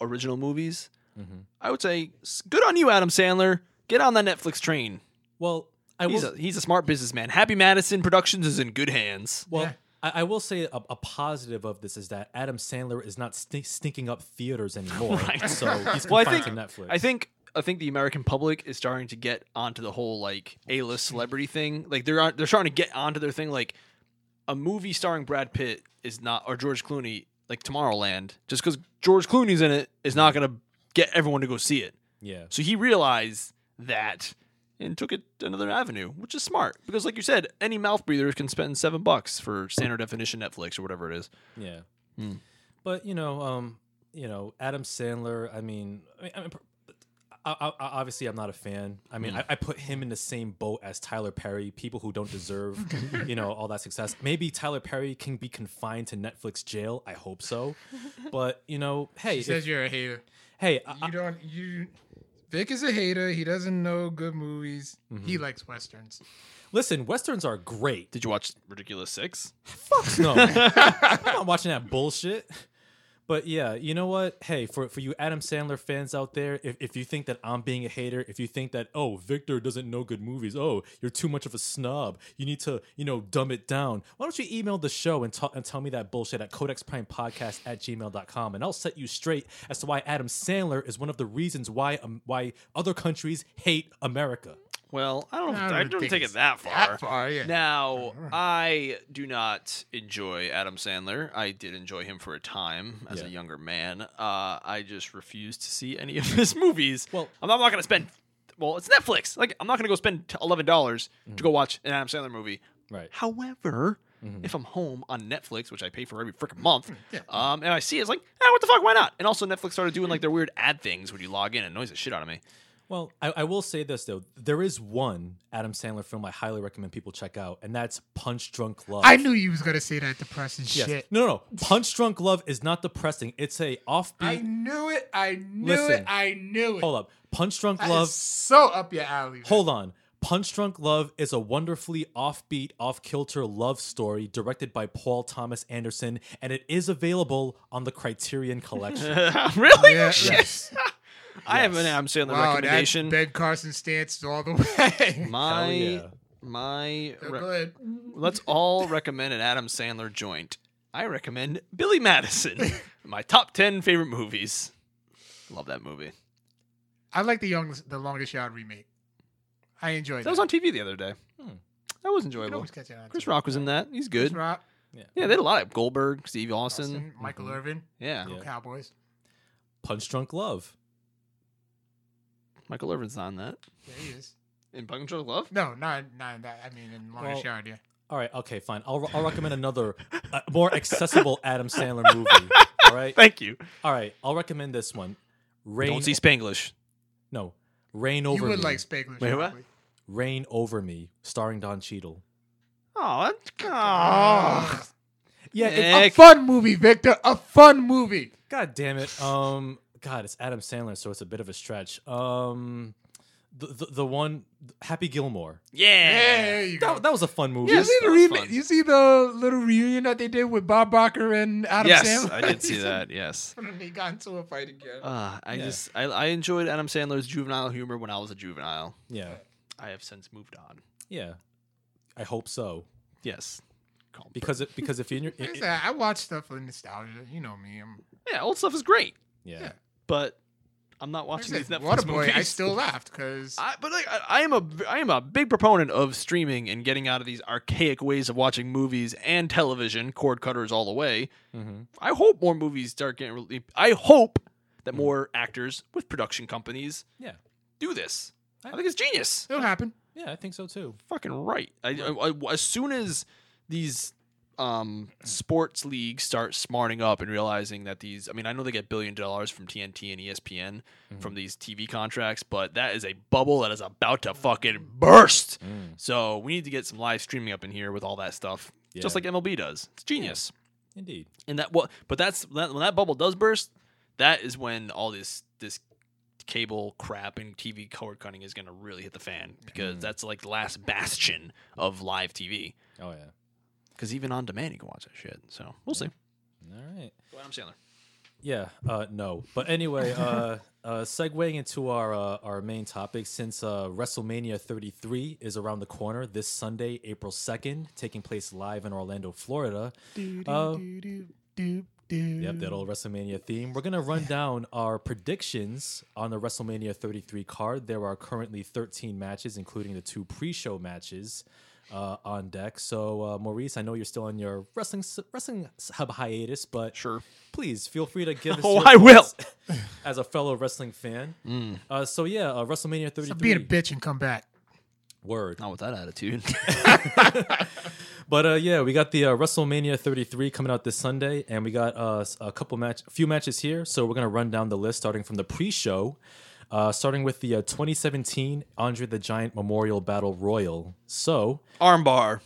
Speaker 1: original movies,
Speaker 3: Mhm.
Speaker 1: I would say s- good on you, Adam Sandler. Get on that Netflix train.
Speaker 3: Well, I
Speaker 1: He's
Speaker 3: will.
Speaker 1: a, he's a smart businessman. Happy Madison Productions is in good hands.
Speaker 3: well,
Speaker 2: Yeah.
Speaker 3: I, I will say a, a positive of this is that Adam Sandler is not stink, stinking up theaters anymore.
Speaker 1: Right.
Speaker 3: So he's
Speaker 1: Well, I
Speaker 3: confined
Speaker 1: think
Speaker 3: to Netflix.
Speaker 1: I think I think the American public is starting to get onto the whole like A list celebrity thing. Like they're on, they're starting to get onto their thing. Like a movie starring Brad Pitt is not or George Clooney like Tomorrowland. Just because George Clooney's in it is not going to get everyone to go see it.
Speaker 3: yeah,
Speaker 1: So he realized that and took it another avenue, which is smart because, like you said, any mouth breather can spend seven bucks for standard definition Netflix or whatever it is.
Speaker 3: yeah.
Speaker 1: Hmm.
Speaker 3: But you know, um, you know, Adam Sandler. I mean, I mean, I mean, I, I, I- obviously, I'm not a fan. I mean, I, I put him in the same boat as Tyler Perry. People who don't deserve, you know, all that success. Maybe Tyler Perry can be confined to Netflix jail. I hope so. But you know, hey,
Speaker 2: He
Speaker 3: if-
Speaker 2: says you're a hater.
Speaker 3: hey, I-
Speaker 2: You don't. You. Vic is a hater. He doesn't know good movies. He
Speaker 3: Mm-hmm.
Speaker 2: likes westerns.
Speaker 3: listen, westerns are great.
Speaker 1: Did you watch Ridiculous Six?
Speaker 3: No, I'm not watching that bullshit. But yeah, you know what? Hey, for, for you Adam Sandler fans out there, if, if you think that I'm being a hater, if you think that, oh, Victor doesn't know good movies, oh, you're too much of a snob, you need to, you know, dumb it down, why don't you email the show and, ta- and tell me that bullshit at codexprimepodcast at gmail.com and I'll set you straight as to why Adam Sandler is one of the reasons why, um, why other countries hate America.
Speaker 1: Well, I don't. know
Speaker 2: I
Speaker 1: if- I
Speaker 2: wouldn't
Speaker 1: don't
Speaker 2: think
Speaker 1: take
Speaker 2: it's
Speaker 1: it that far.
Speaker 2: That far, yeah.
Speaker 1: Now, I do not enjoy Adam Sandler. I did enjoy him for a time as
Speaker 3: Yeah.
Speaker 1: a younger man. Uh, I just refuse to see any of his movies.
Speaker 3: Well-
Speaker 1: I'm not, going to spend. Well, it's Netflix. Like, I'm not going to go spend t- $11 dollars to go watch an Adam Sandler movie.
Speaker 3: Right.
Speaker 1: However, if I'm home on Netflix, which I pay for every freaking month, um, and I see it, it's like, ah, what the fuck? Why not? And also, Netflix started doing like their weird ad things when you log in. It annoys the shit out of me.
Speaker 3: Well, I, I will say this though. There is one Adam Sandler film I highly recommend people check out, and that's Punch Drunk Love.
Speaker 2: I knew you was gonna say that depressing
Speaker 3: Yes.
Speaker 2: shit.
Speaker 3: No, no, no. Punch Drunk Love is not depressing. It's a
Speaker 1: Mm-hmm.
Speaker 2: I
Speaker 3: offbeat.
Speaker 2: knew it. I knew it.
Speaker 3: Listen.
Speaker 2: I knew it.
Speaker 3: Hold up. Punch Drunk
Speaker 2: That is
Speaker 3: Love.
Speaker 2: so up your alley. man.
Speaker 3: Hold on. Punch Drunk Love is a wonderfully offbeat, off kilter love story directed by Paul Thomas Anderson, and it is available on the Criterion Collection.
Speaker 1: really?
Speaker 2: Yeah,
Speaker 1: Shit.
Speaker 2: yes.
Speaker 1: I have an Adam Sandler
Speaker 2: Wow, that's
Speaker 1: recommendation. Mm-hmm.
Speaker 2: Ben Carson stance all the way.
Speaker 1: My
Speaker 3: yeah.
Speaker 1: my
Speaker 2: So
Speaker 1: re-
Speaker 2: Good.
Speaker 1: let's all recommend an Adam Sandler joint. I recommend Billy Madison. my top 10 favorite movies. Love that movie.
Speaker 2: I like the young, the longest yard remake. I enjoyed
Speaker 1: That was on TV the other day. That was
Speaker 2: You can
Speaker 1: enjoyable.
Speaker 2: always catch it on
Speaker 1: Chris
Speaker 2: TV.
Speaker 1: Rock was in that. He's
Speaker 2: Chris
Speaker 1: good.
Speaker 2: Rock,
Speaker 1: Yeah, they had a lot of Goldberg, Steve Austin.
Speaker 2: Austin, Michael Irvin,
Speaker 1: Mm-hmm. Yeah.
Speaker 2: go Cowboys.
Speaker 3: Punch Drunk Love.
Speaker 1: Michael Irvin's on that.
Speaker 2: Yeah, he is.
Speaker 1: In Punch Drunk Love?
Speaker 2: No, not not in that. I mean, in longest
Speaker 3: Well,
Speaker 2: yard. Yeah.
Speaker 3: All right, okay, fine. I'll, I'll recommend another uh, more accessible Adam Sandler movie. All right,
Speaker 1: Thank you.
Speaker 3: all right. I'll recommend this one. Rain.
Speaker 1: Don't see Spanglish.
Speaker 3: no, rain over
Speaker 2: You would
Speaker 3: me.
Speaker 2: like Spangler.
Speaker 1: Wait, what?
Speaker 2: probably.
Speaker 3: rain over me, starring Don Cheadle.
Speaker 1: Oh, that's. Oh.
Speaker 3: Yeah, it,
Speaker 2: A
Speaker 1: Heck.
Speaker 2: fun movie, Victor. A fun movie.
Speaker 3: God damn it. Um, God, it's Adam Sandler, so it's a bit of a stretch. Um, the the, the one Happy Gilmore.
Speaker 1: Yeah.
Speaker 2: Yeah, there you go.
Speaker 3: That, that was a fun movie.
Speaker 2: you
Speaker 1: Yes,
Speaker 2: see the
Speaker 1: Eh. that was
Speaker 2: remi-
Speaker 1: fun.
Speaker 2: You see the little reunion that they did with Bob Barker and Adam
Speaker 1: Yes,
Speaker 2: Sandler.
Speaker 1: I did see that. Yes.
Speaker 2: they got into a fight again.
Speaker 1: Uh, I just I, I enjoyed Adam Sandler's juvenile humor when I was a juvenile.
Speaker 3: Yeah,
Speaker 1: I have since moved on.
Speaker 3: yeah. I hope so
Speaker 1: Yes. Calm.
Speaker 3: because it because if you're
Speaker 2: Like I said, I watch stuff for nostalgia. You know me. I'm
Speaker 1: Yeah, old stuff is great,
Speaker 3: yeah
Speaker 1: but I'm not
Speaker 2: like I
Speaker 1: watching
Speaker 2: said,
Speaker 1: these Netflix
Speaker 2: Waterboy.
Speaker 1: movies.
Speaker 2: I still laughed because
Speaker 1: I, but like, I, I am a I am a big proponent of streaming and getting out of these archaic ways of watching movies and television, cord cutters all the way.
Speaker 3: Mhm.
Speaker 1: I hope more movies start getting. Re- I hope that more actors with production companies
Speaker 3: yeah
Speaker 1: do this. I think it's genius.
Speaker 2: it'll happen.
Speaker 1: Uh,
Speaker 3: yeah I think so too.
Speaker 1: fucking right. I, I, I- as soon as these um, sports leagues start smarting up and realizing that these, I mean, I know they get billion dollars from TNT and E ESPN from these TV contracts, but that is a bubble that is about to fucking burst. So we need to get some live streaming up in here with all that stuff, just
Speaker 3: Yeah.
Speaker 1: like MLB does. It's genius.
Speaker 3: Indeed.
Speaker 1: And that what, but that's that, when that bubble does burst, that is when all this this cable crap and TV cord cutting is going to really hit the fan because that's like the last bastion of live TV.
Speaker 3: Oh yeah.
Speaker 1: Because even on demand, you can watch that shit. So we'll see.
Speaker 3: All right.
Speaker 1: Go Adam Sandler.
Speaker 3: Yeah, uh, no. But anyway, uh, uh, segueing into our uh, our main topic, since uh, WrestleMania 33 is around the corner this Sunday, April 2nd, taking place live in Orlando, Florida. Uh, Yep, that old WrestleMania theme. We're gonna run down our predictions on the WrestleMania 33 card. There are currently 13 matches, including the two pre-show matches uh, on deck. So, uh, Maurice, I know you're still on your wrestling wrestling sub hiatus, but
Speaker 1: Sure.
Speaker 3: please feel free to give us.
Speaker 1: Oh,
Speaker 3: your
Speaker 1: I will. Mm.
Speaker 3: thoughts As a fellow wrestling fan, uh, so yeah, uh, WrestleMania
Speaker 2: So be a
Speaker 3: 33.
Speaker 2: bitch and come back.
Speaker 3: word.
Speaker 1: Not with that attitude.
Speaker 3: But uh, yeah, we got the uh, WrestleMania 33 coming out this Sunday, and we got uh, s- a couple match, a few matches here. So we're gonna run down the list, starting from the pre-show, uh, starting with the uh, 2017 Andre the Giant Memorial Battle Royal. So
Speaker 1: Armbar.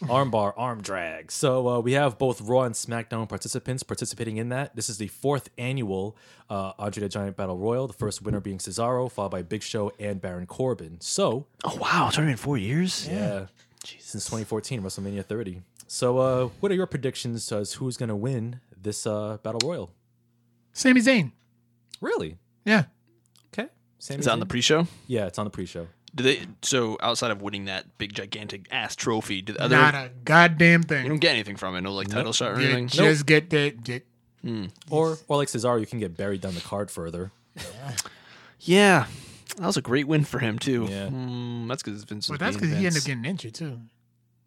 Speaker 3: armbar, arm drag. So uh, we have both Raw and SmackDown participants participating in that. This is the fourth annual uh, Andre the Giant Battle Royal. The first winner being Cesaro, followed by Big Show and Baron Corbin. So
Speaker 1: Oh wow! It's already been four years.
Speaker 3: yeah. Since 2014, WrestleMania 30. So, uh, what are your predictions as who's going to win this uh, Battle Royal?
Speaker 2: Sami Zayn.
Speaker 3: Really?
Speaker 2: Yeah.
Speaker 3: Okay. Same
Speaker 1: Is that on the pre-show?
Speaker 3: yeah, it's on the pre-show.
Speaker 1: Do they? So outside of winning that big gigantic ass trophy, do, are there,
Speaker 2: Not a goddamn
Speaker 1: you
Speaker 2: thing.
Speaker 1: don't get anything from it? No like title shot or
Speaker 2: You
Speaker 1: anything. Hmm.
Speaker 2: just get that. that-
Speaker 3: Or, or like Cesaro, you can get buried down the card further.
Speaker 1: Yeah, That was a great win for him too.
Speaker 3: Yeah.
Speaker 1: Mm, that's because Vince.
Speaker 2: But
Speaker 1: Was
Speaker 2: that's
Speaker 1: being
Speaker 2: because he ended
Speaker 1: Vince.
Speaker 2: up getting injured too.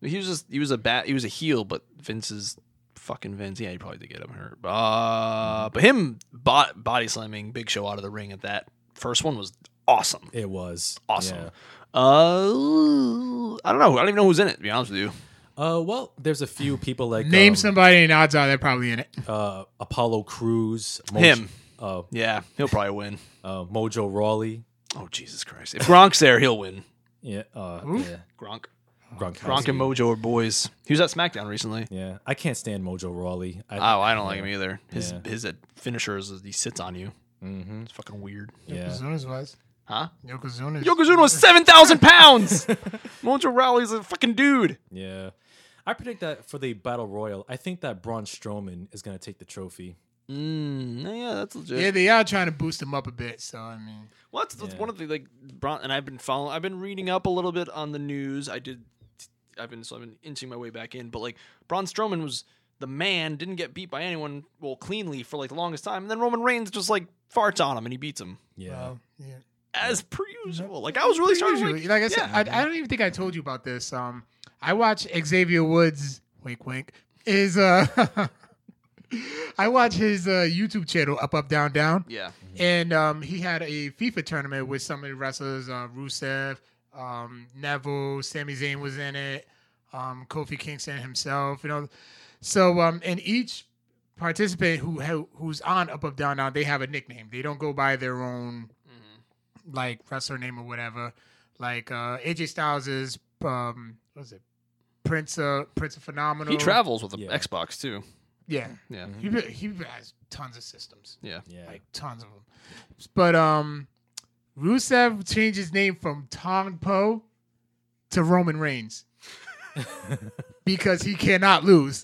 Speaker 1: He was just he was a bat. He was a heel, but Vince's fucking Vince. Yeah, he probably did get him hurt. Uh,
Speaker 3: Mm-hmm.
Speaker 1: but him bot, body slamming Big Show out of the ring at that first one was awesome.
Speaker 3: It was
Speaker 1: Awesome.
Speaker 3: yeah.
Speaker 1: Uh, I don't know. I don't even know who's in it. To be honest with you,
Speaker 3: Uh, well, there's a few people like
Speaker 2: Name
Speaker 3: um,
Speaker 2: somebody and odds are they're probably in it.
Speaker 3: uh, Apollo Cruz,
Speaker 1: Him.
Speaker 3: uh,
Speaker 1: yeah, he'll probably win.
Speaker 3: uh, Mojo Rawley,
Speaker 1: Oh Jesus Christ! If Gronk's there, he'll win.
Speaker 3: yeah, uh,
Speaker 2: Who?
Speaker 3: yeah,
Speaker 1: Gronk,
Speaker 3: Gronkowski.
Speaker 1: Gronk and Mojo are boys. He was at SmackDown recently.
Speaker 3: Yeah, I can't stand Mojo Rawley. I,
Speaker 1: Oh, I don't like him either. His
Speaker 3: Yeah.
Speaker 1: his uh, finisher is he sits on you.
Speaker 3: Mhm.
Speaker 1: It's fucking weird.
Speaker 3: yeah,
Speaker 2: Yokozuna's was.
Speaker 1: Huh?
Speaker 2: Yokozuna.
Speaker 1: Yokozuna was seven thousand pounds. Mojo Rawley's a fucking dude.
Speaker 3: yeah. I predict that for the battle royal, I think that Braun Strowman is gonna take the trophy.
Speaker 1: Mm, yeah, that's legit.
Speaker 2: Yeah, they are trying to boost him up a bit. So I mean,
Speaker 1: Well, that's, that's one of the like, Bron- and I've been following. I've been reading up a little bit on the news. I did. I've been so I've been inching my way back in, but like Braun Strowman was the man, didn't get beat by anyone well cleanly for like the longest time, and then Roman Reigns just like farts on him and he beats him
Speaker 3: Yeah,
Speaker 2: well, yeah.
Speaker 1: as per usual. Like I was really starting to
Speaker 2: Usually,
Speaker 1: like,
Speaker 2: like, I said, I, I don't even think I told you about this. Um, I watch Xavier Woods. Wink, wink. Is uh, I watch his uh, YouTube channel, Up, Up, Down, Down,
Speaker 1: yeah,
Speaker 2: and um, he had a FIFA tournament with some of the wrestlers, uh, Rusev, um, Neville, Sami Zayn was in it, um, Kofi Kingston himself, you know. So um, and each participant who ha- who's on Up, Up, Down, Down, they have a nickname. They don't go by their own like wrestler name or whatever. Like uh AJ Styles is um what is it? Prince uh Prince of Phenomenal.
Speaker 1: he travels with the
Speaker 3: Yeah.
Speaker 1: Xbox too.
Speaker 2: Yeah.
Speaker 1: Yeah,
Speaker 2: He re- he has tons of systems.
Speaker 1: yeah.
Speaker 3: yeah.
Speaker 2: Like tons of them. But um Rusev changed his name from Tong Po to Roman Reigns. because he cannot lose.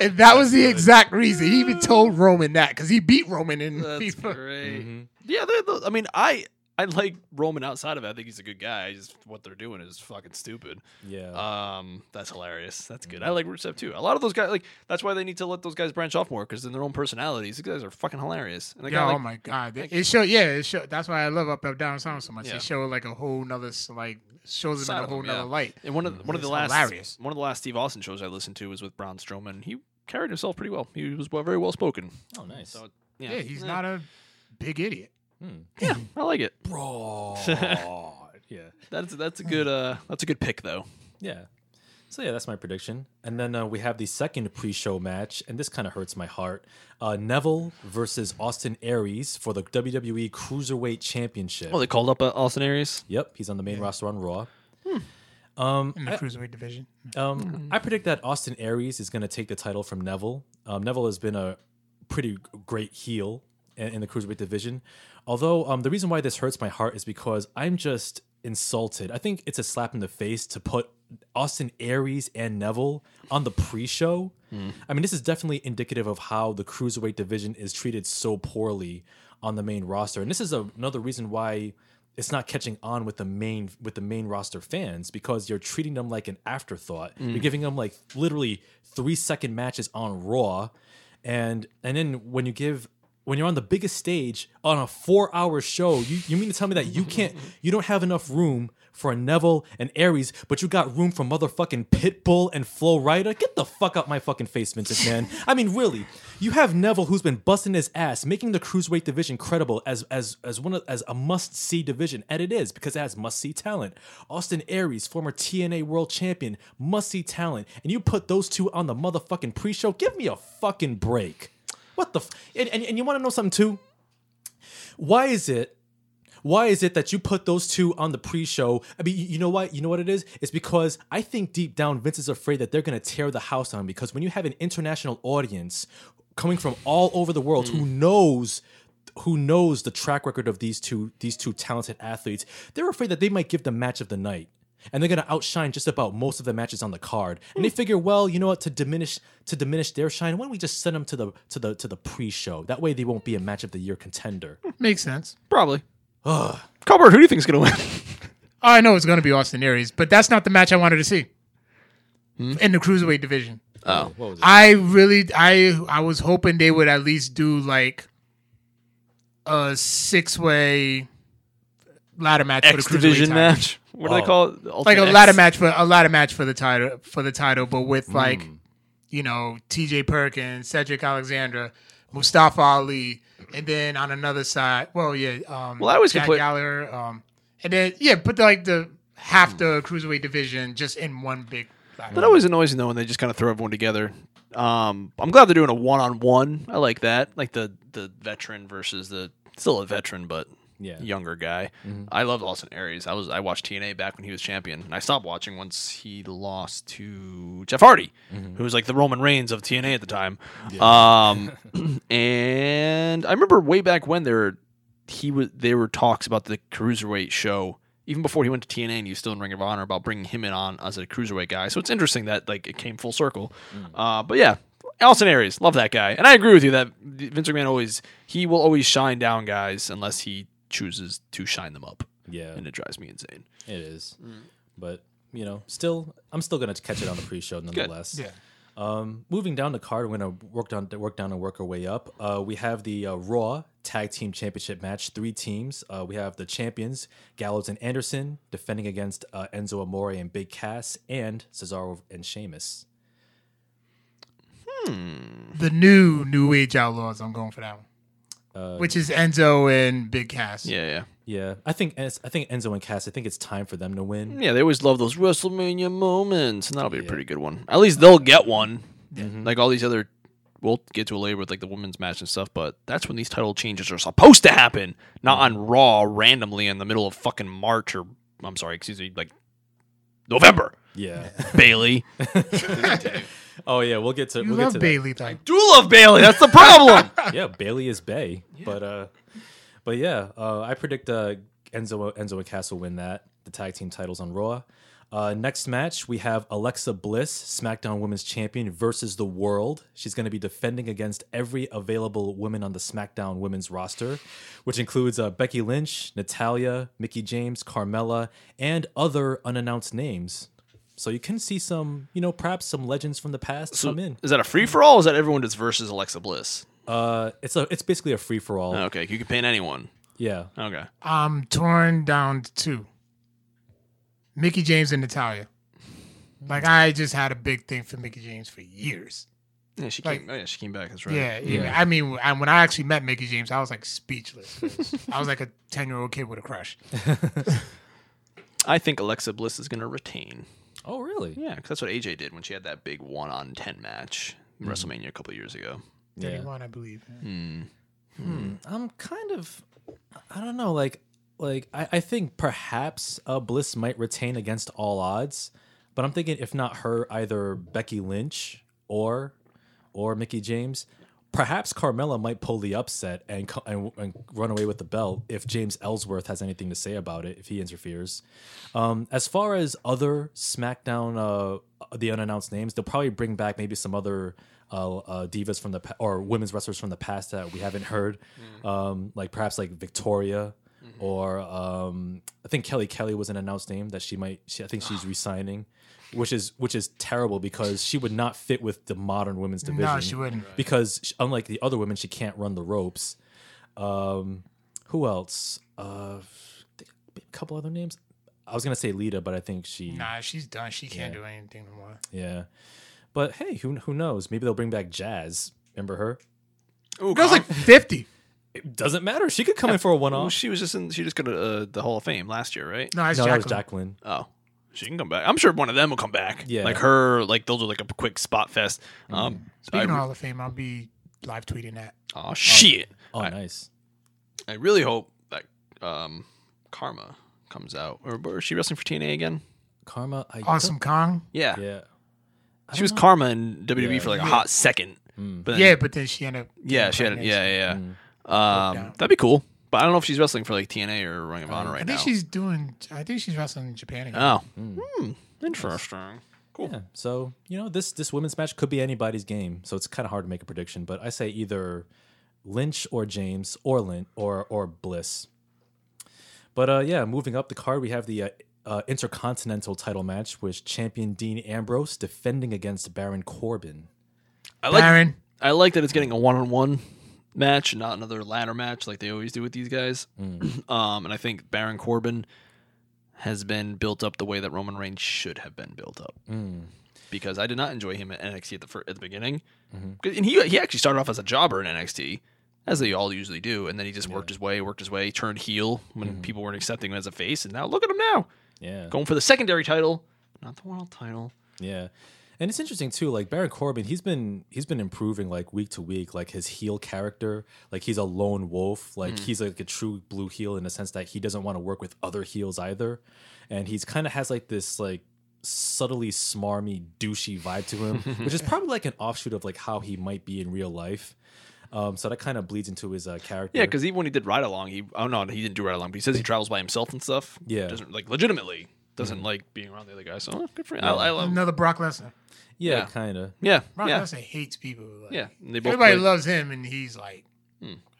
Speaker 2: and that was the exact reason. He even told Roman that because he beat Roman in
Speaker 1: That's
Speaker 2: FIFA.
Speaker 1: great.
Speaker 3: Mhm.
Speaker 1: Mm-hmm. Yeah, they're the, I mean, I I like Roman outside of it. I think he's a good guy. I Just what they're doing is fucking stupid.
Speaker 3: yeah.
Speaker 1: Um, that's hilarious. That's good. I like Rusev too. A lot of those guys, like that's why they need to let those guys branch off more because in their own personalities, these guys are fucking hilarious. And they
Speaker 2: Yeah,
Speaker 1: got
Speaker 2: oh
Speaker 1: like,
Speaker 2: my god!
Speaker 1: like-
Speaker 2: it showed, yeah, it showed. That's why I love Up Up Down Sound so much.
Speaker 1: Yeah.
Speaker 2: It showed like a whole nother, s- like shows them
Speaker 1: Side
Speaker 2: in a
Speaker 1: of
Speaker 2: whole
Speaker 1: them,
Speaker 2: nother
Speaker 1: yeah.
Speaker 2: light.
Speaker 1: and one of the, one of the
Speaker 2: It's
Speaker 1: last
Speaker 2: hilarious.
Speaker 1: one of the last Steve Austin shows I listened to was with Braun Strowman. He carried himself pretty well. He was well, very well spoken.
Speaker 3: oh, nice.
Speaker 1: So
Speaker 2: Yeah,
Speaker 1: yeah,
Speaker 2: he's
Speaker 1: Eh,
Speaker 2: not a big idiot.
Speaker 3: Hmm.
Speaker 1: Yeah, I like it.
Speaker 3: Braun. yeah.
Speaker 1: That's that's a good uh that's a good pick though.
Speaker 3: Yeah. So yeah, that's my prediction. And then uh, we have the second pre-show match, and this kind of hurts my heart. Uh, Neville versus Austin Aries for the WWE Cruiserweight Championship.
Speaker 1: Oh, they called up uh, Austin Aries.
Speaker 3: yep, he's on the main roster on Raw.
Speaker 2: Hmm. In
Speaker 3: Eh.
Speaker 2: the cruiserweight division,
Speaker 3: Um, I predict that Austin Aries is going to take the title from Neville. Um, Neville has been a pretty great heel in, in the cruiserweight division. Although um, the reason why this hurts my heart is because I'm just insulted. I think it's a slap in the face to put Austin Aries and Neville on the pre-show. I mean, this is definitely indicative of how the cruiserweight division is treated so poorly on the main roster, and this is a, another reason why it's not catching on with the main with the main roster fans because you're treating them like an afterthought. You're giving them like literally three second matches on Raw, and and then when you give when you're on the biggest stage on a four hour show, you, you mean to tell me that you can't you don't have enough room for a Neville and Aries, but you got room for motherfucking Pitbull and Flo Rida? Get the fuck out my fucking face, Vincent man. I mean, really, you have Neville who's been busting his ass, making the cruiserweight division credible as as as one of, as a must see division, and it is because it has must see talent. Austin Aries, former TNA World Champion, must see talent, and you put those two on the motherfucking pre show. Give me a fucking break. What the? F- and, and and you want to know something too? Why is it? Why is it that you put those two on the pre-show? I mean, you, you know what? You know what it is? It's because I think deep down Vince is afraid that they're going to tear the house down because when you have an international audience coming from all over the world who knows who knows the track record of these two these two talented athletes, they're afraid that they might give the match of the night. And they're gonna outshine just about most of the matches on the card. And they figure, well, you know what, to diminish to diminish their shine, why don't we just send them to the to the to the pre-show? That way they won't be a match of the year contender.
Speaker 2: makes sense.
Speaker 1: Probably. Colbert, who do you think's gonna win?
Speaker 2: I know it's going to be Austin Aries, but that's not the match I wanted to see in the cruiserweight division.
Speaker 1: Hmm? Oh,
Speaker 3: What was it?
Speaker 2: I really, I, I was hoping they would at least do like a six way ladder match
Speaker 1: X
Speaker 2: for the cruiserweight
Speaker 1: division
Speaker 2: title.
Speaker 1: match. What do they
Speaker 3: Oh.
Speaker 1: call it?
Speaker 2: like
Speaker 1: Ultimate
Speaker 2: a
Speaker 1: X?
Speaker 2: ladder match for a ladder match for the title for the title, but with
Speaker 1: Mm.
Speaker 2: like you know T.J. Perkins, Cedric Alexander, Mustafa Ali, and then on another side, well, yeah, um,
Speaker 1: Well, I always
Speaker 2: Jack
Speaker 1: compla-
Speaker 2: Gallagher, um, and then yeah, put like the
Speaker 1: Mm.
Speaker 2: half the cruiserweight division just in one big. ladder
Speaker 1: That always annoys me though when they just kind of throw everyone together. Um, I'm glad they're doing a one on one. I like that, like the the veteran versus the still a veteran but
Speaker 3: Yeah.
Speaker 1: younger guy. I loved Austin Aries. I was I watched TNA back when he was champion, and I stopped watching once he lost to Jeff Hardy, who was like the Roman Reigns of TNA at the time. Um, and I remember way back when there were- he was there were talks about the cruiserweight show even before he went to TNA and he was still in Ring of Honor about bringing him in on as a cruiserweight guy. So it's interesting that like it came full circle. Uh, but yeah, Allison Aries, love that guy, and I agree with you that Vince McMahon always he will always shine down guys unless he chooses to shine them up,
Speaker 3: Yeah,
Speaker 1: and it drives me insane.
Speaker 3: it is. But you know, still, I'm still gonna catch it on the pre-show nonetheless.
Speaker 2: Yeah.
Speaker 3: Um, moving down the card, we're gonna work down, work down, and work our way up. Uh, we have the uh, Raw Tag Team Championship match. Three teams. Uh, we have the champions Gallows and Anderson defending against uh, Enzo Amore and Big Cass, and Cesaro and Sheamus.
Speaker 2: the new New Age Outlaws. I'm going for that one,
Speaker 3: Uh,
Speaker 2: which is Enzo and Big Cass.
Speaker 1: Yeah, yeah,
Speaker 3: Yeah, I think I think Enzo and Cass. I think it's time for them to win.
Speaker 1: yeah. They always love those WrestleMania moments, and that'll be a pretty good one. At least they'll get one.
Speaker 3: Mm-hmm.
Speaker 1: Like all these other, we'll get to it later with like the women's match and stuff. But that's when these title changes are supposed to happen, not on Raw randomly in the middle of fucking March or I'm sorry, excuse me, like November.
Speaker 3: Yeah.
Speaker 1: Bailey.
Speaker 3: oh yeah, we'll get to.
Speaker 2: You
Speaker 3: we'll get
Speaker 2: love
Speaker 3: to
Speaker 2: Bailey, though.
Speaker 1: Do love Bailey. That's the problem.
Speaker 3: That. Yeah, Bailey is Bay, but uh, but yeah, uh, I predict uh, Enzo Enzo and Cass will win that the tag team titles on Raw. Uh, next match we have Alexa Bliss, SmackDown Women's Champion, versus the World. She's going to be defending against every available woman on the SmackDown Women's roster, which includes uh, Becky Lynch, Natalia, Mickey James, Carmella, and other unannounced names. So you can see some, you know, perhaps some legends from the past come in.
Speaker 1: Is that a free for all? Is that everyone that's versus Alexa Bliss?
Speaker 3: Uh, it's a it's basically a free for all.
Speaker 1: Okay, you can pin anyone.
Speaker 3: Yeah,
Speaker 1: Okay.
Speaker 2: I'm torn down to two. Mickey James and Natalia. Like I just had a big thing for Mickey James for years.
Speaker 1: Yeah, she
Speaker 2: Like-
Speaker 1: came. oh, yeah, she came back. That's right.
Speaker 2: Yeah, yeah.
Speaker 3: Yeah.
Speaker 2: I mean, I, when I actually met Mickey James, I was like speechless. I was like a ten-year-old kid with a crush.
Speaker 1: I think Alexa Bliss is gonna retain.
Speaker 3: Oh, really?
Speaker 1: Yeah, 'cause that's what AJ did when she had that big one on ten match in WrestleMania a couple of years ago.
Speaker 2: Thirty-one, I believe.
Speaker 3: I'm kind of, I don't know, like, like I, I think perhaps uh, Bliss might retain against all odds, but I'm thinking if not her, either Becky Lynch or, or Mickey James, perhaps Carmella might pull the upset and co- and, and run away with the belt if James Ellsworth has anything to say about it if he interferes. Um, as far as other SmackDown, uh, the unannounced names, they'll probably bring back maybe some other uh, uh, divas from the pa- or women's wrestlers from the past that we haven't heard, um, like perhaps like Victoria or um, I think Kelly Kelly was an announced name that she might. She, I think she's resigning, which is which is terrible because she would not fit with the modern women's division.
Speaker 2: No, she wouldn't.
Speaker 3: because sh- unlike the other women, she can't run the ropes. Um, who else? Uh, a couple other names. I was gonna say Lita, but I think she.
Speaker 2: Nah, she's done. She can't do anything no more.
Speaker 3: Yeah, but hey, who who knows? Maybe they'll bring back Jazz. Remember her?
Speaker 1: Ooh,
Speaker 2: That was like fifty.
Speaker 3: It doesn't matter. She could come in for a one off.
Speaker 1: she was just in. She just got to uh, the Hall of Fame last year, right?
Speaker 2: No, it's
Speaker 3: No, that was
Speaker 2: Jacqueline.
Speaker 3: Jacqueline.
Speaker 1: Oh, she can come back. I'm sure one of them will come back.
Speaker 3: Yeah.
Speaker 1: like her. Like they'll do like a quick spot fest. Um, I,
Speaker 2: Mm-hmm. Speaking of Hall of Fame, I'll be live tweeting that.
Speaker 1: oh shit.
Speaker 3: Oh,
Speaker 1: I-
Speaker 3: nice.
Speaker 1: I really hope that um, Karma comes out. Or, or is she wrestling for TNA again?
Speaker 3: Karma. I
Speaker 2: Awesome Kong.
Speaker 1: Yeah.
Speaker 3: don't- Yeah. I
Speaker 1: She
Speaker 3: don't
Speaker 1: was
Speaker 3: know.
Speaker 1: Karma in WWE for like a hot second.
Speaker 3: Mm.
Speaker 1: But then-
Speaker 2: Yeah, but then she ended up.
Speaker 1: Yeah, she had it.
Speaker 2: pregnant,
Speaker 1: Yeah,
Speaker 2: so-
Speaker 1: yeah.
Speaker 3: Mm.
Speaker 1: yeah.
Speaker 2: Worked
Speaker 1: Um,
Speaker 2: out.
Speaker 1: that'd be cool. But I don't know if she's wrestling for like TNA or Ring of Honor
Speaker 2: I
Speaker 1: right now.
Speaker 2: think she's doing. I think she's wrestling in Japan again.
Speaker 1: Oh, Hmm. interesting. Cool.
Speaker 3: Yeah. So you know this this women's match could be anybody's game. So it's kind of hard to make a prediction. But I say either Lynch or James or Lynn or or Bliss. But uh, yeah, moving up the card, we have the uh, uh, Intercontinental title match, which champion Dean Ambrose defending against Baron Corbin.
Speaker 1: I like.
Speaker 2: Baron.
Speaker 1: I like that it's getting a one-on-one. match, not another ladder match like they always do with these guys. Um, and I think Baron Corbin has been built up the way that Roman Reigns should have been built up. Because I did not enjoy him at NXT at the fir- at the beginning, 'Cause- and he he actually started off as a jobber in NXT, as they all usually do, and then he just worked his way, worked his way, turned heel when people weren't accepting him as a face, and now look at him now
Speaker 3: Yeah.
Speaker 1: going for the secondary title, not the world title.
Speaker 3: Yeah. And it's interesting too, like Baron Corbin, he's been he's been improving like week to week, like his heel character. Like he's a lone wolf.
Speaker 1: Mm.
Speaker 3: Like he's like a true blue heel in the sense that he doesn't want to work with other heels either. And he's kind of has like this like subtly smarmy, douchey vibe to him, which is probably like an offshoot of like how he might be in real life. Um, so that kind of bleeds into his uh, character.
Speaker 1: Yeah, because even when he did ride along, he oh no, he didn't do ride along, but he says he travels by himself and stuff.
Speaker 3: Yeah.
Speaker 1: doesn't like legitimately doesn't like being around the other guys. So oh, good for him. I, I love.
Speaker 2: Another Brock Lesnar.
Speaker 3: yeah,
Speaker 1: yeah.
Speaker 3: kind of.
Speaker 1: Yeah,
Speaker 2: Brock
Speaker 1: yeah,
Speaker 2: Lesnar hates people. Like,
Speaker 1: yeah. And they both Hmm.
Speaker 2: Everybody
Speaker 1: played,
Speaker 2: loves him, and he's like,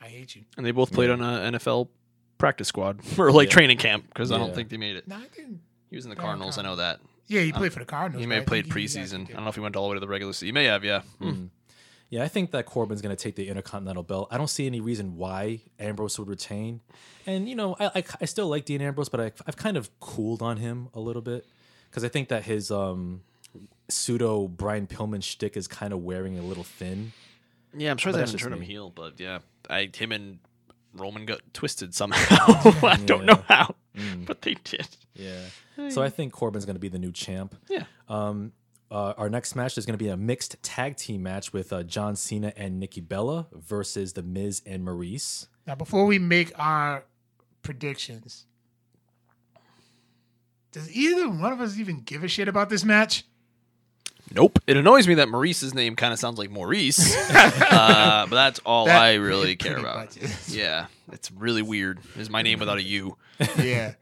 Speaker 2: I hate you.
Speaker 1: and they both played on a NFL practice squad or like training camp because I
Speaker 3: Yeah.
Speaker 1: don't think they made it.
Speaker 2: No, I think.
Speaker 1: He was in the Cardinals. I know that
Speaker 2: Yeah, he played for the Cardinals.
Speaker 1: he may have
Speaker 2: but I
Speaker 1: played
Speaker 2: think he's
Speaker 1: preseason. I
Speaker 2: actually-
Speaker 1: don't know if he went all the way to the regular season. He may have. Yeah. Hmm.
Speaker 3: Yeah, I think that Corbin's going to take the Intercontinental Belt. I don't see any reason why Ambrose would retain. And, you know, I, I, I still like Dean Ambrose, but I, I've kind of cooled on him a little bit because I think that his um, pseudo Brian Pillman shtick is kind of wearing a little thin.
Speaker 1: Yeah, I'm sure they
Speaker 3: that's
Speaker 1: haven't
Speaker 3: just
Speaker 1: turned him
Speaker 3: me.
Speaker 1: heel, but yeah, I him and Roman got twisted somehow. I don't know how, but they did.
Speaker 3: Yeah. So I think Corbin's going to be the new champ.
Speaker 1: Yeah.
Speaker 3: Uh, our next match is going to be a mixed tag team match with uh, John Cena and Nikki Bella versus The Miz and Maurice.
Speaker 2: Now, before we make our predictions, does either one of us even give a shit about this match?
Speaker 1: Nope. It annoys me that Maurice's name kind of sounds like Maurice, uh, but that's all
Speaker 2: That
Speaker 1: I really care
Speaker 2: pretty
Speaker 1: about.
Speaker 2: much is.
Speaker 1: Yeah, it's really weird. Is my name without a U?
Speaker 2: Yeah.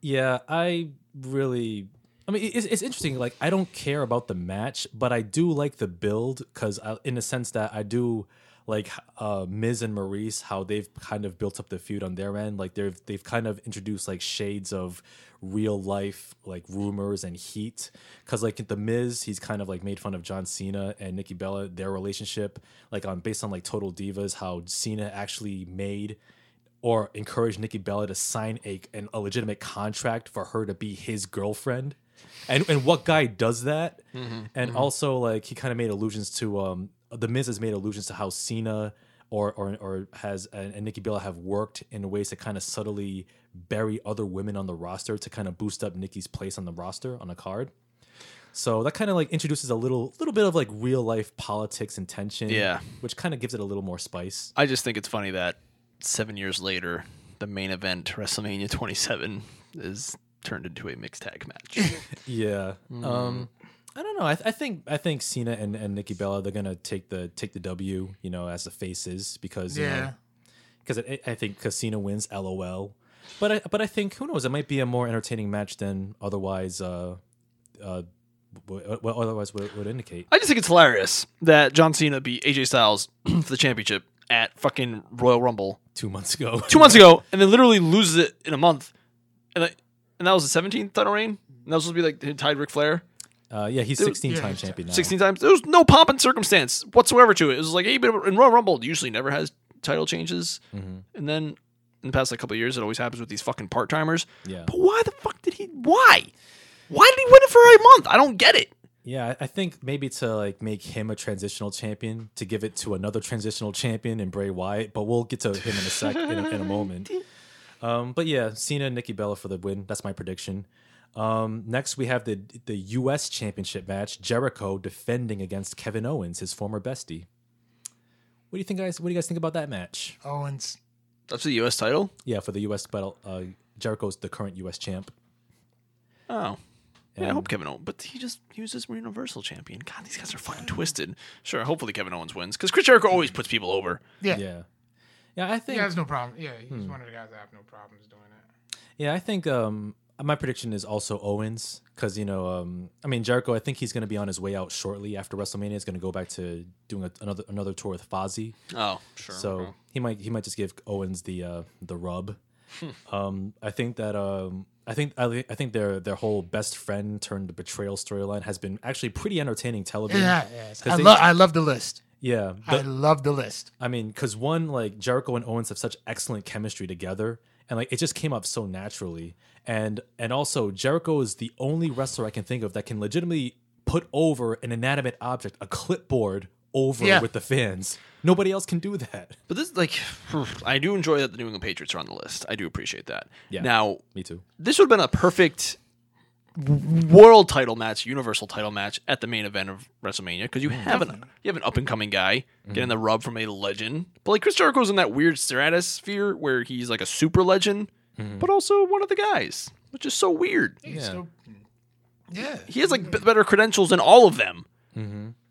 Speaker 3: Yeah, I really. I mean, it's, it's interesting. Like, I don't care about the match, but I do like the build because, in the sense that I do like uh, Miz and Maurice, how they've kind of built up the feud on their end. Like, they've they've kind of introduced like shades of real life like rumors and heat. Because like the Miz, he's kind of like made fun of John Cena and Nikki Bella, their relationship, like on based on like Total Divas, how Cena actually made or encourage Nikki Bella to sign a an, a legitimate contract for her to be his girlfriend. And and what guy does that? And also like he kind of made allusions to um the Miz has made allusions to how Cena or or or has and, and Nikki Bella have worked in ways to kind of subtly bury other women on the roster to kind of boost up Nikki's place on the roster on a card. So that kind of like introduces a little little bit of like real life politics and tension.
Speaker 1: Yeah.
Speaker 3: Which kind of gives it a little more spice.
Speaker 1: I just think it's funny that seven years later, the main event WrestleMania 27 is turned into a mixed tag match.
Speaker 3: Yeah. Um, I don't know. I, th- I think I think Cena and, and Nikki Bella they're gonna take the take the W, you know, as the faces because
Speaker 2: Yeah.
Speaker 3: because I I think because Cena wins, lol. But I but I think who knows? It might be a more entertaining match than otherwise. Uh, uh, what, what otherwise would, would indicate?
Speaker 1: I just think it's hilarious that John Cena beat AJ Styles for the championship at fucking Royal Rumble
Speaker 3: Two months ago.
Speaker 1: two months ago, and then literally loses it in a month, and I, and that was the 17th title reign. And that was supposed to be like he tied Ric Flair.
Speaker 3: Uh, yeah, he's sixteen time
Speaker 2: he's-
Speaker 3: champion now.
Speaker 1: 16 times. There was no pomp and circumstance whatsoever to it. It was like, hey, but in Royal Rumble, it usually never has title changes. And then in the past like couple of years, it always happens with these fucking part timers.
Speaker 3: Yeah.
Speaker 1: But why the fuck did he? Why? Why did he win it for a month? I don't get it.
Speaker 3: Yeah, I- I think maybe to like make him a transitional champion to give it to another transitional champion in Bray Wyatt, but we'll get to him in a sec in, a, in a moment. Um, but yeah, Cena and Nikki Bella for the win. That's my prediction. Um, next, we have the the U.S. Championship match: Jericho defending against Kevin Owens, his former bestie. What do you think, guys? What do you guys think about that match?
Speaker 2: Owens.
Speaker 1: That's the U.S. title.
Speaker 3: Yeah, for the U.S. battle, uh, Jericho's the current U.S. champ.
Speaker 1: Oh. Yeah, I
Speaker 3: And-
Speaker 1: hope Kevin Owens, but he just he was just Universal Champion. God, these guys are fucking twisted. Sure, hopefully Kevin Owens wins because Chris Jericho always puts people over.
Speaker 2: Yeah. Yeah,
Speaker 3: Yeah, yeah, I think
Speaker 2: he has no problem. Yeah, he's
Speaker 1: Hmm.
Speaker 2: one of the guys that have no problems doing that.
Speaker 3: Yeah, I think um, my prediction is also Owens because you know, um, I mean Jericho. I think he's going to be on his way out shortly after WrestleMania. He's going to go back to doing a, another another tour with Fozzy,
Speaker 1: Oh, sure.
Speaker 3: so he might he might just give Owens the uh, the rub. um, I think that um, I think I, thi- I think their their whole best friend turned betrayal storyline has been actually pretty entertaining television.
Speaker 2: Yeah, yeah.
Speaker 3: 'Cause
Speaker 2: I,
Speaker 3: they-
Speaker 2: love. I love the list.
Speaker 3: Yeah,
Speaker 2: I
Speaker 3: the-
Speaker 2: love the list.
Speaker 3: I mean, because one like Jericho and Owens have such excellent chemistry together, and like it just came up so naturally. And and also Jericho is the only wrestler I can think of that can legitimately put over an inanimate object, a clipboard, over
Speaker 2: Yeah.
Speaker 3: with the fans. Nobody else can do that.
Speaker 1: But this like I do enjoy that the New England Patriots are on the list. I do appreciate that.
Speaker 3: Yeah.
Speaker 1: Now,
Speaker 3: Me too.
Speaker 1: this would have been a perfect world title match, universal title match at the main event of WrestleMania because
Speaker 2: Mm-hmm.
Speaker 1: you have an you have an up and coming guy getting the rub from a legend. But like Chris Jericho's in that weird stratosphere where he's like a super legend,
Speaker 2: Mm-hmm.
Speaker 1: but also one of the guys, which is so weird.
Speaker 2: Yeah. So, yeah.
Speaker 1: He has
Speaker 2: Mm-hmm.
Speaker 1: like b- better credentials than all of them.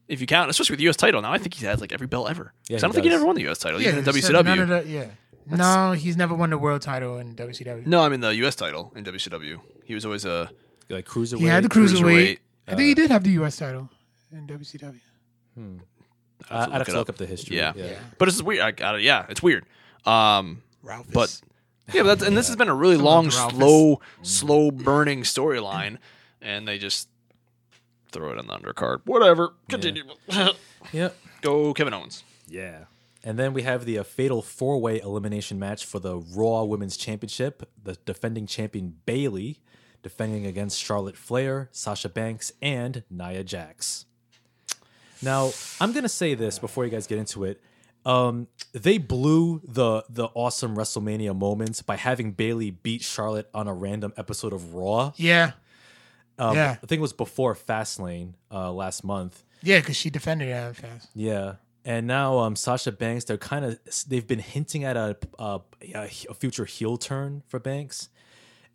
Speaker 1: If you count, especially with the U.S. title now, I think he's had like every belt ever. 'Cause
Speaker 3: Yeah, he
Speaker 1: I don't think he
Speaker 3: does.
Speaker 1: never won the U.S. title, even in
Speaker 2: he said none
Speaker 1: WCW.
Speaker 2: of the- yeah. No, he's never won the world title in WCW.
Speaker 1: No, I mean the U.S. title in WCW. He was always a
Speaker 3: Like cruiserweight.
Speaker 2: he had the
Speaker 1: cruiserweight. uh,
Speaker 2: cruiserweight. I think he did have the U.S. title in WCW.
Speaker 3: I- I'd have
Speaker 1: it
Speaker 3: to look
Speaker 1: up.
Speaker 3: up the history.
Speaker 1: Yeah.
Speaker 2: Yeah.
Speaker 1: But it's weird. I got it. Yeah, it's weird. Um,
Speaker 2: Ralph.
Speaker 1: but yeah, but that's, and this has been a really long,
Speaker 2: Ralphus.
Speaker 1: slow, slow burning storyline, and they just throw it on the undercard. Whatever. Continue.
Speaker 3: Yep.
Speaker 1: Go Kevin Owens.
Speaker 3: Yeah. And then we have the uh, fatal four way elimination match for the Raw Women's Championship. The defending champion Bailey defending against Charlotte Flair, Sasha Banks, and Nia Jax. Now, I'm going to say this before you guys get into it. Um, they blew the the awesome WrestleMania moments by having Bailey beat Charlotte on a random episode of Raw.
Speaker 2: yeah,
Speaker 3: Um,
Speaker 2: Yeah.
Speaker 3: I think it was before Fastlane uh, last month.
Speaker 2: yeah, because she defended it fast.
Speaker 3: Yeah. And now um, Sasha Banks, they're kind of they've been hinting at a, a a future heel turn for Banks,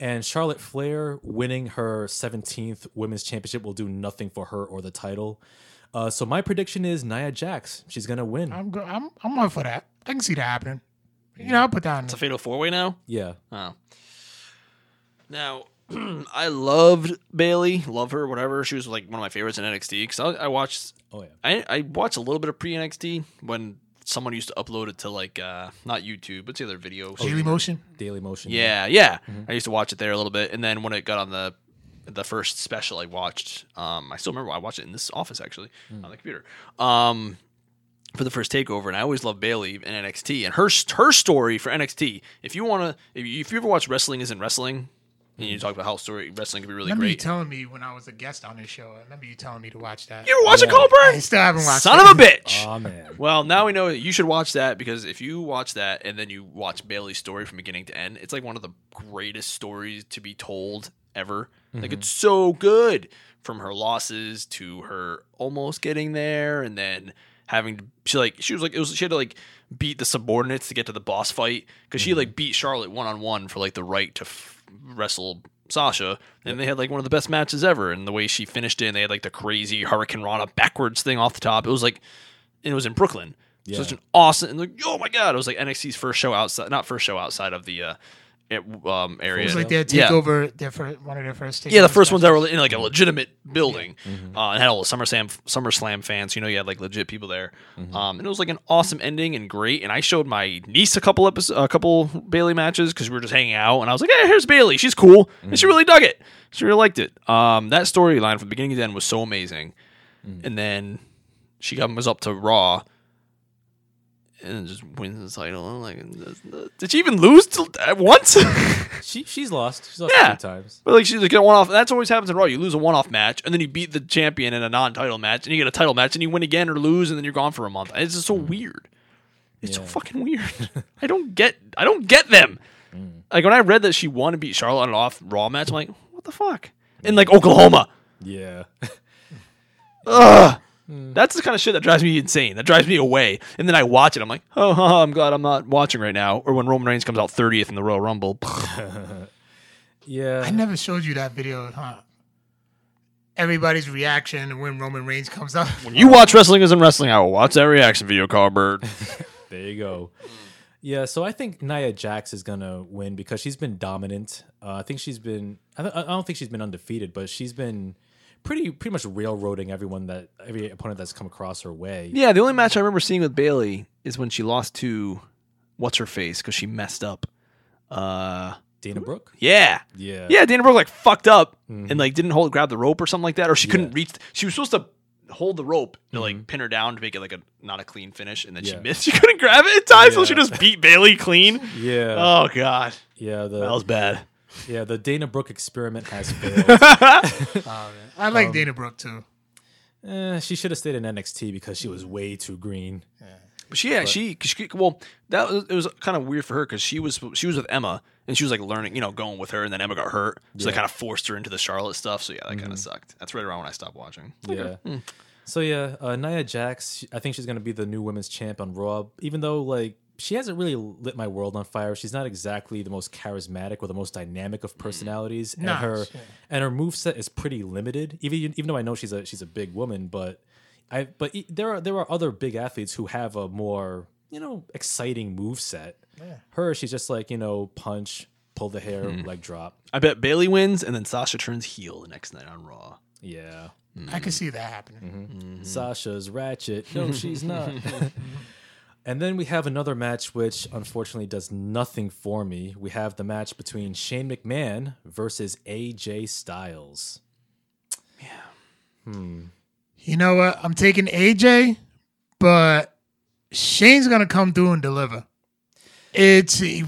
Speaker 3: and Charlotte Flair winning her 17th women's championship will do nothing for her or the title. Uh, so my prediction is Nia Jax. She's gonna
Speaker 1: Hmm.
Speaker 3: win.
Speaker 2: I'm go- I'm I'm on for that. I can see that happening. You
Speaker 1: Hmm.
Speaker 2: know, I'll put that on.
Speaker 1: It's a fatal four way now.
Speaker 3: yeah,
Speaker 1: Oh. Now, I loved Bailey. Love her. Whatever. She was like one of my favorites in NXT because I, I watched
Speaker 3: oh yeah,
Speaker 1: I, I watched a little bit of pre NXT when someone used to upload it to like uh not YouTube, but the other video.
Speaker 2: Daily Motion.
Speaker 3: Daily Motion.
Speaker 1: Yeah, yeah. I used to watch it there a little bit, and then when it got on the the first special I watched, um, I still remember I watched it in this office actually on the computer. Um, for the first takeover, and I always loved Bailey in NXT and her her story for NXT. If you want to, if you, if you ever watch Wrestling Isn't Wrestling, and you talk about how story wrestling can be really
Speaker 2: remember you
Speaker 1: great,
Speaker 2: telling me when I was a guest on this show. I remember you telling me to watch that.
Speaker 1: you were watching
Speaker 3: Yeah.
Speaker 2: I
Speaker 1: Goldberg,
Speaker 2: still haven't watched.
Speaker 1: son
Speaker 2: it.
Speaker 1: of a bitch.
Speaker 3: Oh man.
Speaker 1: Well, now we know that you should watch that because if you watch that and then you watch Bailey's story from beginning to end, it's like one of the greatest stories to be told ever. Like it's so good from her losses to her almost getting there and then having to she like she was like it was she had to like beat the subordinates to get to the boss fight because she like beat Charlotte one on one for like the right to f- wrestle Sasha, and they had like one of the best matches ever. And the way she finished it, and they had like the crazy Hurricane Rana backwards thing off the top. It was like, and it was in Brooklyn.
Speaker 3: Yeah.
Speaker 1: Such an awesome, and like, oh my god, it was like NXT's first show outside, not first show outside of the uh, it- um, area.
Speaker 2: It was like their
Speaker 1: Yeah.
Speaker 2: takeover, their first, one of their first.
Speaker 1: Yeah, the first ones
Speaker 2: one's
Speaker 1: that were in like a legitimate building.
Speaker 3: Mm-hmm.
Speaker 1: Uh, it had all the SummerSlam SummerSlam fans. You know, you had like legit people there. Um, and it was like an awesome ending and great. And I showed my niece a couple episodes, a couple Bailey matches because we were just hanging out. And I was like, "Hey, here's Bailey. She's cool." And she really dug it. She really liked it. Um, that storyline from beginning to end was so amazing. And then she got was up to Raw. And just wins the title. I'm like, did she even lose till, at once?
Speaker 3: She she's lost. She's lost
Speaker 1: Yeah.
Speaker 3: two times.
Speaker 1: But like she's like a one off. That's always happens in Raw. You lose a one off match, and then you beat the champion in a non title match, and you get a title match, and you win again or lose, and then you're gone for a month. It's just so weird. It's so
Speaker 3: Yeah.
Speaker 1: fucking weird. I don't get. I don't get them. Like when I read that she won and beat Charlotte on an off Raw match, I'm like, what the fuck? In like Oklahoma.
Speaker 3: Yeah.
Speaker 1: Ugh. That's the kind of shit that drives me insane. That drives me away. And then I watch it. I'm like, oh, I'm glad I'm not watching right now. Or when Roman Reigns comes out 30th in the Royal Rumble.
Speaker 2: I
Speaker 3: Yeah.
Speaker 2: never showed you that video, huh? Everybody's reaction when Roman Reigns comes up.
Speaker 1: you watch Wrestling Isn't Wrestling. I will watch that reaction video, Carbird.
Speaker 3: There you go. Yeah, so I think Nia Jax is gonna win because she's been dominant. Uh, I think she's been. I, th- I don't think she's been undefeated, but she's been pretty pretty much railroading everyone that every opponent that's come across her way.
Speaker 1: Yeah, the only match I remember seeing with Bailey is when she lost to what's her face because she messed up. Uh,
Speaker 3: Dana Brooke.
Speaker 1: yeah,
Speaker 3: Yeah.
Speaker 1: yeah. Dana Brooke like fucked up and like didn't hold grab the rope or something like that, or she couldn't
Speaker 3: Yeah.
Speaker 1: reach. She was supposed to hold the rope to like pin her down to make it like a not a clean finish, and then she
Speaker 3: Yeah.
Speaker 1: missed. She couldn't grab it in time, so she
Speaker 3: Yeah.
Speaker 1: just beat Bailey clean.
Speaker 3: Yeah.
Speaker 1: Oh god,
Speaker 3: yeah. The
Speaker 1: that was bad.
Speaker 3: yeah. The Dana Brooke experiment has failed.
Speaker 2: I like
Speaker 3: Um,
Speaker 2: Dana Brooke too.
Speaker 3: Eh, she should have stayed in NXT because she
Speaker 1: Mm.
Speaker 3: was way too green.
Speaker 1: But she, yeah, she, 'cause she, well, that was, it was kind of weird for her because she was she was with Emma and she was like learning, you know, going with her, and then Emma got hurt, so they
Speaker 3: Yeah.
Speaker 1: kind of forced her into the Charlotte stuff. So yeah, that kind of sucked. That's right around when I stopped watching.
Speaker 3: Yeah. Hmm. So yeah, uh, Nia Jax. she- I think she's gonna be the new women's champ on Raw. Even though like she hasn't really lit my world on fire. She's not exactly the most charismatic or the most dynamic of personalities,
Speaker 2: Nah,
Speaker 3: and her
Speaker 2: sure.
Speaker 3: and her moveset is pretty limited. Even even though I know she's a she's a big woman, but I but e- there are there are other big athletes who have a more you know exciting move set. Her, she's just like you know punch, pull the hair, leg drop.
Speaker 1: I bet Bailey wins, and then Sasha turns heel the next night on Raw.
Speaker 3: Yeah.
Speaker 2: I can see that happening.
Speaker 3: Sasha's ratchet. No, she's not. and then we have another match which unfortunately does nothing for me. We have the match between Shane McMahon versus AJ Styles. Hmm.
Speaker 2: You know what? I'm taking AJ, but Shane's gonna come through and deliver. It's we,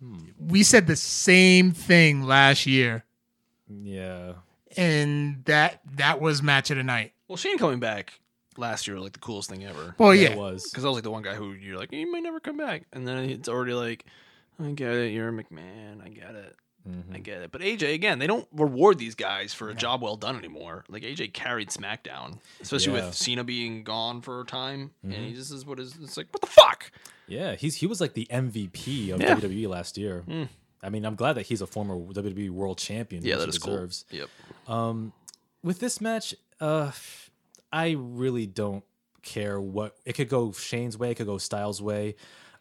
Speaker 3: Hmm.
Speaker 2: we said the same thing last year,
Speaker 3: Yeah.
Speaker 2: and that that was match of the night.
Speaker 1: Well, Shane coming back last year was like the coolest thing ever
Speaker 2: Well,
Speaker 3: Yeah,
Speaker 2: yeah,
Speaker 3: It was.
Speaker 1: because I was like the one guy who you're like you might never come back, and then it's already like I get it, you're a McMahon, I get it. I
Speaker 3: Mhm.
Speaker 1: get it. But AJ, again, they don't reward these guys for a job well done anymore. Like AJ carried SmackDown, especially
Speaker 3: Yeah.
Speaker 1: with Cena being gone for a time, and he just is what is. It's like what the fuck.
Speaker 3: Yeah, he's he was like the MVP of
Speaker 1: Yeah.
Speaker 3: WWE last year. I mean, I'm glad that he's a former WWE World Champion.
Speaker 1: Yeah,
Speaker 3: which
Speaker 1: that
Speaker 3: he
Speaker 1: is
Speaker 3: deserves.
Speaker 1: cool. Yep.
Speaker 3: Um, With this match, uh I really don't care what it could go Shane's way, it could go Styles' way.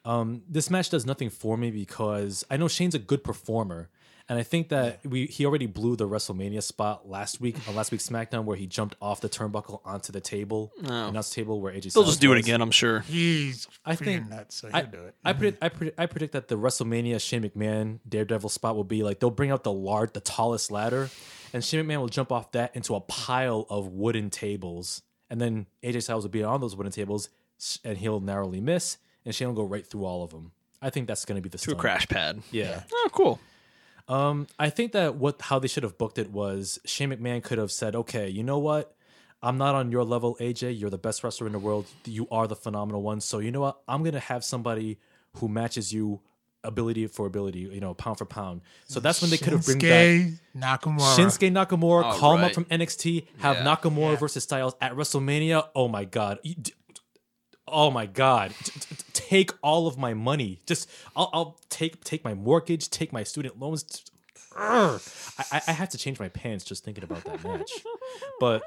Speaker 3: Um, this match does nothing for me because I know Shane's a good performer, and I think that we he already blew the WrestleMania spot last week on last week's SmackDown where he jumped off the turnbuckle onto the table, announce table where AJ.
Speaker 1: Oh. They'll
Speaker 3: Styles
Speaker 1: just do it
Speaker 3: was.
Speaker 1: again, I'm sure.
Speaker 2: he's
Speaker 3: I
Speaker 2: I
Speaker 3: think-
Speaker 2: think nuts, so he'll
Speaker 3: I,
Speaker 2: do it.
Speaker 3: I predict, I predict, I predict that the WrestleMania Shane McMahon Daredevil spot will be like they'll bring out the large, the tallest ladder, and Shane McMahon will jump off that into a pile of wooden tables, and then AJ Styles will be on those wooden tables, s- and he'll narrowly miss, and Shane will go right through all of them. I think that's going to be the
Speaker 1: To a
Speaker 3: stunt.
Speaker 1: crash pad.
Speaker 3: Yeah.
Speaker 1: Oh, cool.
Speaker 3: Um, I think that what how they should have booked it was Shane McMahon could have said, "Okay, you know what? I'm not on your level, AJ. You're the best wrestler in the world. You are the phenomenal one. So you know what? I'm gonna have somebody who matches you ability for ability. You know, pound for pound. So that's when they could have bring back."
Speaker 2: Shinsuke Nakamura.
Speaker 3: Shinsuke Nakamura,
Speaker 1: All
Speaker 3: call him up
Speaker 1: Oh, right.
Speaker 3: from NXT, have
Speaker 1: Yeah.
Speaker 3: Nakamura versus Styles at WrestleMania. Oh my God. You- d- d- Oh my God. D- d- d- Take all of my money. Just, I'll, I'll take take my mortgage, take my student loans. T- Urgh. I, I- I have to change my pants just thinking about that match. But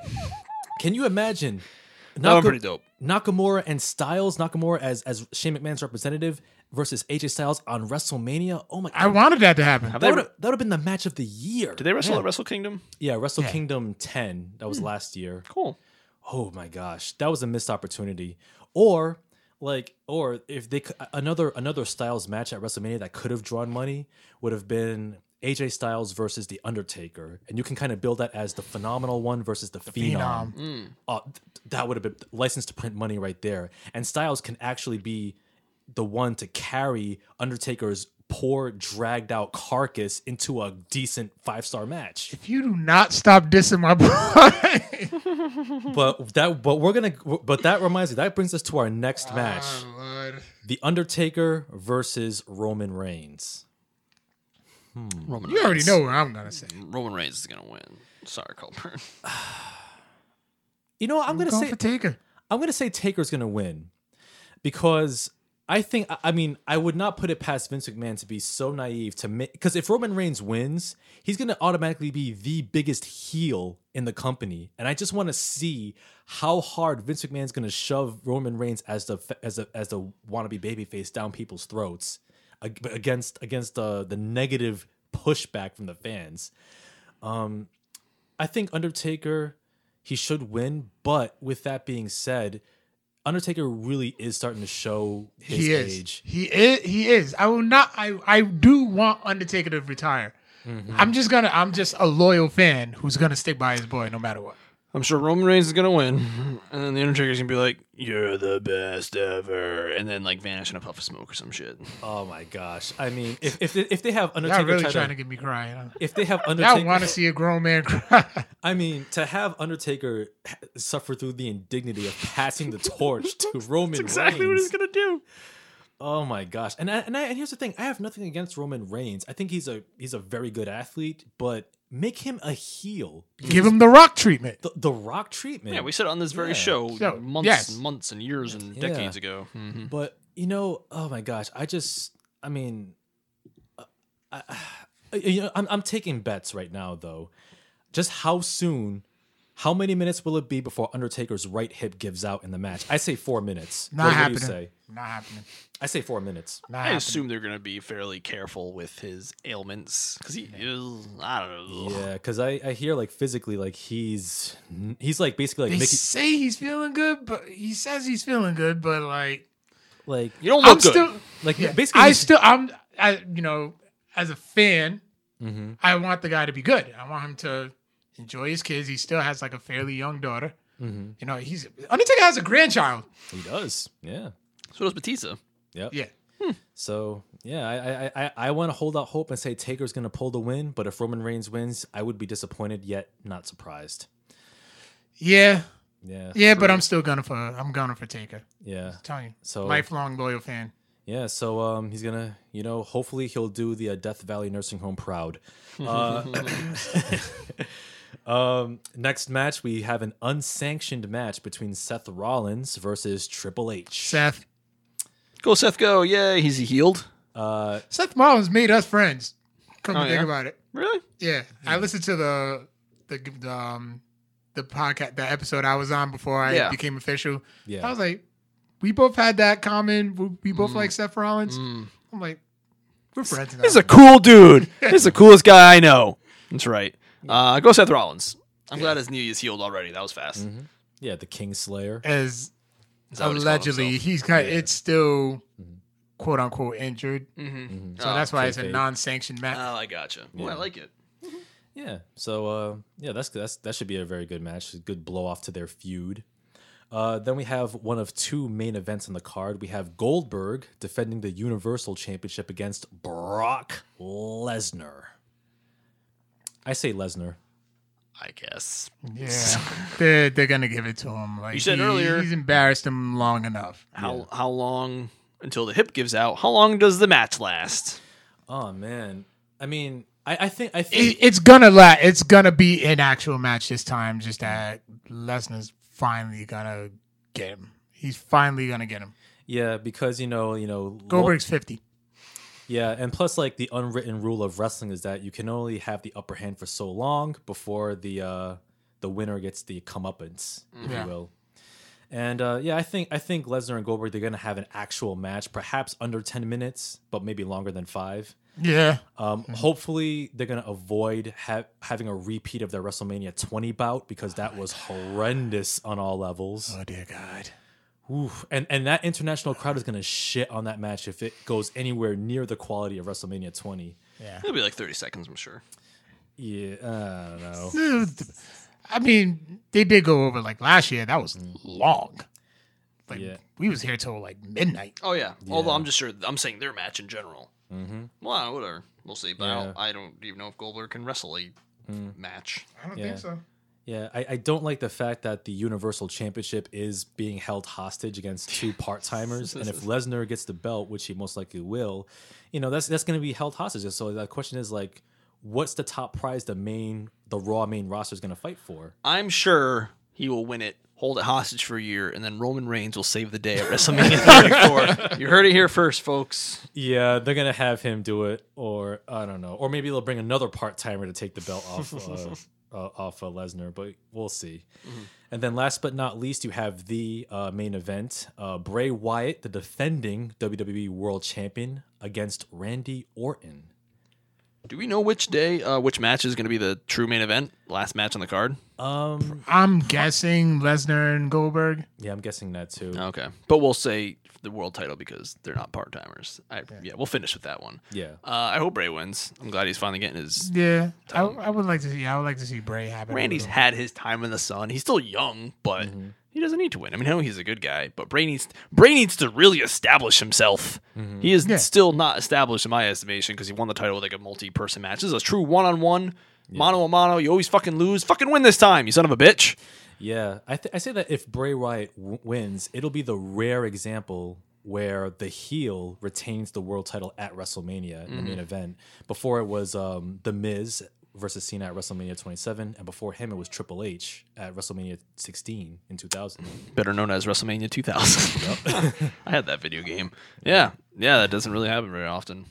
Speaker 3: can you imagine?
Speaker 1: That was
Speaker 3: Naka-
Speaker 1: pretty dope.
Speaker 3: Nakamura and Styles, Nakamura as as Shane McMahon's representative versus AJ Styles on WrestleMania. Oh my
Speaker 2: I
Speaker 3: god,
Speaker 2: wanted that to happen.
Speaker 1: Ah, they-
Speaker 3: that would have that would have been the match of the year.
Speaker 1: Did they wrestle at Wrestle Kingdom?
Speaker 3: Yeah, Wrestle Kingdom 10. That was last year.
Speaker 1: Cool.
Speaker 3: Oh my gosh, that was a missed opportunity. Or like, or if they c- another another Styles match at WrestleMania that could have drawn money would have been AJ Styles versus The Undertaker, and you can kind of build that as the phenomenal one versus the, phenom.
Speaker 2: Phenom.
Speaker 3: Uh, th- that would have been licensed to print money right there, and Styles can actually be the one to carry Undertaker's poor dragged out carcass into a decent five star match.
Speaker 2: If you do not stop dissing my boy,
Speaker 3: But that, but we're gonna, but that reminds me. That brings us to our next match:
Speaker 2: Oh, Lord.
Speaker 3: The Undertaker versus Roman Reigns.
Speaker 1: Roman
Speaker 2: you already
Speaker 1: Reigns.
Speaker 2: know what I'm gonna say.
Speaker 1: Roman Reigns is gonna win. Sorry, Colburn.
Speaker 3: You know, what? I'm gonna
Speaker 2: Going
Speaker 3: say,
Speaker 2: for Taker.
Speaker 3: I'm gonna say Taker's gonna win because I think, I- I mean, I would not put it past Vince McMahon to be so naive to make because if Roman Reigns wins, he's gonna automatically be the biggest heel in the company, and I just want to see how hard Vince McMahon's gonna shove Roman Reigns as the as the as the wannabe babyface down people's throats. ag- against against uh, the the negative pushback from the fans. Um, I think Undertaker he should win, but with that being said, Undertaker really is starting to show his
Speaker 2: he is.
Speaker 3: age.
Speaker 2: He is. He is. I will not. I. I do want Undertaker
Speaker 3: Mm-hmm.
Speaker 2: to retire. I'm just gonna. I'm just a loyal fan who's gonna stick by his boy no matter what.
Speaker 1: I'm sure Roman Reigns is gonna win, and then the Undertaker's gonna be like, "You're the best ever," and then like vanish in a puff of smoke or some shit.
Speaker 3: Oh my gosh! I mean, if if, they- if they have Undertaker
Speaker 2: Y'all really
Speaker 3: try to-
Speaker 2: trying to get me crying. Huh?
Speaker 3: if they have
Speaker 2: Y'all
Speaker 3: Undertaker,
Speaker 2: want to see a grown man cry.
Speaker 3: I mean, to have Undertaker h- suffer through the indignity of passing the torch to Roman Reigns.
Speaker 1: gonna do.
Speaker 3: oh my gosh! And I, and, I, and here's the thing: I have nothing against Roman Reigns. I think he's a he's a very good athlete, but make him a heel.
Speaker 2: Give him the rock treatment.
Speaker 3: The, the Rock treatment.
Speaker 1: Yeah, we said it on this very
Speaker 3: Yeah.
Speaker 1: show
Speaker 2: So,
Speaker 1: months,
Speaker 2: yes.
Speaker 1: and months, and years and
Speaker 3: Yeah.
Speaker 1: decades ago. Mm-hmm.
Speaker 3: But you know, oh my gosh, I just, I mean, uh, I, I- you know, I'm, I'm taking bets right now though. Just how soon, how many minutes will it be before Undertaker's right hip gives out in the match? I say four minutes.
Speaker 2: Not
Speaker 3: what,
Speaker 2: happening.
Speaker 3: What do you say?
Speaker 2: Not happening.
Speaker 3: I say four minutes.
Speaker 2: Not
Speaker 1: I
Speaker 2: happening.
Speaker 1: assume they're gonna be fairly careful with his ailments because he is. I don't know.
Speaker 3: Yeah, because I, I hear like physically like he's he's like basically
Speaker 2: they
Speaker 3: like Mickey
Speaker 2: say he's feeling good, but he says he's feeling good, but like
Speaker 3: like
Speaker 1: You don't look
Speaker 2: I'm
Speaker 1: good.
Speaker 2: still
Speaker 3: like
Speaker 2: yeah,
Speaker 3: basically
Speaker 2: I
Speaker 3: he's-
Speaker 2: still I'm I you know as a fan
Speaker 3: Mhm,
Speaker 2: I want the guy to be good. I want him to enjoy his kids. He still has like a fairly young daughter.
Speaker 3: mhm.
Speaker 2: You know, he's Undertaker has a grandchild.
Speaker 3: he does yeah
Speaker 1: So does Batista.
Speaker 2: Yeah,
Speaker 3: So yeah, I I I, I want to hold out hope and say Taker's going to pull the win. But if Roman Reigns wins, I would be disappointed yet not surprised.
Speaker 2: yeah,
Speaker 3: Yeah,
Speaker 2: yeah. But I'm still gonna for I'm gonna for Taker.
Speaker 3: yeah.
Speaker 2: I'm telling you,
Speaker 3: So
Speaker 2: lifelong loyal fan.
Speaker 3: yeah, so um, he's gonna you know hopefully he'll do the uh, Death Valley Nursing Home proud. Uh, um, next match we have an unsanctioned match between Seth Rollins versus Triple H.
Speaker 2: Seth
Speaker 1: Go Seth, go! Yay, he's healed.
Speaker 3: uh,
Speaker 2: Seth Rollins made us friends. Come
Speaker 1: Oh,
Speaker 2: to think
Speaker 1: yeah?
Speaker 2: about it.
Speaker 1: Really?
Speaker 2: Yeah, I listened to the the, the um the podcast the episode I was on before I
Speaker 1: Yeah.
Speaker 2: became official. I
Speaker 3: yeah,
Speaker 2: was like, we both had that common. We- We
Speaker 1: Mm-hmm.
Speaker 2: both like Seth Rollins. I'm like, we're friends. Now.
Speaker 1: This is Mm. a cool dude. This is the coolest guy I know. That's right. Uh, go Seth Rollins. I'm glad his knee is healed already. That was fast.
Speaker 3: Mm-hmm. yeah, the King Slayer.
Speaker 2: As
Speaker 1: Is that what he's called
Speaker 2: allegedly,
Speaker 1: himself? Mm-hmm.
Speaker 2: he's kind. It's still quote unquote injured,
Speaker 3: Mm-hmm.
Speaker 2: so
Speaker 1: Oh,
Speaker 2: that's why it's a
Speaker 3: kayfabe.
Speaker 2: non-sanctioned match.
Speaker 1: Oh, I gotcha. Well, I like it.
Speaker 3: Yeah. So uh, yeah, that's that's that should be a very good match. A good blow off to their feud. Uh, then we have one of two main events on the card. We have Goldberg defending the Universal Championship against Brock Lesnar. I say Lesnar.
Speaker 1: I guess.
Speaker 2: yeah, they're they're gonna give it to him. Like
Speaker 1: Oh. You said
Speaker 2: he-
Speaker 1: earlier-
Speaker 2: he's embarrassed him long enough.
Speaker 1: How how long until the hip gives out? How long does the match last?
Speaker 3: Oh man, I mean, I, I think I
Speaker 2: It,
Speaker 3: think
Speaker 2: it's gonna la- It's gonna be an actual match this time. Just that Lesnar's finally gonna get him. He's finally gonna get him.
Speaker 3: yeah because you know you know lo-
Speaker 2: Goldberg's fifty.
Speaker 3: Yeah, and plus, like the unwritten rule of wrestling is that you can only have the upper hand for so long before the uh, the winner gets the comeuppance, if
Speaker 2: Yeah.
Speaker 3: you will. And uh, yeah, I think I think Lesnar and Goldberg they're gonna have an actual match, perhaps under ten minutes, but maybe longer than five.
Speaker 2: Yeah,
Speaker 1: Oh,
Speaker 3: Um, Hopefully, they're gonna avoid ha- having a repeat of their WrestleMania 20 bout because that was horrendous on all levels.
Speaker 2: Oh dear God.
Speaker 3: Oof. And and that international crowd is gonna shit on that match if it goes anywhere near the quality of WrestleMania 20.
Speaker 2: Yeah.
Speaker 1: It'll be like 30 seconds, I'm sure.
Speaker 3: Yeah, I don't know.
Speaker 2: I mean, they did go over like last year. That was long. Like
Speaker 3: Mm. Yeah.
Speaker 2: we was here till like midnight.
Speaker 1: Oh yeah. Although
Speaker 3: Yeah.
Speaker 1: I'm just sure I'm saying their match in general.
Speaker 3: Mhm.
Speaker 1: Well, whatever. We'll see. But I,
Speaker 3: Yeah.
Speaker 1: don't, I don't even know if Goldberg can wrestle a match.
Speaker 2: I don't
Speaker 3: Yeah. think
Speaker 2: so.
Speaker 3: Yeah, I, I don't like the fact that the Universal Championship is being held hostage against two part timers, and if Lesnar gets the belt, which he most likely will, you know that's that's going to be held hostage. So the question is like, what's the top prize the main the Raw main roster is going to fight for?
Speaker 1: I'm sure he will win it, hold it hostage for a year, and then Roman Reigns will save the day at WrestleMania 34. you heard it here first, folks.
Speaker 3: Yeah, they're going to have him do it, or I don't know, or maybe they'll bring another part timer to take the belt off uh, uh, off of Lesnar, but we'll see. And then last but not least, you have the uh, main event uh, Bray Wyatt, the E defending WWE World Champion, against Randy Orton.
Speaker 1: Do we know which day, uh, which match is going to be the true main event? Last match on the card?
Speaker 3: Um,
Speaker 2: I'm guessing Lesnar and Goldberg.
Speaker 3: yeah, I'm guessing that too.
Speaker 1: Okay. But we'll say the world title because they're not part timers. Yeah. yeah, we'll finish with that one.
Speaker 3: Yeah.
Speaker 1: Uh, I hope Bray wins. I'm glad he's finally getting his.
Speaker 2: Yeah, I, I would like to see. I would like to see Bray happen.
Speaker 1: Randy's had his time in the sun. He's still young, but he doesn't need to win. I mean, I know he's a good guy, but Bray needs Bray needs to really establish himself. He is
Speaker 2: Yeah.
Speaker 1: still not established in my estimation because he won the title with like a multi-person match. This is a true one-on-one, mono a mono. You always fucking lose. Fucking win this time, you son of a bitch.
Speaker 3: Yeah, I, th- I say that if Bray Wyatt w- wins, it'll be the rare example where the heel retains the world title at WrestleMania in the main event. Before it was um, The Miz versus Cena at WrestleMania 27, and before him it was Triple H at WrestleMania 16 in 2000.
Speaker 1: better known as WrestleMania 2000. I had that video game. Yeah, yeah, that doesn't really happen very often.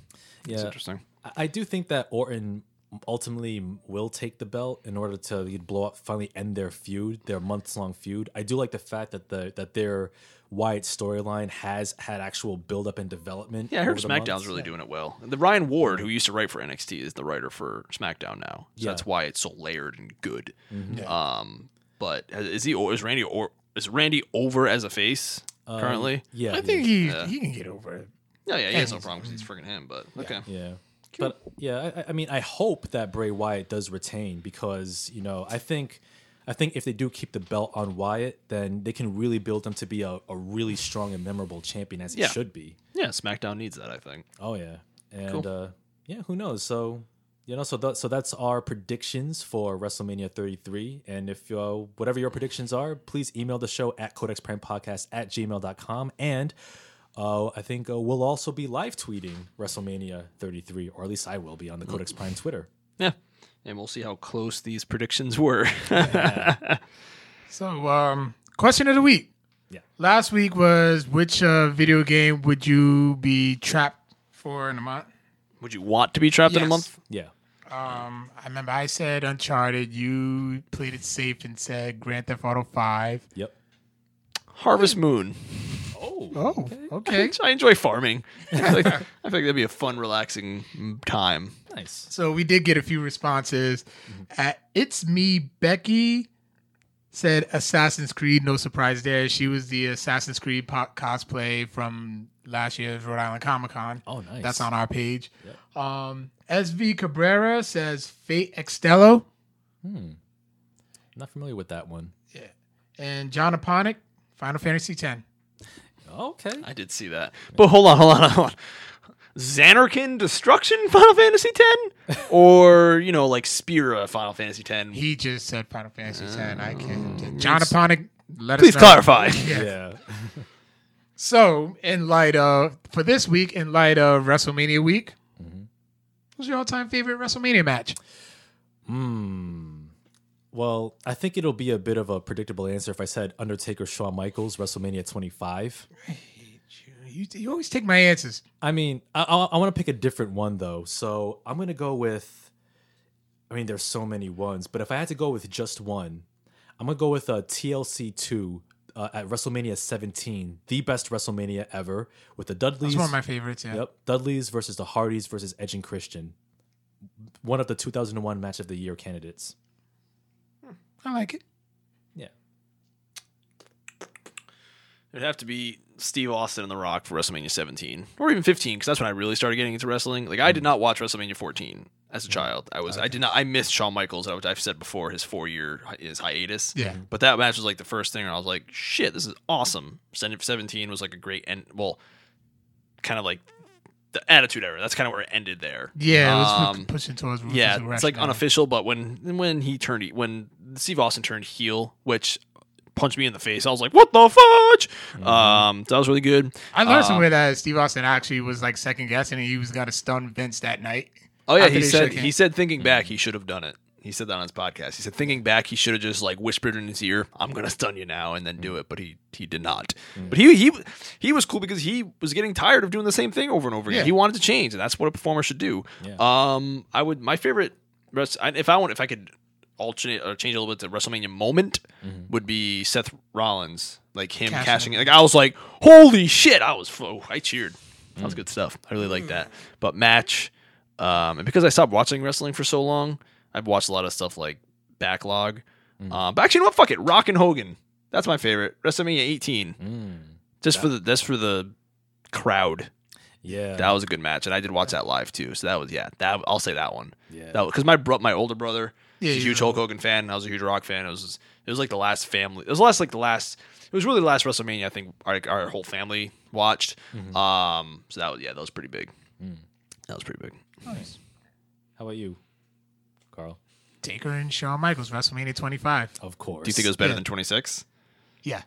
Speaker 1: It's
Speaker 3: Yeah.
Speaker 1: interesting.
Speaker 3: I-, I do think that Orton ultimately will take the belt in order to blow up, finally end their feud, their months long feud. I do like the fact that the that their Wyatt storyline has had actual build up and development.
Speaker 1: Yeah, I heard
Speaker 3: over the
Speaker 1: SmackDown's
Speaker 3: months.
Speaker 1: really doing it well. The Ryan Ward, who used to write for NXT, is the writer for SmackDown now. So that's why it's so layered and good.
Speaker 3: Mm-hmm.
Speaker 1: Um, but is he or is Randy or is Randy over as a face
Speaker 3: Um,
Speaker 1: currently?
Speaker 3: Yeah,
Speaker 2: I
Speaker 3: he-
Speaker 2: think he he can get over it.
Speaker 1: Yeah, yeah, he has no problem because he's freaking him. But okay,
Speaker 3: Yeah. But yeah, I, I mean, I hope that Bray Wyatt does retain because you know I think, I think if they do keep the belt on Wyatt, then they can really build him to be a, a really strong and memorable champion as he
Speaker 1: Yeah.
Speaker 3: should be.
Speaker 1: yeah, SmackDown needs that. I think.
Speaker 3: Oh yeah, and uh, yeah, who knows? So you know, so th- so that's our predictions for WrestleMania 33. And if uh, whatever your predictions are, please email the show at codexprimepodcast at gmail.com. And uh, I think uh, we'll also be live tweeting WrestleMania 33, or at least I will be on the Codex Prime Twitter.
Speaker 1: Yeah, and we'll see how close these predictions were.
Speaker 2: So, um, question of the week.
Speaker 3: Yeah.
Speaker 2: Last week was which uh, video game would you be trapped for in a month?
Speaker 1: Would you want to be trapped in a
Speaker 2: Yes.
Speaker 1: month?
Speaker 3: Yeah.
Speaker 2: Um, I remember I said Uncharted. You played it safe and said Grand Theft Auto Five.
Speaker 3: Yep.
Speaker 1: Harvest Moon.
Speaker 3: Oh.
Speaker 2: Oh, okay.
Speaker 1: I enjoy farming. I feel like, I feel like that'd be a fun, relaxing time.
Speaker 3: Nice.
Speaker 2: So we did get a few responses. At it's me, Becky said Assassin's Creed. No surprise there. She was the Assassin's Creed po- cosplay from last year's Rhode Island Comic Con.
Speaker 3: Oh, nice.
Speaker 2: That's on our page. Um, SV Cabrera says Fate Extello
Speaker 3: Not familiar with that one.
Speaker 2: and John Aponic, Final Fantasy X.
Speaker 3: Okay.
Speaker 1: I did see that. But hold on, hold on, hold on. Xanarkin Destruction Final Fantasy X? Or, you know, like Spira Final Fantasy X?
Speaker 2: He just said Final Fantasy X. I can't. John Aponic, let
Speaker 1: Please
Speaker 2: us know.
Speaker 1: clarify.
Speaker 3: Yeah.
Speaker 2: So, in light of for this week, in light of WrestleMania week, what's your all-time favorite WrestleMania match?
Speaker 3: Hmm. Well, I think it'll be a bit of a predictable answer if I said Undertaker Shawn Michaels WrestleMania 25.
Speaker 2: You, you always take my answers.
Speaker 3: I mean, I, I, I want to pick a different one though, so I'm gonna go with. I mean, there's so many ones, but if I had to go with just one, I'm gonna go with uh, TLC two uh, at WrestleMania 17, the best WrestleMania ever, with the Dudleys.
Speaker 2: It's one of my favorites. Yeah.
Speaker 3: Yep, Dudleys versus the Hardys versus Edge and Christian, one of the 2001 match of the year candidates.
Speaker 2: I like it.
Speaker 3: Yeah.
Speaker 1: It'd have to be Steve Austin and The Rock for WrestleMania 17. Or even 15, because that's when I really started getting into wrestling. Like, I did not watch WrestleMania 14 as a child. I was, Mm. I did not, I missed Shawn Michaels, which I've said before, his four year, his hiatus.
Speaker 2: Yeah.
Speaker 1: But that match was like the first thing where I was like, shit, this is awesome. Send it 17 was like a great end. Well, kind of like the attitude era. That's kind of where it ended there.
Speaker 2: Yeah, it was
Speaker 1: Um,
Speaker 2: pushing towards.
Speaker 1: Yeah,
Speaker 2: Ruthless
Speaker 1: it's like
Speaker 2: Aggression.
Speaker 1: unofficial, but when when he turned when Steve Austin turned heel, which punched me in the face, I was like, "What the fudge?"
Speaker 2: Mm-hmm.
Speaker 1: Um, so that was really good.
Speaker 2: I learned
Speaker 1: um,
Speaker 2: somewhere that Steve Austin actually was like second guessing, and he was gonna stun Vince that night.
Speaker 1: Oh yeah,
Speaker 2: After
Speaker 1: he
Speaker 2: they
Speaker 1: said
Speaker 2: shook
Speaker 1: he
Speaker 2: hands.
Speaker 1: said thinking
Speaker 2: Mm.
Speaker 1: back, he should have done it. He said that on his podcast. He said thinking back, he should have just like whispered in his ear, "I'm gonna stun you now," and then do
Speaker 2: Mm.
Speaker 1: it. But he he did not. But he he he was cool because he was getting tired of doing the same thing over and over again.
Speaker 2: Yeah.
Speaker 1: He wanted to change, and that's what a performer should do.
Speaker 3: Yeah.
Speaker 1: Um, I would my favorite rest I- if I want if I could alternate or change a little bit to WrestleMania moment
Speaker 3: Mm-hmm.
Speaker 1: would be Seth Rollins, like him
Speaker 2: Cashing
Speaker 1: cashing. Like I was like, holy shit! I was oh, I cheered. That was good stuff. I really like that. But match. Um, and because I stopped watching wrestling for so long, I've watched a lot of stuff like Backlog.
Speaker 3: Mm.
Speaker 1: Uh, but actually, you know what? Fuck it. Rock and Hogan. That's my favorite. WrestleMania 18.
Speaker 3: Mm.
Speaker 1: Just
Speaker 3: That-
Speaker 1: for the that's for the crowd.
Speaker 3: Yeah.
Speaker 1: That was a good match, and I did watch that live too. So that was yeah. That I'll say that one.
Speaker 3: yeah.
Speaker 1: That because my bro, my older brother,
Speaker 2: Yeah,
Speaker 1: was a
Speaker 2: you
Speaker 1: huge
Speaker 2: know.
Speaker 1: Hulk Hogan fan. And I was a huge Rock fan. It was it was like the last family. It was the last like the last. It was really the last WrestleMania I think our, our whole family watched.
Speaker 3: Mhm.
Speaker 1: Um, so that was yeah, that was pretty big.
Speaker 3: Mm.
Speaker 1: That was pretty big.
Speaker 3: How about you, Carl?
Speaker 2: Taker and Shawn Michaels WrestleMania 25.
Speaker 3: Of course.
Speaker 1: Do you think it was better
Speaker 2: Yeah.
Speaker 1: than twenty six?
Speaker 2: Yeah,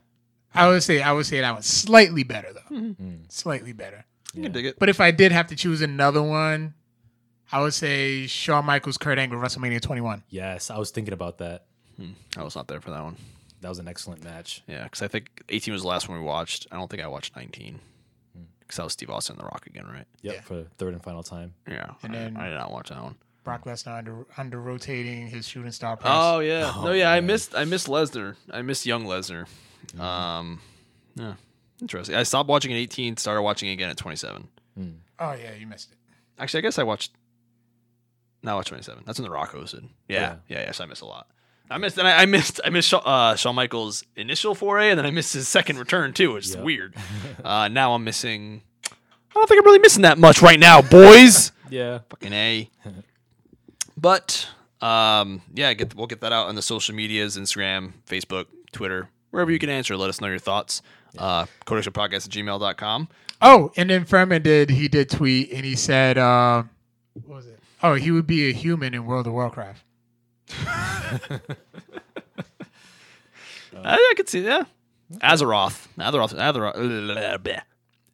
Speaker 2: I would say I would say that one's slightly better though,
Speaker 1: Mm-hmm.
Speaker 3: Mm.
Speaker 2: slightly better.
Speaker 1: You can
Speaker 3: Yeah.
Speaker 1: dig it.
Speaker 2: But if I did have to choose another one, I would say Shawn Michaels Kurt Angle WrestleMania 21.
Speaker 3: Yes, I was thinking about that.
Speaker 1: Hmm. I was not there for that one.
Speaker 3: That was an excellent match.
Speaker 1: Yeah, because I think eighteen was the last one we watched. I don't think I watched nineteen because that was Steve Austin and The Rock again, right?
Speaker 3: Yep,
Speaker 2: Yeah.
Speaker 3: for the third and final time.
Speaker 1: Yeah,
Speaker 2: And
Speaker 1: I-
Speaker 2: then-
Speaker 1: I, did not watch that one.
Speaker 2: Brock Lesnar under under rotating his shooting star press.
Speaker 1: Oh yeah,
Speaker 3: Oh,
Speaker 1: no yeah. I
Speaker 3: man. Mm-hmm.
Speaker 1: missed I missed Lesnar. I missed young Lesnar. Um, yeah, interesting. I stopped watching at eighteen. Started watching again at twenty seven.
Speaker 3: Mm.
Speaker 2: oh yeah, you missed it.
Speaker 1: Actually, I guess I watched. No, I watched twenty seven. That's when The Rock hosted. Yeah, yeah, yeah. So I missed a lot. I missed, and I, I missed, I missed Shawn, uh, Shawn Michaels' initial foray, and then I missed his second return too, which is
Speaker 3: Yeah.
Speaker 1: weird. Uh, now I'm missing. I don't think I'm really missing that much right now, boys.
Speaker 3: Yeah.
Speaker 1: Fucking a. But um, yeah, get we'll get that out on the social medias, Instagram, Facebook, Twitter, wherever you can answer. Let us know your thoughts. Uh, codexpodcast at gmail.com.
Speaker 2: Oh, and then Furman did he did tweet and he said, uh, what was it? Oh, he would be a human in World of Warcraft.
Speaker 1: Uh, I could see that. Azeroth, Azeroth, Azeroth, blah, blah.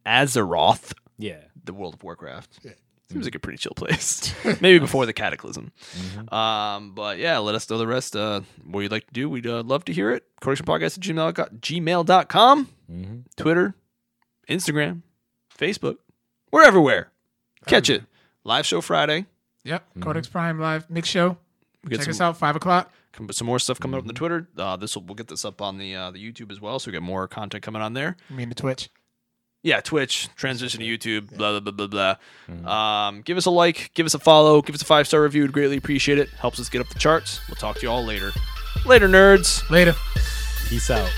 Speaker 1: Azeroth,
Speaker 3: Yeah.
Speaker 1: the World of Warcraft.
Speaker 2: Yeah.
Speaker 1: Seems like a pretty chill place. Maybe before the Cataclysm. Um, but yeah, let us know the rest. Uh, what you'd like to do, we'd uh, love to hear it. Codexpodcast at gmail, gmail.com.
Speaker 3: hmm
Speaker 1: Twitter, Instagram, Facebook. We're everywhere. Catch it. Live show Friday.
Speaker 2: Yep, Codex Prime Live mix show.
Speaker 1: Mm-hmm. We
Speaker 2: Check
Speaker 1: got
Speaker 2: us
Speaker 1: some,
Speaker 2: out five o'clock.
Speaker 1: com- some more stuff coming up on the Twitter. Uh, this will, we'll get this up on the uh, the YouTube as well, so we get more content coming on there.
Speaker 2: I mean the Twitch.
Speaker 1: Yeah, Twitch transition to YouTube. Blah blah blah blah blah. Um, give us a like, give us a follow, give us a five star review. We'd greatly appreciate it. Helps us get up the charts. We'll talk to you all later. Later, nerds.
Speaker 2: Later.
Speaker 3: Peace out.